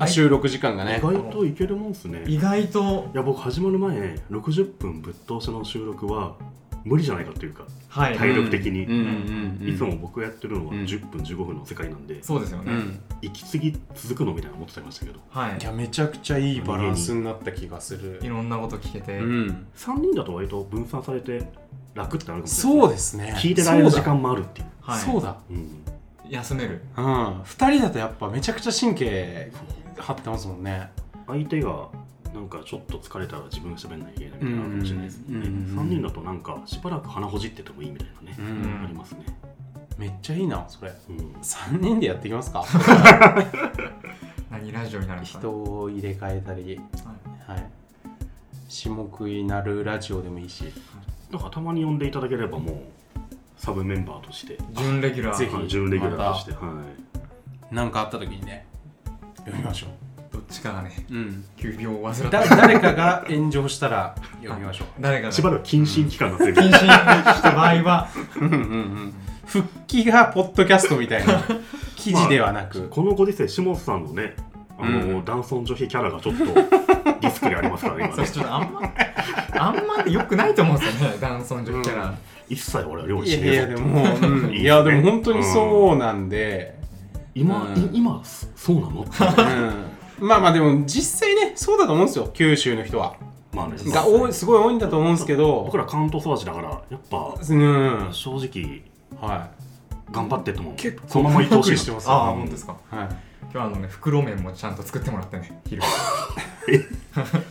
[SPEAKER 2] あ収録時間がね
[SPEAKER 3] 意外といけるもんですね。い
[SPEAKER 1] 意外と、
[SPEAKER 3] や、僕始まる前、60分ぶっ通しの収録は無理じゃないかというか、
[SPEAKER 1] はい。
[SPEAKER 3] 体力的に
[SPEAKER 2] うんうんうん
[SPEAKER 3] いつも僕がやってるのは
[SPEAKER 2] うん
[SPEAKER 3] 10分、15分の世界なんで、
[SPEAKER 1] そうですよ
[SPEAKER 2] う
[SPEAKER 1] ね。
[SPEAKER 2] ん
[SPEAKER 3] 息継ぎ続くのみたいな思ってたりましたけど、
[SPEAKER 1] はい
[SPEAKER 2] い。やめちゃくちゃいいバランスになった気がする
[SPEAKER 1] いろんなこと聞けて、
[SPEAKER 2] うん
[SPEAKER 3] 3人だと割と分散されて楽ってなるかもしれない
[SPEAKER 2] そう
[SPEAKER 3] で
[SPEAKER 2] ですね
[SPEAKER 3] 聞いてられる時間もあるっていう。
[SPEAKER 1] はい、
[SPEAKER 2] そうだ
[SPEAKER 3] うん
[SPEAKER 1] 休める。
[SPEAKER 2] そうだうん2人だとやっぱめちゃくちゃ神経張ってますもんね
[SPEAKER 3] 相手がなんかちょっと疲れたら自分が喋んないといけないみたいなのあるかもしれないですもんね、
[SPEAKER 2] うんうんうん
[SPEAKER 3] 3人だとなんかしばらく鼻ほじっててもいいみたいなね、
[SPEAKER 2] うん
[SPEAKER 3] ありますね、
[SPEAKER 2] めっちゃいいなそれ
[SPEAKER 3] うん、
[SPEAKER 2] 3人でやっていきますか
[SPEAKER 1] 何ラジオになるんですかね
[SPEAKER 2] 人を入れ替えたりはい下食いなるラジオでもいいし
[SPEAKER 3] だからたまに呼んでいただければもうサブメンバーとして
[SPEAKER 1] 準レギュラー。
[SPEAKER 2] ぜひ
[SPEAKER 3] はい準レギュラーとして、はい、
[SPEAKER 2] 何かあった時にね読みましょ
[SPEAKER 1] どっちかがね、
[SPEAKER 2] ううん
[SPEAKER 1] 急病を患った。
[SPEAKER 2] だ誰かが炎上したら読みましょう
[SPEAKER 1] 誰かが
[SPEAKER 3] しば
[SPEAKER 1] 謹
[SPEAKER 3] らく謹慎期間が全部、
[SPEAKER 1] 慎した場合は、
[SPEAKER 2] うんうんうん復帰がポッドキャストみたい な記事ではなく、
[SPEAKER 3] このご時世下津さんのねあの、
[SPEAKER 2] うん
[SPEAKER 3] 男尊女卑キャラがちょっとディスクにありますか らね今
[SPEAKER 1] そう
[SPEAKER 3] ね
[SPEAKER 1] ちょっとあんま、あんまでよくないと思うんですよね、男尊女卑キャラ。
[SPEAKER 3] 一切俺は料理
[SPEAKER 2] い
[SPEAKER 3] し
[SPEAKER 2] や
[SPEAKER 3] ね
[SPEAKER 2] いや
[SPEAKER 3] え
[SPEAKER 2] で
[SPEAKER 3] ぞ
[SPEAKER 2] も、うんいやでも本当にそうなんで、
[SPEAKER 3] 今、
[SPEAKER 2] うん
[SPEAKER 3] い今そうなの
[SPEAKER 2] うんまあまあでも実際ねそうだと思うんですよ九州の人は
[SPEAKER 3] まあね
[SPEAKER 2] が多いすごい多いんだと思うんですけど
[SPEAKER 3] 僕ら関東育ちだからやっぱ
[SPEAKER 2] うん
[SPEAKER 3] 正直
[SPEAKER 2] は
[SPEAKER 3] 頑張ってても
[SPEAKER 2] い結
[SPEAKER 3] そ
[SPEAKER 2] 構
[SPEAKER 3] のままいってほしい
[SPEAKER 2] してますよ
[SPEAKER 1] ああ、本当ですか。
[SPEAKER 2] はい
[SPEAKER 1] 今日あのね、袋麺もちゃんと作ってもらってね、昼。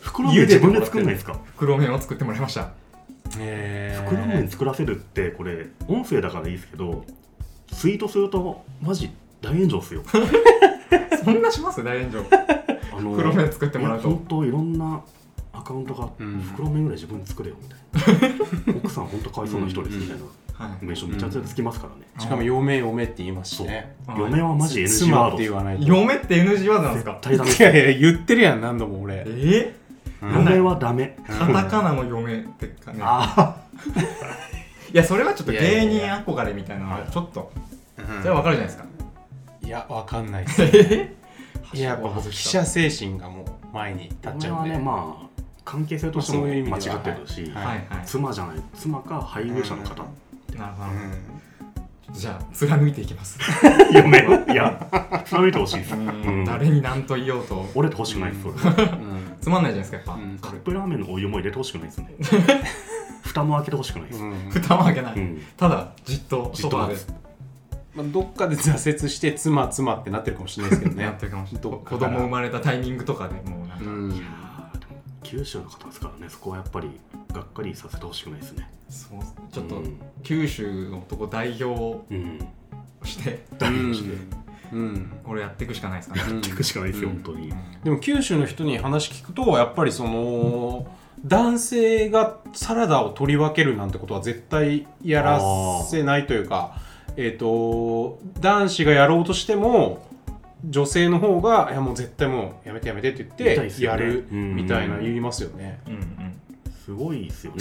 [SPEAKER 3] 袋麺自分で作んないですか
[SPEAKER 1] 袋麺を作ってもらいました。
[SPEAKER 2] えー
[SPEAKER 3] 袋麺作らせるってこれ音声だからいいですけどツイートするとマジ大炎上っすよ
[SPEAKER 1] そんなします大炎上。
[SPEAKER 3] あの
[SPEAKER 1] 袋麺作ってもらう
[SPEAKER 3] い
[SPEAKER 1] と
[SPEAKER 3] や。本当いろんなアカウントが
[SPEAKER 2] うん
[SPEAKER 3] 袋麺ぐらい自分で作れよみたいな奥さん本当かわいそうな人ですみたいな
[SPEAKER 1] はい。
[SPEAKER 3] 名称めちゃくちゃつきますからね
[SPEAKER 2] しかも嫁嫁って言いますしね
[SPEAKER 1] はい
[SPEAKER 3] 嫁はマジ NG
[SPEAKER 2] 妻
[SPEAKER 3] ワ
[SPEAKER 2] って言
[SPEAKER 3] ー
[SPEAKER 2] わないと
[SPEAKER 1] 嫁って NG 技なんですか
[SPEAKER 3] ド絶対ダメ
[SPEAKER 2] いやいや言ってるやん何度も俺、
[SPEAKER 1] え
[SPEAKER 2] うん
[SPEAKER 1] なんだ
[SPEAKER 3] 嫁はダメ
[SPEAKER 1] カタカナの嫁ってかね。
[SPEAKER 3] あ
[SPEAKER 1] いや、それはちょっと
[SPEAKER 2] いや
[SPEAKER 1] 芸
[SPEAKER 2] い
[SPEAKER 1] 人
[SPEAKER 2] やいや
[SPEAKER 1] 憧れみたいなのはちょっと、
[SPEAKER 2] うん
[SPEAKER 1] それはわかるじゃないですか。
[SPEAKER 2] いやわかんないっす
[SPEAKER 1] え
[SPEAKER 2] いややっぱ僕記者精神がもう前に立っちゃ
[SPEAKER 3] 嫁
[SPEAKER 2] うん
[SPEAKER 3] は
[SPEAKER 2] で、
[SPEAKER 3] ねまあ関係性として
[SPEAKER 2] ま
[SPEAKER 3] も
[SPEAKER 2] あそういう意
[SPEAKER 3] 間違っ
[SPEAKER 2] 味では
[SPEAKER 3] てるし
[SPEAKER 1] はい
[SPEAKER 2] は
[SPEAKER 1] はい
[SPEAKER 2] い。
[SPEAKER 3] 妻じゃない妻か配偶者の方
[SPEAKER 1] なるほど。
[SPEAKER 2] う
[SPEAKER 1] じゃあ、貫いていきます。
[SPEAKER 3] 嫁をいや貫いてほしいです、うん
[SPEAKER 1] 誰に何と言おうと。
[SPEAKER 3] 折れてほしくないです、
[SPEAKER 2] うん
[SPEAKER 3] それカ
[SPEAKER 2] んうん
[SPEAKER 1] つまんないじゃないですか、やっ
[SPEAKER 2] うん
[SPEAKER 1] ぱ。
[SPEAKER 3] ップラーメンのお湯も入れてほしくないですね蓋も開けてほしくないです、
[SPEAKER 2] うん
[SPEAKER 1] 蓋も開けな
[SPEAKER 3] う
[SPEAKER 1] い。
[SPEAKER 3] ん
[SPEAKER 1] ただ、じっとソファー
[SPEAKER 3] じっと
[SPEAKER 1] で
[SPEAKER 2] まあどっかで挫折して妻妻ってなってるかもしれないです けど
[SPEAKER 1] や
[SPEAKER 2] ね
[SPEAKER 1] ってるかもしれない。
[SPEAKER 2] どっ
[SPEAKER 1] 子
[SPEAKER 2] かから
[SPEAKER 1] 供生まれたタイミングとかでもうなん
[SPEAKER 2] う
[SPEAKER 1] か、
[SPEAKER 2] ん
[SPEAKER 3] いやーでも九州の方ですからねそこはやっぱりがっかりさせてほしくないですね
[SPEAKER 1] そうちょっ
[SPEAKER 3] う
[SPEAKER 1] と
[SPEAKER 3] ん
[SPEAKER 1] 九州の男代表を
[SPEAKER 3] うん
[SPEAKER 1] して、
[SPEAKER 2] う
[SPEAKER 3] 大変して
[SPEAKER 2] んうん
[SPEAKER 1] これやっていくしかないですかね。
[SPEAKER 2] うん
[SPEAKER 3] 聞くしかないですよ、
[SPEAKER 2] うん
[SPEAKER 3] 本当に、
[SPEAKER 2] でも九州の人に話聞くとやっぱりその男性がサラダを取り分けるなんてことは絶対やらせないというかえっ、と男子がやろうとしても女性の方が「いやもう絶対もうやめてやめて」って
[SPEAKER 3] みたい
[SPEAKER 2] 言
[SPEAKER 3] で
[SPEAKER 2] っ
[SPEAKER 3] す
[SPEAKER 2] てや
[SPEAKER 3] よね
[SPEAKER 2] る
[SPEAKER 3] うん
[SPEAKER 2] みたいな言いますよね。
[SPEAKER 1] うんうん
[SPEAKER 3] すごいですよね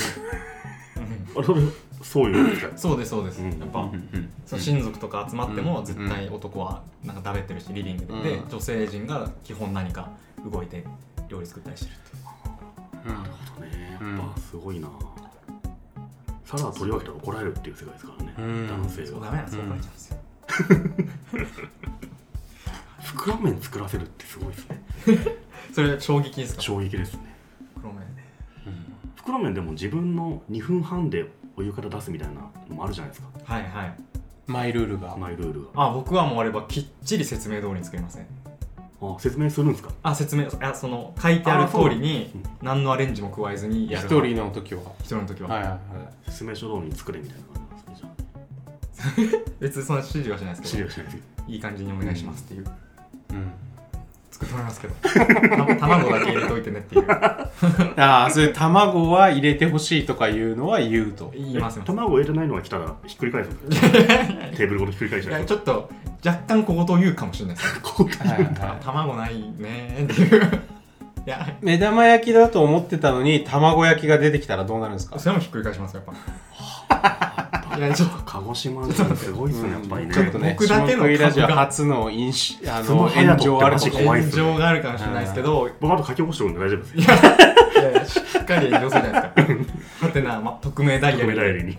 [SPEAKER 1] うん
[SPEAKER 3] あれそういうのですよ
[SPEAKER 1] そうですそうです、
[SPEAKER 3] うん
[SPEAKER 1] やっ
[SPEAKER 2] う
[SPEAKER 1] ぱ、
[SPEAKER 2] んうん
[SPEAKER 1] その親族とか集まって
[SPEAKER 2] う
[SPEAKER 1] も
[SPEAKER 2] ん
[SPEAKER 1] 絶対男はなんかだべってるしリビングで,、で
[SPEAKER 2] うん
[SPEAKER 1] 女性陣が基本何か動いて料理作ったりしてるっていう
[SPEAKER 3] ね
[SPEAKER 2] うん
[SPEAKER 3] やっぱすごいな、サラダ取り分けたら怒られるっていう世界ですからね、
[SPEAKER 2] うん
[SPEAKER 3] 男性
[SPEAKER 1] そうダ
[SPEAKER 3] は
[SPEAKER 1] メなんですよ怒られちゃうんですよ、
[SPEAKER 3] 袋麺作らせるってすごいですね
[SPEAKER 1] それ衝撃ですか
[SPEAKER 3] 衝撃ですね
[SPEAKER 1] 黒目ね
[SPEAKER 3] 袋麺でも自分の2分半でお湯から出すみたいなのもあるじゃないですか
[SPEAKER 1] はいはい
[SPEAKER 2] マイルールが
[SPEAKER 3] マイルールが
[SPEAKER 1] あ僕はもうあればきっちり説明通りに作りません
[SPEAKER 3] あ説明するんですか
[SPEAKER 1] あ説明あその書いてある通りに何のアレンジも加えずにやる
[SPEAKER 2] 一人の時は
[SPEAKER 1] 一人の時は、
[SPEAKER 2] はいはいは
[SPEAKER 3] 説明書通りに作れみたいな感じなんですね
[SPEAKER 1] 別にそんな指示はしないです
[SPEAKER 3] じ
[SPEAKER 1] け
[SPEAKER 3] ゃ
[SPEAKER 1] ど
[SPEAKER 3] あ資料しないです
[SPEAKER 1] いい感じにお願いしますっていう、
[SPEAKER 2] い、うん、
[SPEAKER 1] 作ってもらいますけどた 卵だけ入れといてねっていう
[SPEAKER 2] ああそれ卵は入れてほしいとかいうのは言うと
[SPEAKER 1] 言います
[SPEAKER 3] え
[SPEAKER 1] よ
[SPEAKER 3] 卵入れてないのが来たらひっくり返す んですよテーブルごとひっくり返し
[SPEAKER 1] い
[SPEAKER 3] ちゃ
[SPEAKER 1] や
[SPEAKER 3] う
[SPEAKER 1] ちょっと若干小言を言うかもしれないですね
[SPEAKER 2] はいはいはい
[SPEAKER 1] 卵ないねーっていういや
[SPEAKER 2] 目玉焼きだと思ってたのに卵焼きが出てきたらどうなるんですか
[SPEAKER 1] それもひっくり返しますよやっ ぱいやちょっと
[SPEAKER 3] 鹿児島人すごいっすねやっぱりね
[SPEAKER 2] ちょっとね
[SPEAKER 1] 僕だけの
[SPEAKER 2] 下食いラジオ
[SPEAKER 1] 株が
[SPEAKER 2] 初の飲酒あ
[SPEAKER 3] その
[SPEAKER 2] の
[SPEAKER 3] 早
[SPEAKER 2] 炎
[SPEAKER 3] とって
[SPEAKER 2] 上あるかもしれない
[SPEAKER 3] 怖いっ
[SPEAKER 1] 炎
[SPEAKER 3] すね
[SPEAKER 1] 上があるかもしれないですけど、
[SPEAKER 3] 僕あと書き起こしておくんで大丈夫ですよ
[SPEAKER 1] いやいやしっかり炎上するじゃないですかはてな、ま、匿名ダイヤ
[SPEAKER 3] 特
[SPEAKER 1] ル
[SPEAKER 3] 命代理に
[SPEAKER 1] い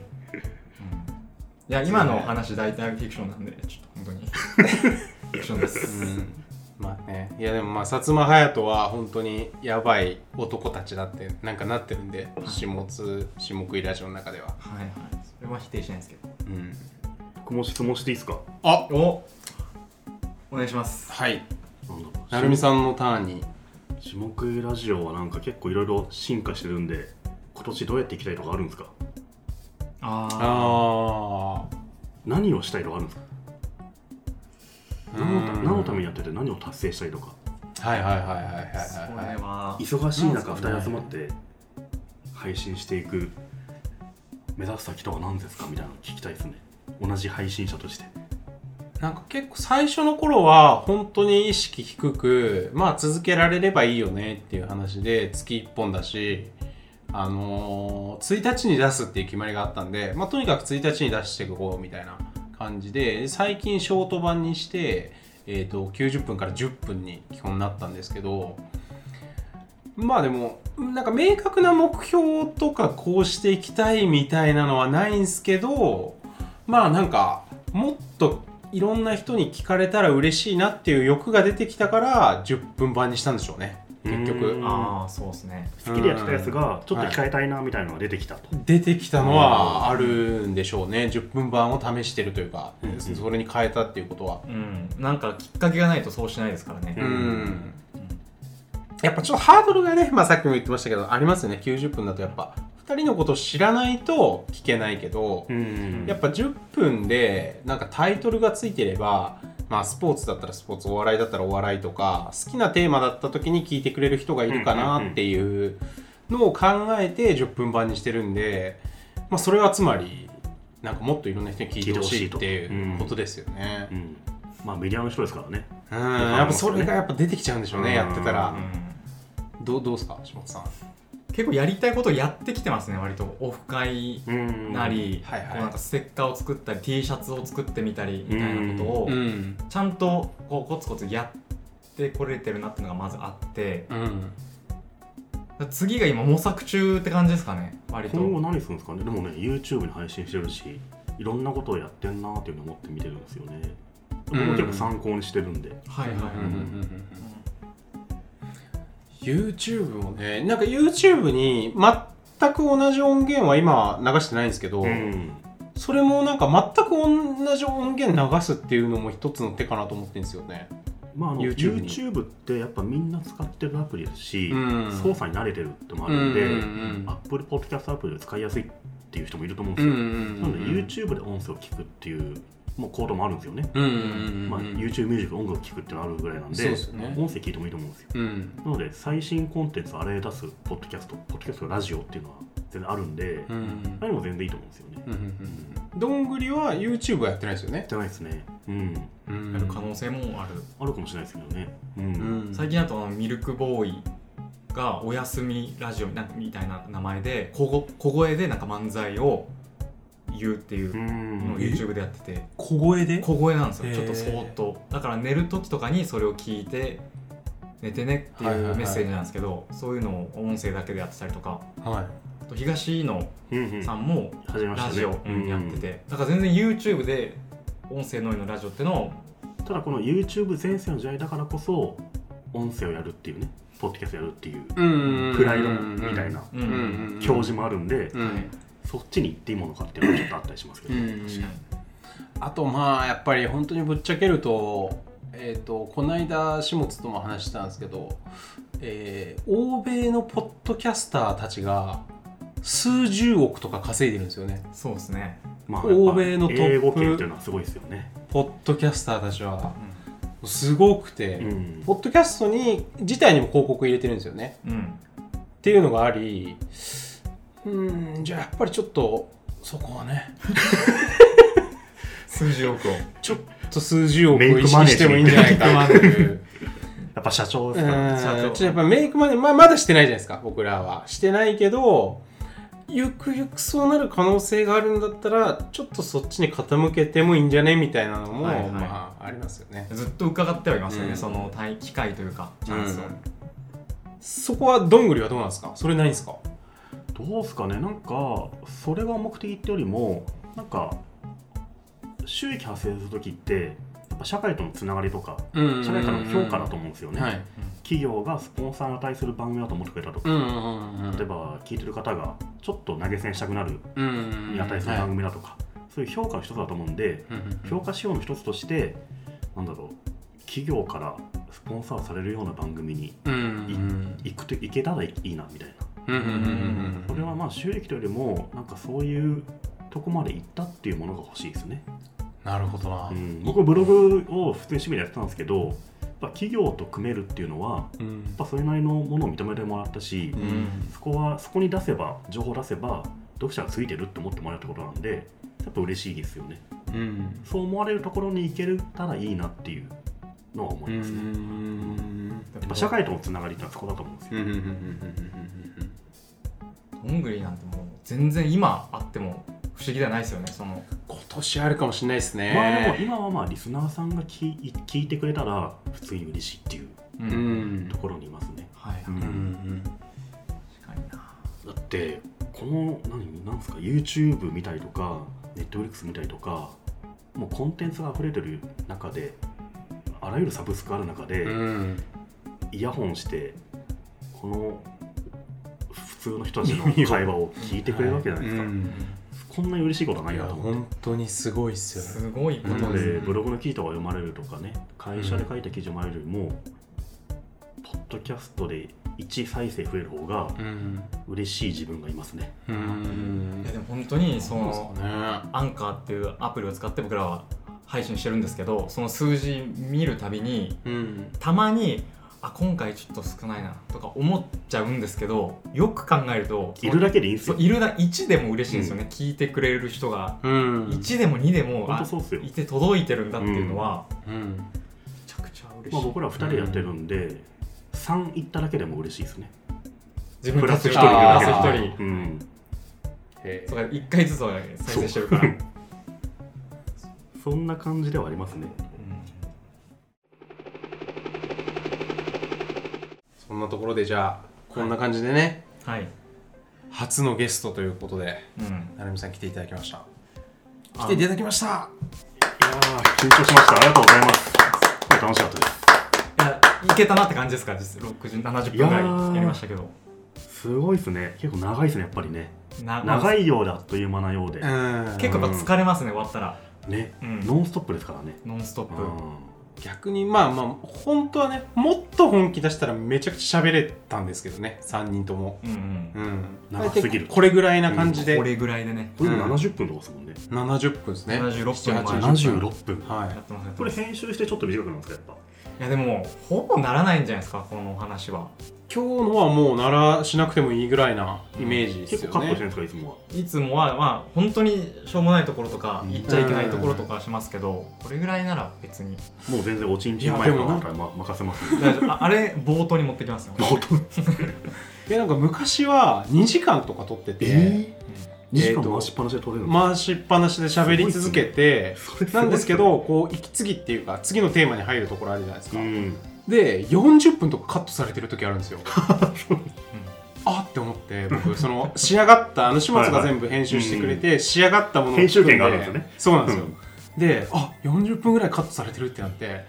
[SPEAKER 1] や今のお話大体フィクションなんでちょっと本当にフィクションです、
[SPEAKER 2] うんまあねいやでもまあ薩摩隼人は本当にやばい男たちだってなんかなってるんで下津下食いラジオの中では
[SPEAKER 1] はいはいそれは否定しないですけど
[SPEAKER 2] うん
[SPEAKER 3] 僕も質問していいですか
[SPEAKER 2] あ
[SPEAKER 1] おお願いします
[SPEAKER 2] はい
[SPEAKER 3] なんだろう
[SPEAKER 2] なるみさんのターンに
[SPEAKER 3] 下食いラジオはなんか結構いろいろ進化してるんで今年どうやっていきたいとかあるんですか
[SPEAKER 1] あ
[SPEAKER 2] あ
[SPEAKER 3] 何をしたいとかあるんですか
[SPEAKER 2] あ
[SPEAKER 3] 何のた何のためにやってて何を達成したいとか
[SPEAKER 2] はいはいはいはいはい
[SPEAKER 1] あそ
[SPEAKER 2] はいはい
[SPEAKER 1] れは
[SPEAKER 3] 忙しい中
[SPEAKER 2] なんすかね
[SPEAKER 3] 2人集まって配信していく目指す先とは何ですかみたいなの聞きたいですね同じ配信者として
[SPEAKER 2] なんか結構最初の頃は本当に意識低くまあ続けられればいいよねっていう話で月1本だしあのー1日に出すっていう決まりがあったんで、まあ、とにかく1日に出していこうみたいな感じで最近ショート版にして、えー、と90分から10分に基本なったんですけどまあでもなんか明確な目標とかこうしていきたいみたいなのはないんすけどまあなんかもっといろんな人に聞かれたら嬉しいなっていう欲が出てきたから10分版にしたんでしょうね結
[SPEAKER 3] う
[SPEAKER 2] 局
[SPEAKER 3] ん
[SPEAKER 1] ああそうですね
[SPEAKER 3] 好きでやってたやつがちょっと控えたいなみたいなのが出てきたと、
[SPEAKER 2] 出てきたのはあるんでしょうね10分版を試してるというか
[SPEAKER 3] うん
[SPEAKER 2] それに変えたっていうことは
[SPEAKER 1] うんなんかきっかけがないとそうしないですからね
[SPEAKER 2] う
[SPEAKER 3] うんん
[SPEAKER 2] やっぱちょっとハードルがね、まあ、さっきも言ってましたけどありますよね90分だとやっぱ2人のことを知らないと聞けないけど、
[SPEAKER 3] うん
[SPEAKER 2] やっぱ10分でなんかタイトルがついてれば、まあ、スポーツだったらスポーツお笑いだったらお笑いとか好きなテーマだった時に聞いてくれる人がいるかなっていうのを考えて10分版にしてるんで、まあ、それはつまりなんかもっといろんな人に聞いてほしいっていうことですよね
[SPEAKER 3] う。んまあメディアの人ですからね
[SPEAKER 2] うんやっぱそれがやっぱ出てきちゃうんでしょうね
[SPEAKER 3] うん
[SPEAKER 2] やってたら
[SPEAKER 1] う。ん
[SPEAKER 2] どうどうですか下本さん。
[SPEAKER 1] 結構やりたいことをやってきてますね割とオフ会
[SPEAKER 3] うん
[SPEAKER 1] なり、
[SPEAKER 2] はいはい
[SPEAKER 1] こうなんかステッカーを作ったり T シャツを作ってみたりみたいなことを
[SPEAKER 2] うん
[SPEAKER 1] ちゃんとこうコツコツやってこれてるなっていうのがまずあって
[SPEAKER 2] うん
[SPEAKER 1] 次が今模索中って感じですかね割と
[SPEAKER 3] 今後何するんですかねでもね YouTube に配信してるしいろんなことをやってんなーっていうのを思って見てるんですよね僕も結構参考にしてるんで、
[SPEAKER 1] はいはいはい、
[SPEAKER 2] うんうんうんうん YouTube もねなんか YouTube に全く同じ音源は今流してないんですけど、
[SPEAKER 3] うん
[SPEAKER 2] それもなんか全く同じ音源流すっていうのも一つの手かなと思ってるんですよね。
[SPEAKER 3] まあ、あの
[SPEAKER 2] YouTube
[SPEAKER 3] YouTube,
[SPEAKER 2] に
[SPEAKER 3] ってやっぱみんな使ってるアプリですし、
[SPEAKER 2] うん
[SPEAKER 3] 操作に慣れてるってのもあるんで、
[SPEAKER 2] うんうんうん
[SPEAKER 3] Apple Podcast アプリで使いやすいっていう人もいると思うんで
[SPEAKER 2] うん
[SPEAKER 3] すよ、
[SPEAKER 2] うん
[SPEAKER 3] なので YouTube で音声を聞くっていうもうコードもあるんですよね、
[SPEAKER 2] うんうん
[SPEAKER 3] まあ、YouTube ミュージック音楽を聞くっていうのがあるぐらいなん
[SPEAKER 2] そう
[SPEAKER 3] で
[SPEAKER 2] ですよね
[SPEAKER 3] 音声聞いてもいいと思うんですよ
[SPEAKER 2] うん
[SPEAKER 3] なので最新コンテンツをあれ出すポッドキャストポッドキャストラジオっていうのは全然あるんで、
[SPEAKER 2] うんうん
[SPEAKER 3] 何も全然いいと思うんですよね、
[SPEAKER 2] うんうんどんぐりは YouTube はやってないですよね。
[SPEAKER 3] じゃないですねうん
[SPEAKER 2] うん
[SPEAKER 1] やる可能性もある、
[SPEAKER 3] あるかもしれないですけどねうん、
[SPEAKER 2] うん
[SPEAKER 1] 最近だとあのミルクボーイが「おやすみラジオ」みたいな名前で小ご小声でなんか漫才を言うっていう
[SPEAKER 3] う
[SPEAKER 1] のを
[SPEAKER 3] ん
[SPEAKER 1] YouTube でやってて
[SPEAKER 2] 小声で
[SPEAKER 1] 小声なんですよちょっと
[SPEAKER 2] へー
[SPEAKER 1] 相当だから寝る時とかにそれを聞いて寝てねって
[SPEAKER 2] はいはい
[SPEAKER 1] い
[SPEAKER 2] は
[SPEAKER 1] う
[SPEAKER 2] い
[SPEAKER 1] メッセージなんですけど、そういうのを音声だけでやってたりとか
[SPEAKER 2] は
[SPEAKER 1] あと東野
[SPEAKER 3] うんうん
[SPEAKER 1] さんも
[SPEAKER 3] 始めました
[SPEAKER 1] ラ
[SPEAKER 3] ね
[SPEAKER 1] ジオ
[SPEAKER 3] うん
[SPEAKER 1] やってて、だから全然 YouTube で音声のみのラジオってのを
[SPEAKER 3] ただこの YouTube 全盛の時代だからこそ音声をやるっていうねポッドキャストやるっていう
[SPEAKER 2] いうん
[SPEAKER 3] プライドみたいな
[SPEAKER 1] うん、
[SPEAKER 2] うんうんうん
[SPEAKER 3] 教示もあるんで、
[SPEAKER 2] うん
[SPEAKER 3] そっちに行っていいものかっていうのはちょっとあったりしますけ
[SPEAKER 2] う
[SPEAKER 3] ど、
[SPEAKER 2] ん
[SPEAKER 1] 確かに
[SPEAKER 2] あとまあやっぱり本当にぶっちゃけると,、えー、とこの間下津とも話したんですけど、えー欧米のポッドキャスターたちが数十億とか稼いでるんですよね
[SPEAKER 1] そうですね、
[SPEAKER 3] まあ
[SPEAKER 2] 欧米のトップ
[SPEAKER 3] 英語圏っていうのはすごいですよね、
[SPEAKER 2] ポッドキャスターたちは
[SPEAKER 1] う
[SPEAKER 2] すごくて、
[SPEAKER 3] うん
[SPEAKER 2] ポッドキャストに自体にも広告入れてるんですよね
[SPEAKER 1] んうん、
[SPEAKER 2] っていうのがありうんじゃあやっぱりちょっとそこはね
[SPEAKER 1] 数十億を
[SPEAKER 2] ちょっと数十億を
[SPEAKER 3] メイク
[SPEAKER 2] 意
[SPEAKER 3] マ
[SPEAKER 2] 識
[SPEAKER 3] ネー
[SPEAKER 2] してもいいんじゃないかなっていう。
[SPEAKER 3] やっぱ社長で
[SPEAKER 2] う
[SPEAKER 3] すから、
[SPEAKER 2] ん、ち
[SPEAKER 1] 社長
[SPEAKER 2] ょっとやっぱメイクまで、まあ、まだしてないじゃないですか、僕らは。してないけど、ゆくゆくそうなる可能性があるんだったら、ちょっとそっちに傾けてもいいんじゃねみたいなのも、
[SPEAKER 1] はいはい
[SPEAKER 2] まあ、ありますよね。
[SPEAKER 1] ずっと伺ってはいますよね、
[SPEAKER 2] うん
[SPEAKER 1] その対機会というかチャンスを、
[SPEAKER 2] うんそこは、どんぐりはどうなんですかそれないんですか
[SPEAKER 3] どうですかねなんかそれが目的ってよりもなんか収益発生する時ってやっぱ社会とのつながりとか
[SPEAKER 2] うん
[SPEAKER 3] 社会からの評価だと思うんですよね、
[SPEAKER 2] はい。
[SPEAKER 3] 企業がスポンサーに対する番組だと思ってくれたとか、
[SPEAKER 2] うんうんうんうん。
[SPEAKER 3] 例えば聞いてる方がちょっと投げ銭したくなる
[SPEAKER 2] うんうんうん。
[SPEAKER 3] に値する番
[SPEAKER 2] はい
[SPEAKER 3] 組だとか、そういう評価の一つだと思うんで、
[SPEAKER 2] うんうんうん
[SPEAKER 3] 評価指標の一つとしてなんだろう企業からスポンサーされるような番組に
[SPEAKER 2] うんうん
[SPEAKER 3] 行くと行けたらいいなみたいな
[SPEAKER 2] うんうんうんうん
[SPEAKER 3] それはまあ収益というよりもなんかそういうとこまで行ったっていうものが欲しいですね、
[SPEAKER 2] なるほどな
[SPEAKER 3] う。ん、僕ブログを普通に趣味でやってたんですけどやっぱ企業と組めるっていうのは
[SPEAKER 2] うん
[SPEAKER 3] やっぱそれなりのものを認めてもらったし、
[SPEAKER 2] うん
[SPEAKER 3] そこはそこに出せば情報を出せば読者がついてるって思ってもらうってことなんでやっぱ嬉しいですよね
[SPEAKER 2] うん
[SPEAKER 3] そう思われるところに行けたらいいなっていうのは思
[SPEAKER 2] う
[SPEAKER 3] い
[SPEAKER 2] ん
[SPEAKER 3] ますね、や
[SPEAKER 1] や
[SPEAKER 3] っぱ社会とのつながりってのはそこだと思うんです
[SPEAKER 2] うん
[SPEAKER 3] よ、
[SPEAKER 2] うんうんうんうんうん
[SPEAKER 1] どんぐりなんてもう全然今あっても不思議ではないですよねその
[SPEAKER 2] 今年あるかもしれないですね。
[SPEAKER 3] まあでも今はまあリスナーさんが聞い聞いてくれたら普通に嬉しいっていう
[SPEAKER 1] う
[SPEAKER 2] うん
[SPEAKER 3] ところにいますね、
[SPEAKER 1] はいはい、
[SPEAKER 3] うん
[SPEAKER 2] うん
[SPEAKER 1] 確かにな
[SPEAKER 3] だってこの何なんですか YouTube 見たりとか Netflix 見たりとかもうコンテンツが溢れてる中であらゆるサブスクある中で、
[SPEAKER 2] うん
[SPEAKER 3] イヤホンしてこの普通の人たちの会話を聞いてくれるわけじゃないですか、こんなに嬉しいことはない
[SPEAKER 2] い
[SPEAKER 3] な
[SPEAKER 2] や
[SPEAKER 3] と思って。
[SPEAKER 2] 本当にすごいっすよ。
[SPEAKER 1] すごいこ
[SPEAKER 3] な
[SPEAKER 1] と
[SPEAKER 3] の
[SPEAKER 1] で、
[SPEAKER 3] です
[SPEAKER 1] ね
[SPEAKER 3] ブログの記事とか読まれるとかね会社で書いた記事を読まれるよりも、ポッドキャストで1再生増える方が
[SPEAKER 2] うん
[SPEAKER 3] 嬉しい自分がいますね。
[SPEAKER 2] うん
[SPEAKER 1] いやでも本当にその
[SPEAKER 2] ね。
[SPEAKER 1] アンカーっていうアプリを使って僕らは配信してるんですけどその数字見るたびに
[SPEAKER 2] うん
[SPEAKER 1] たまにあ今回ちょっと少ないなとか思っちゃうんですけどよく考えると
[SPEAKER 3] いるだけでいいんです
[SPEAKER 1] そう
[SPEAKER 3] よ。
[SPEAKER 1] いるだ1でも嬉しいんですよね、聞いてくれる人が
[SPEAKER 2] うん
[SPEAKER 1] 1でも2でも
[SPEAKER 3] 本
[SPEAKER 1] あ
[SPEAKER 3] 当そうっすよ
[SPEAKER 1] い。て届いてるんだっていうのは、
[SPEAKER 2] うん
[SPEAKER 1] めちゃくちゃ嬉しい、
[SPEAKER 3] まあ、僕ら2人でやってるんで、3行っただけでも嬉しいですね。
[SPEAKER 1] 自
[SPEAKER 3] プ
[SPEAKER 1] 分
[SPEAKER 3] ラ
[SPEAKER 1] た
[SPEAKER 3] ス
[SPEAKER 1] ち
[SPEAKER 3] 1
[SPEAKER 1] 一
[SPEAKER 3] 人
[SPEAKER 1] 人
[SPEAKER 2] あ
[SPEAKER 1] プ
[SPEAKER 2] ー
[SPEAKER 1] ラス一
[SPEAKER 3] う
[SPEAKER 1] 人
[SPEAKER 3] ん、
[SPEAKER 2] へ
[SPEAKER 1] そうか一回ずつは再生してるから、うん
[SPEAKER 3] そんな感じではありますね。
[SPEAKER 2] そんなところでじゃあこんな感じでね
[SPEAKER 1] はい、
[SPEAKER 2] 初のゲストということで
[SPEAKER 1] うん、
[SPEAKER 2] なるみさん来ていただきました。
[SPEAKER 1] あ
[SPEAKER 2] 来ていただきました。
[SPEAKER 3] いやー緊張しました。ありがとうございます。楽しかったで
[SPEAKER 1] いやいけたなって感じですか実60 70分ぐらいやりましたけど
[SPEAKER 3] す。すごいですね。結構長いですね、やっぱりね。
[SPEAKER 1] な
[SPEAKER 3] 長いようであっという間なようで。
[SPEAKER 2] うん
[SPEAKER 1] 結構やっぱ疲れますね終わったら、
[SPEAKER 3] ね、
[SPEAKER 1] うん
[SPEAKER 3] ノンストップですからね。
[SPEAKER 1] ノンストップ、
[SPEAKER 3] う
[SPEAKER 2] 逆にまあまあ本当はねもっと本気出したらめちゃくちゃ喋れたんですけどね3人とも
[SPEAKER 1] うんうん
[SPEAKER 2] うん
[SPEAKER 3] 長すぎる
[SPEAKER 2] これぐらいな感じで、
[SPEAKER 1] これぐらいでね
[SPEAKER 3] ん、これで70分とかですもんね。
[SPEAKER 2] 70分ですね
[SPEAKER 1] 76分
[SPEAKER 2] 7
[SPEAKER 1] 76
[SPEAKER 3] 76分。
[SPEAKER 1] や
[SPEAKER 2] は
[SPEAKER 1] ってますね
[SPEAKER 3] これ編集してちょっと短くなるんですか、やっ
[SPEAKER 1] いやでもほぼならないんじゃないですかこのお話はい
[SPEAKER 2] 今日のはもうならしなくてもいいぐらいなイメージ
[SPEAKER 3] ぱ。
[SPEAKER 2] です
[SPEAKER 3] 結
[SPEAKER 2] よ
[SPEAKER 3] 構カットして
[SPEAKER 2] ね
[SPEAKER 3] るんですか、いつもは。
[SPEAKER 1] いつもはまあ本当にしょうもないところとか
[SPEAKER 3] うん
[SPEAKER 1] 言っちゃいけないところとかはしますけど、これぐらいなら別に
[SPEAKER 3] もう全然おちんちん
[SPEAKER 2] いや
[SPEAKER 3] 前
[SPEAKER 2] で
[SPEAKER 3] か
[SPEAKER 2] も
[SPEAKER 3] らだから、ま、任せます。
[SPEAKER 1] 大丈夫ああれ冒頭に持ってきますよ
[SPEAKER 3] 本当
[SPEAKER 2] いやなんか昔は2時間とか撮ってて、
[SPEAKER 3] え2時
[SPEAKER 2] えー
[SPEAKER 3] 間
[SPEAKER 2] と
[SPEAKER 3] 回しっぱなしで撮れるの、
[SPEAKER 2] 回しっぱなしで喋り続けて、
[SPEAKER 3] それごい
[SPEAKER 2] なんですけどこう息継ぎっていうか次のテーマに入るところあるじゃないです
[SPEAKER 3] う
[SPEAKER 2] か、
[SPEAKER 3] ん
[SPEAKER 2] で40分とかカットされてる時あるん ですよあって思って僕その仕上がったあの始末が全部編集してくれて、仕上がったものを
[SPEAKER 3] 編集権があるんですよね
[SPEAKER 2] そうなんですよ、
[SPEAKER 3] うん
[SPEAKER 2] であ40分ぐらいカットされてるってなって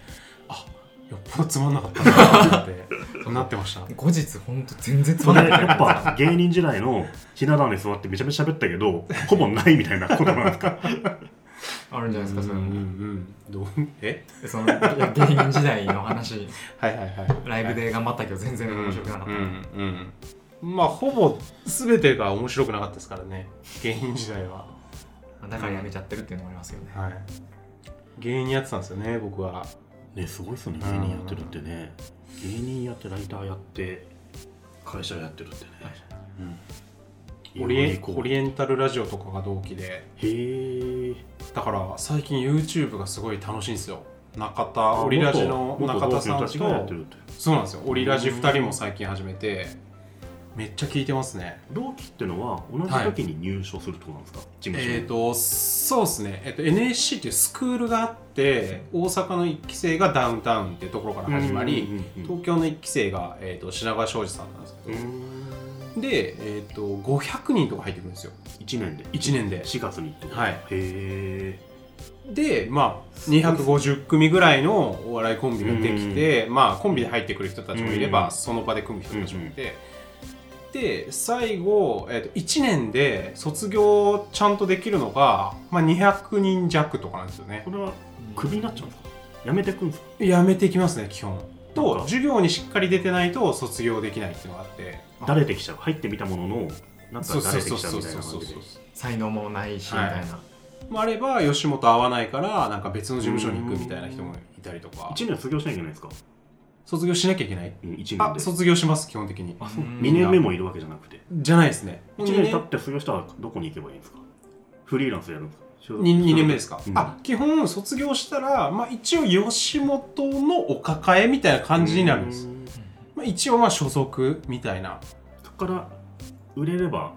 [SPEAKER 2] あよっぽどつまんなかったなって思ってなってました
[SPEAKER 1] 後日ほんと全然つ
[SPEAKER 3] そ
[SPEAKER 1] まん
[SPEAKER 3] れ
[SPEAKER 1] なかった
[SPEAKER 3] やっぱ芸人時代のひな壇に座ってめちゃめちゃ喋ったけどほぼないみたいなことなんですか
[SPEAKER 1] あるんじゃないですかそれ
[SPEAKER 2] うんうんう
[SPEAKER 1] も
[SPEAKER 2] んどう え
[SPEAKER 1] そのいや芸人時代の話
[SPEAKER 2] はいはいはい
[SPEAKER 1] ライブで頑張ったけど全然面白くなかった、
[SPEAKER 2] うんうん、まあほぼ全てが面白くなかったですからね芸人時代は
[SPEAKER 1] だからやめちゃってるっていうのもありますよね、
[SPEAKER 2] はい芸人やってたんですよね僕は
[SPEAKER 3] ねすごいっすよね芸人やってるってね芸人やってライターやって会社やってるってね、うん、
[SPEAKER 2] オリエン
[SPEAKER 3] こ
[SPEAKER 2] オリエンタルラジオとかが同期で
[SPEAKER 3] へえ
[SPEAKER 2] だから最近 YouTube がすごい楽しいんですよ中田オリラジの中田さんと
[SPEAKER 3] やってるって
[SPEAKER 2] そうなんですよオリラジ2人も最近始めてめっちゃ聞いてますね
[SPEAKER 3] 同期ってのは同じ時に入所するってことなんですか、事務所に
[SPEAKER 2] えっ、とそうですね、えっと NSC っていうスクールがあって大阪の1期生がダウンタウンっていうところから始まり、
[SPEAKER 3] うんうんうん
[SPEAKER 2] 東京の1期生が、えー、と品川庄司さんなんですけ
[SPEAKER 3] う
[SPEAKER 2] ど、
[SPEAKER 3] ん
[SPEAKER 2] で、えー、と500人とか入ってくるんですよ
[SPEAKER 3] 1年で
[SPEAKER 2] 1年で
[SPEAKER 3] 4月にってこと
[SPEAKER 2] はい
[SPEAKER 3] へえ
[SPEAKER 2] でまあ250組ぐらいのお笑いコンビができて、まあコンビで入ってくる人たちもいれば、
[SPEAKER 3] うん
[SPEAKER 2] その場で組む人たちもいて、で最後、えー、と1年で卒業ちゃんとできるのが、まあ、200人弱とかなんですよね
[SPEAKER 3] これはクビになっちゃうんですかやめてくんですか
[SPEAKER 2] やめていきますね基本
[SPEAKER 3] なん
[SPEAKER 2] と
[SPEAKER 3] か
[SPEAKER 2] 授業にしっかり出てないと卒業できないっていうのがあって
[SPEAKER 3] 誰できちゃう入ってみたもののなんか
[SPEAKER 2] そう
[SPEAKER 3] 誰
[SPEAKER 2] そうそ
[SPEAKER 3] で
[SPEAKER 2] う
[SPEAKER 3] きちゃう
[SPEAKER 2] そう
[SPEAKER 3] みたい
[SPEAKER 2] そ
[SPEAKER 3] な
[SPEAKER 2] うそ
[SPEAKER 3] 感
[SPEAKER 2] う
[SPEAKER 3] じで
[SPEAKER 1] 才能もないしみ
[SPEAKER 2] は
[SPEAKER 1] た
[SPEAKER 2] い
[SPEAKER 1] いな、
[SPEAKER 2] もあれば吉本合わないからなんか別の事務所に行くみたいな人もいたりとか
[SPEAKER 3] 1年卒業しなきゃいけないんですか
[SPEAKER 2] 卒業しなきゃいけない
[SPEAKER 3] 1年で
[SPEAKER 2] あ卒業します基本的に
[SPEAKER 1] あそう
[SPEAKER 3] 2年目もいるわけじゃなくて
[SPEAKER 2] じゃないですね
[SPEAKER 3] 1年経って卒業したらどこに行けばいいんですかフリーランスやるんですか所属
[SPEAKER 2] に二年目ですか、
[SPEAKER 3] うん
[SPEAKER 2] あ基本卒業したら、まあ、一応吉本のお抱えみたいな感じになるんです、
[SPEAKER 3] う
[SPEAKER 2] まあ、一応まあ所属みたいな
[SPEAKER 3] そこから売れれば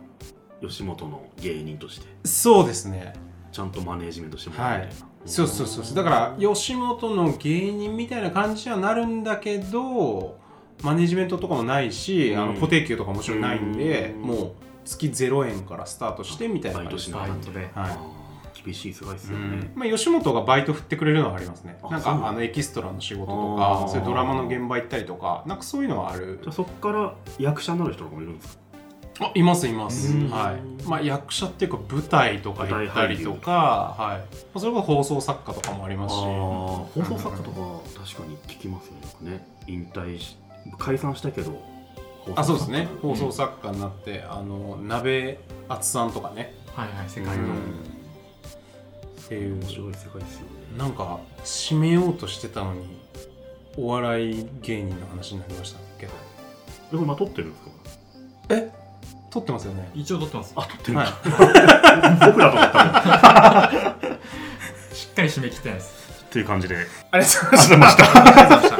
[SPEAKER 3] 吉本の芸人として
[SPEAKER 2] そうですね
[SPEAKER 3] ちゃんとマネージメントしてもらうみたいな、
[SPEAKER 2] そうそうそうそうだから吉本の芸人みたいな感じにはなるんだけどマネジメントとかもないし、あ
[SPEAKER 3] う
[SPEAKER 2] の
[SPEAKER 3] ん
[SPEAKER 2] 固定給とかもちろんないんで、
[SPEAKER 3] うん
[SPEAKER 2] もう月0円からスタートしてみたいな
[SPEAKER 3] バイ
[SPEAKER 2] 感じで
[SPEAKER 3] ト
[SPEAKER 2] す
[SPEAKER 3] し
[SPEAKER 1] バ
[SPEAKER 2] ね
[SPEAKER 3] なが
[SPEAKER 1] イ
[SPEAKER 3] ら
[SPEAKER 1] トで
[SPEAKER 2] はい
[SPEAKER 3] い厳しい世界です
[SPEAKER 2] う
[SPEAKER 3] よ
[SPEAKER 2] ん
[SPEAKER 3] ね、
[SPEAKER 2] まあ、吉本がバイト振ってくれるのはありますね
[SPEAKER 3] あ
[SPEAKER 2] なん
[SPEAKER 3] そうなん
[SPEAKER 2] か
[SPEAKER 3] だ
[SPEAKER 2] あのエキストラの仕事と
[SPEAKER 3] あー
[SPEAKER 2] かそういうドラマの現場行ったりとかなんかそういうのはある
[SPEAKER 3] じゃあそこから役者になる人とかもいるんですか
[SPEAKER 2] あいますいます、
[SPEAKER 3] うん
[SPEAKER 2] はいまあ、役者っていうか舞台とか行ったりとか、はいまあ、それこそ放送作家とかもありますし
[SPEAKER 3] 放送作家とか確かに聞きますよね引退し解散したけど放送作家
[SPEAKER 2] あそうですね
[SPEAKER 3] うん
[SPEAKER 2] 放送作家になって、あの鍋厚さんとかね、
[SPEAKER 1] はいはい世
[SPEAKER 3] う
[SPEAKER 1] 界の、
[SPEAKER 3] ん
[SPEAKER 2] っていう
[SPEAKER 3] 面白い世界ですよね
[SPEAKER 2] なんか締めようとしてたのにお笑い芸人の話になりましたけど
[SPEAKER 3] でもまあ撮ってるんですか
[SPEAKER 2] え撮ってますよね
[SPEAKER 1] 一応撮ってます
[SPEAKER 3] あ撮ってる、
[SPEAKER 2] はい
[SPEAKER 3] 僕らと思ったもんっ
[SPEAKER 1] しっかり締め切って ないです
[SPEAKER 3] ていう感じで
[SPEAKER 2] ありがとうございました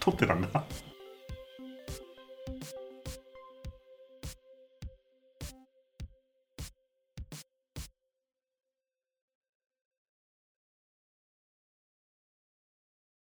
[SPEAKER 3] 撮ってたんだ